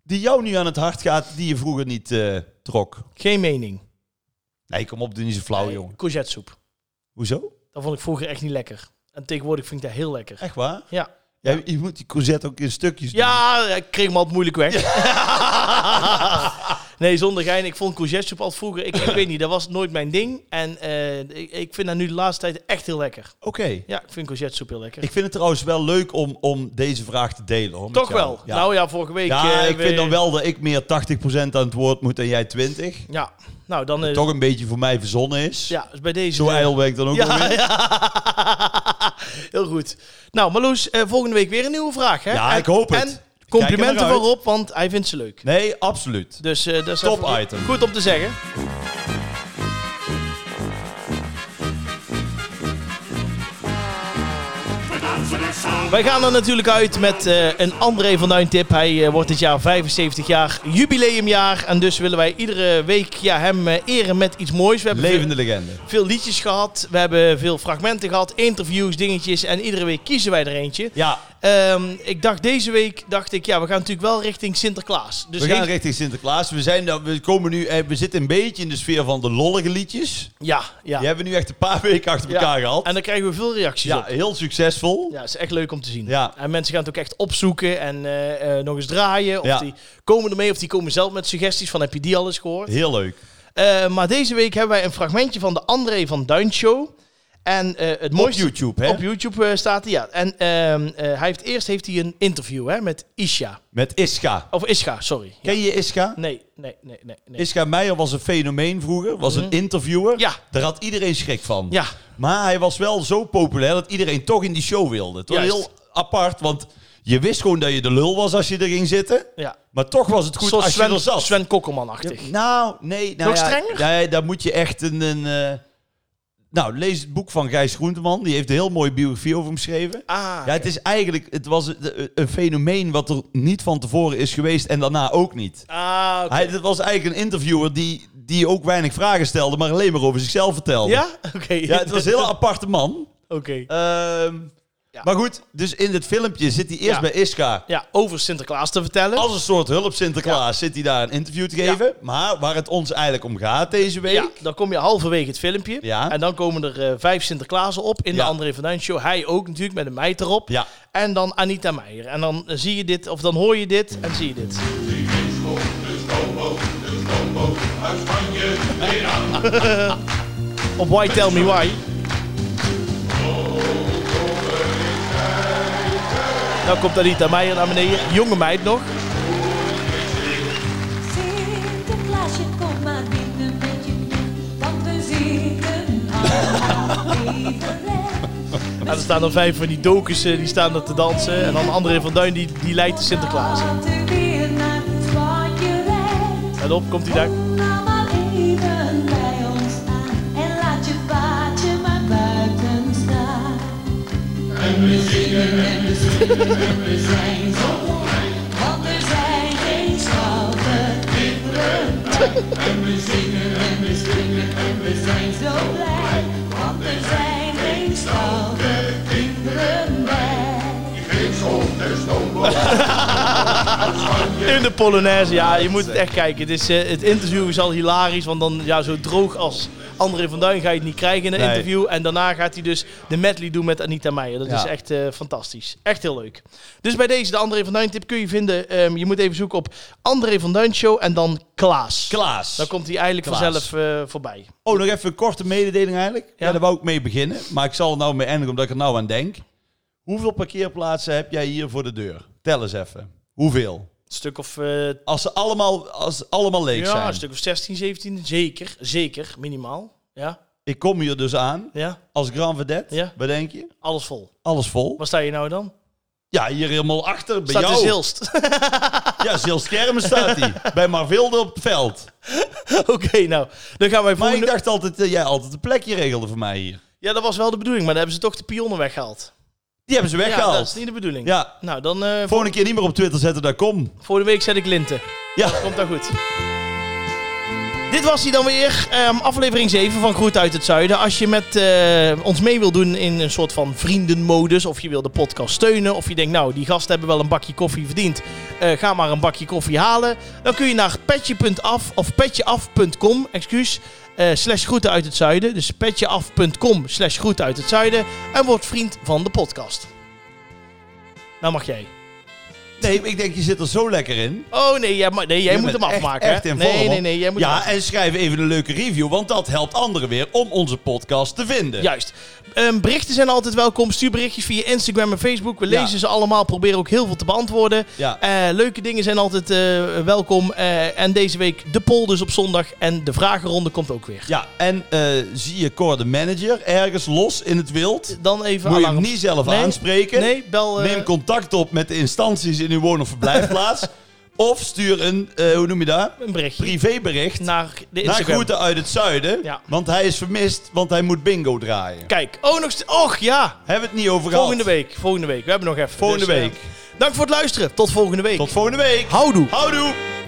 S2: die jou nu aan het hart gaat die je vroeger niet eh, trok?
S1: Geen mening.
S2: Nee, kom op, doe niet zo flauw, Oh, jongen.
S1: Courgettesoep.
S2: Hoezo?
S1: Dat vond ik vroeger echt niet lekker. En tegenwoordig vind ik dat heel lekker.
S2: Echt waar?
S1: Ja.
S2: Jij, je moet die courgette ook in stukjes doen.
S1: Ja, eh, ik kreeg me altijd moeilijk weg. nee, zonder gein. Ik vond courgettesoep altijd vroeger... Ik, ik weet niet, dat was nooit mijn ding. En eh, ik, ik vind dat nu de laatste tijd echt heel lekker.
S2: Oké.
S1: Ja, ik vind courgettesoep heel lekker.
S2: Ik vind het trouwens wel leuk om, om deze vraag te delen. Hoor, met
S1: Toch
S2: jou.
S1: wel.
S2: Ja,
S1: Nou ja, vorige week...
S2: ja
S1: eh,
S2: ik
S1: weer-
S2: vind dan wel dat ik meer 80% aan het woord moet en jij 20.
S1: Ja, nou dan... eh,
S2: toch een beetje voor mij verzonnen is.
S1: Ja, dus bij deze...
S2: Zo ijdel ben ik dan ook nog
S1: Ja,
S2: weer.
S1: ja. Heel goed. Nou, Marloes, eh, volgende week weer een nieuwe vraag, hè?
S2: Ja,
S1: En-
S2: ik hoop het.
S1: En
S2: Kijk
S1: complimenten
S2: ernaar uit.
S1: voor Rob, want hij vindt ze leuk.
S2: Nee, absoluut.
S1: Dus eh, dat is
S2: Top
S1: even goed-
S2: item.
S1: Goed om te zeggen. Wij gaan er natuurlijk uit met eh, een André van Duin tip. Hij eh, wordt dit jaar 75 jaar, jubileumjaar. En dus willen wij iedere week ja, hem eh, eren met iets moois. We hebben veel-
S2: Levende legende.
S1: veel liedjes gehad. We hebben veel fragmenten gehad, interviews, dingetjes. En iedere week kiezen wij er eentje.
S2: Ja,
S1: Ehm, ik dacht deze week, dacht ik, ja, we gaan natuurlijk wel richting Sinterklaas. Dus
S2: we gaan
S1: geen-
S2: richting Sinterklaas. We, zijn, dan- we, komen nu, eh, we zitten een beetje in de sfeer van de lollige liedjes.
S1: Ja, ja.
S2: Die hebben we nu echt een paar weken achter
S1: Ja.
S2: elkaar gehad.
S1: En dan krijgen we veel reacties
S2: ja,
S1: op.
S2: heel succesvol.
S1: Ja, is echt leuk om te zien.
S2: Ja.
S1: En mensen gaan het ook echt opzoeken en eh, eh, nog eens draaien. Of
S2: Ja.
S1: die komen ermee of die komen zelf met suggesties van heb je die al eens gehoord?
S2: Heel leuk.
S1: Eh, maar deze week hebben wij een fragmentje van de André van Duin Show. En eh, het mooiste...
S2: YouTube, hè?
S1: Op YouTube eh, staat hij, ja. En ehm, eh, hij heeft, eerst heeft hij een interview hè, met Isha.
S2: Met Ischa.
S1: Of Ischa, sorry. Ja.
S2: Ken je Ischa?
S1: Nee, nee, nee, nee. nee. Mhm.
S2: Ischa Meijer was een fenomeen vroeger, was een interviewer.
S1: Ja.
S2: Daar had iedereen schrik van.
S1: Ja,
S2: Maar hij was wel zo populair dat iedereen toch in die show wilde. Het was
S1: Juist.
S2: heel apart, want je wist gewoon dat je de lul was als je er ging zitten.
S1: ja.
S2: Maar toch was het goed
S1: Zoals
S2: als je er
S1: Sven,
S2: zat.
S1: Sven Kokkelman-achtig.
S2: Nou, nee. Nou
S1: Nog
S2: ja,
S1: strenger?
S2: Nee, daar moet je echt een... een eh, Nou, lees het boek van Gijs Groenteman. Die heeft een heel mooie biografie over hem geschreven.
S1: Ah,
S2: Ja, het is eigenlijk... Het was een, een fenomeen wat er niet van tevoren is geweest en daarna ook niet.
S1: ah oké.
S2: Hij, het was eigenlijk een interviewer die, die ook weinig vragen stelde, maar alleen maar over zichzelf vertelde.
S1: Ja? Oké.
S2: Ja, het was een heel aparte man.
S1: Oké.
S2: Ehm,
S1: Ja.
S2: Maar goed, dus in het filmpje zit hij eerst
S1: Ja.
S2: bij Iska.
S1: Ja, over Sinterklaas te vertellen.
S2: Als een soort hulp Sinterklaas zit hij daar een interview te geven. Maar waar het ons eigenlijk om gaat deze week...
S1: Ja, dan kom je halverwege het filmpje.
S2: Ja.
S1: En dan komen er eh, vijf Sinterklaasen op in
S2: Ja.
S1: de André van Duin show. Hij ook natuurlijk, met een meid erop.
S2: Ja.
S1: En dan Anita Meijer. En dan eh, zie je dit, of dan hoor je dit en zie je dit. Op Why Tell Me Why. Nou komt Anita Meijer naar beneden. Jonge meid nog.
S5: Sinterklaasje, kom maar binnen met je knecht, want we zitten allemaal even weg.
S1: Nou, er staan er vijf van die dokus eh, die staan er te dansen. En dan André van Duin die, die leidt de Sinterklaas.
S5: Want er weer naar het zwaardje rijdt.
S1: En op komt hij daar.
S5: Kom nou maar even bij ons aan en laat je paardje maar buiten staan. En we zingen en we zingen en we zijn zo blij, want er zijn geen schouten kinderen bij. En we zingen en we zingen en we zijn zo blij, want er zijn geen schouten kinderen bij.
S4: Geen school, de
S1: In de Polonaise, ja, je moet het echt kijken. Het, is, eh, het interview is al hilarisch, want dan ja, zo droog als André van Duin ga je het niet krijgen in een
S2: Nee.
S1: interview. En daarna gaat hij dus de medley doen met Anita Meijer. Dat
S2: Ja.
S1: is echt eh, fantastisch. Echt heel leuk. Dus bij deze, de André van Duin tip kun je vinden. Ehm, je moet even zoeken op André van Duin Show en dan Klaas.
S2: Klaas.
S1: Dan komt hij eigenlijk
S2: Klaas.
S1: vanzelf eh, voorbij.
S2: Oh, nog even een korte mededeling eigenlijk. Ja.
S1: Ja.
S2: daar wou ik mee beginnen. Maar ik zal er nou mee eindigen, omdat ik er nou aan denk. Hoeveel parkeerplaatsen heb jij hier voor de deur? Tel eens even. Hoeveel?
S1: Een stuk of eh,
S2: Als ze allemaal, als ze allemaal leeg
S1: ja,
S2: zijn.
S1: een stuk of 16, 17. Zeker, zeker, minimaal. Ja,
S2: Ik kom hier dus aan
S1: ja,
S2: als Grand Vedette.
S1: Ja.
S2: Wat denk je?
S1: alles vol.
S2: Alles vol.
S1: Waar sta je nou dan?
S2: Ja, hier helemaal achter bij
S1: Staat
S2: jou.
S1: in Zilst.
S2: Ja, Zils Kermen staat hij. bij Marvilde op het veld.
S1: Oké, nou, dan gaan wij
S2: Maar ik
S1: volgende...
S2: dacht altijd dat jij altijd een plekje regelde voor mij hier.
S1: Ja, dat was wel de bedoeling, maar dan hebben ze toch de pionnen weggehaald.
S2: Die hebben ze
S1: Ja, dat
S2: weggehaald.
S1: is niet de bedoeling.
S2: Ja.
S1: Nou, dan eh voor...
S2: Volgende keer niet meer op Twitter zetten, daar kom.
S1: de week zet ik linten.
S2: Ja.
S1: Komt dan goed. Dit was hij dan weer, ehm, aflevering 7 van Groet uit het Zuiden. Als je met eh, ons mee wil doen in een soort van vriendenmodus, of je wil de podcast steunen, of je denkt, nou, die gasten hebben wel een bakje koffie verdiend, eh, ga maar een bakje koffie halen. Dan kun je naar petje.af of petjeaf.com, excuus, eh, slash groeten uit het zuiden. Dus petjeaf.com slash groeten uit het zuiden en word vriend van de podcast. Nou mag jij.
S2: Nee, ik denk je zit er zo lekker in.
S1: Oh nee, jij, ma- nee, jij
S2: Je
S1: moet
S2: bent
S1: hem
S2: echt-
S1: afmaken. hè?
S2: echt in vorm,
S1: nee, nee,
S2: hoor.
S1: nee, jij moet hem
S2: Ja, en schrijf even een leuke review, want dat helpt anderen weer om onze podcast te vinden.
S1: Juist. Ehm, berichten zijn altijd welkom. Stuur berichtjes via Instagram en Facebook. We
S2: Ja.
S1: lezen ze allemaal. Proberen ook heel veel te beantwoorden.
S2: Ja.
S1: Eh, leuke dingen zijn altijd eh, welkom. Eh, en deze week de poll dus op zondag. En de vragenronde komt ook weer.
S2: Ja, en eh, zie je Cor de manager ergens los in het wild?
S1: Dan even
S2: Moet je
S1: alarm.
S2: hem niet zelf
S1: Nee,
S2: aanspreken?
S1: Nee, bel... eh,
S2: Neem contact op met de instanties in uw woon- of verblijfplaats. of stuur een, eh, hoe noem je dat?
S1: een berichtje.
S2: Privébericht naar,
S1: Naar de Instagram.
S2: Groeten uit het Zuiden.
S1: Ja.
S2: Want hij is vermist, want hij moet bingo draaien.
S1: Kijk. Oh, nog... st- Och, ja.
S2: Hebben we het niet over gehad.
S1: Volgende week. Volgende week. We hebben nog even.
S2: Volgende
S1: Dus, eh,
S2: week.
S1: dank voor het luisteren. Tot volgende week.
S2: Tot volgende week.
S1: Houdoe.
S2: Houdoe.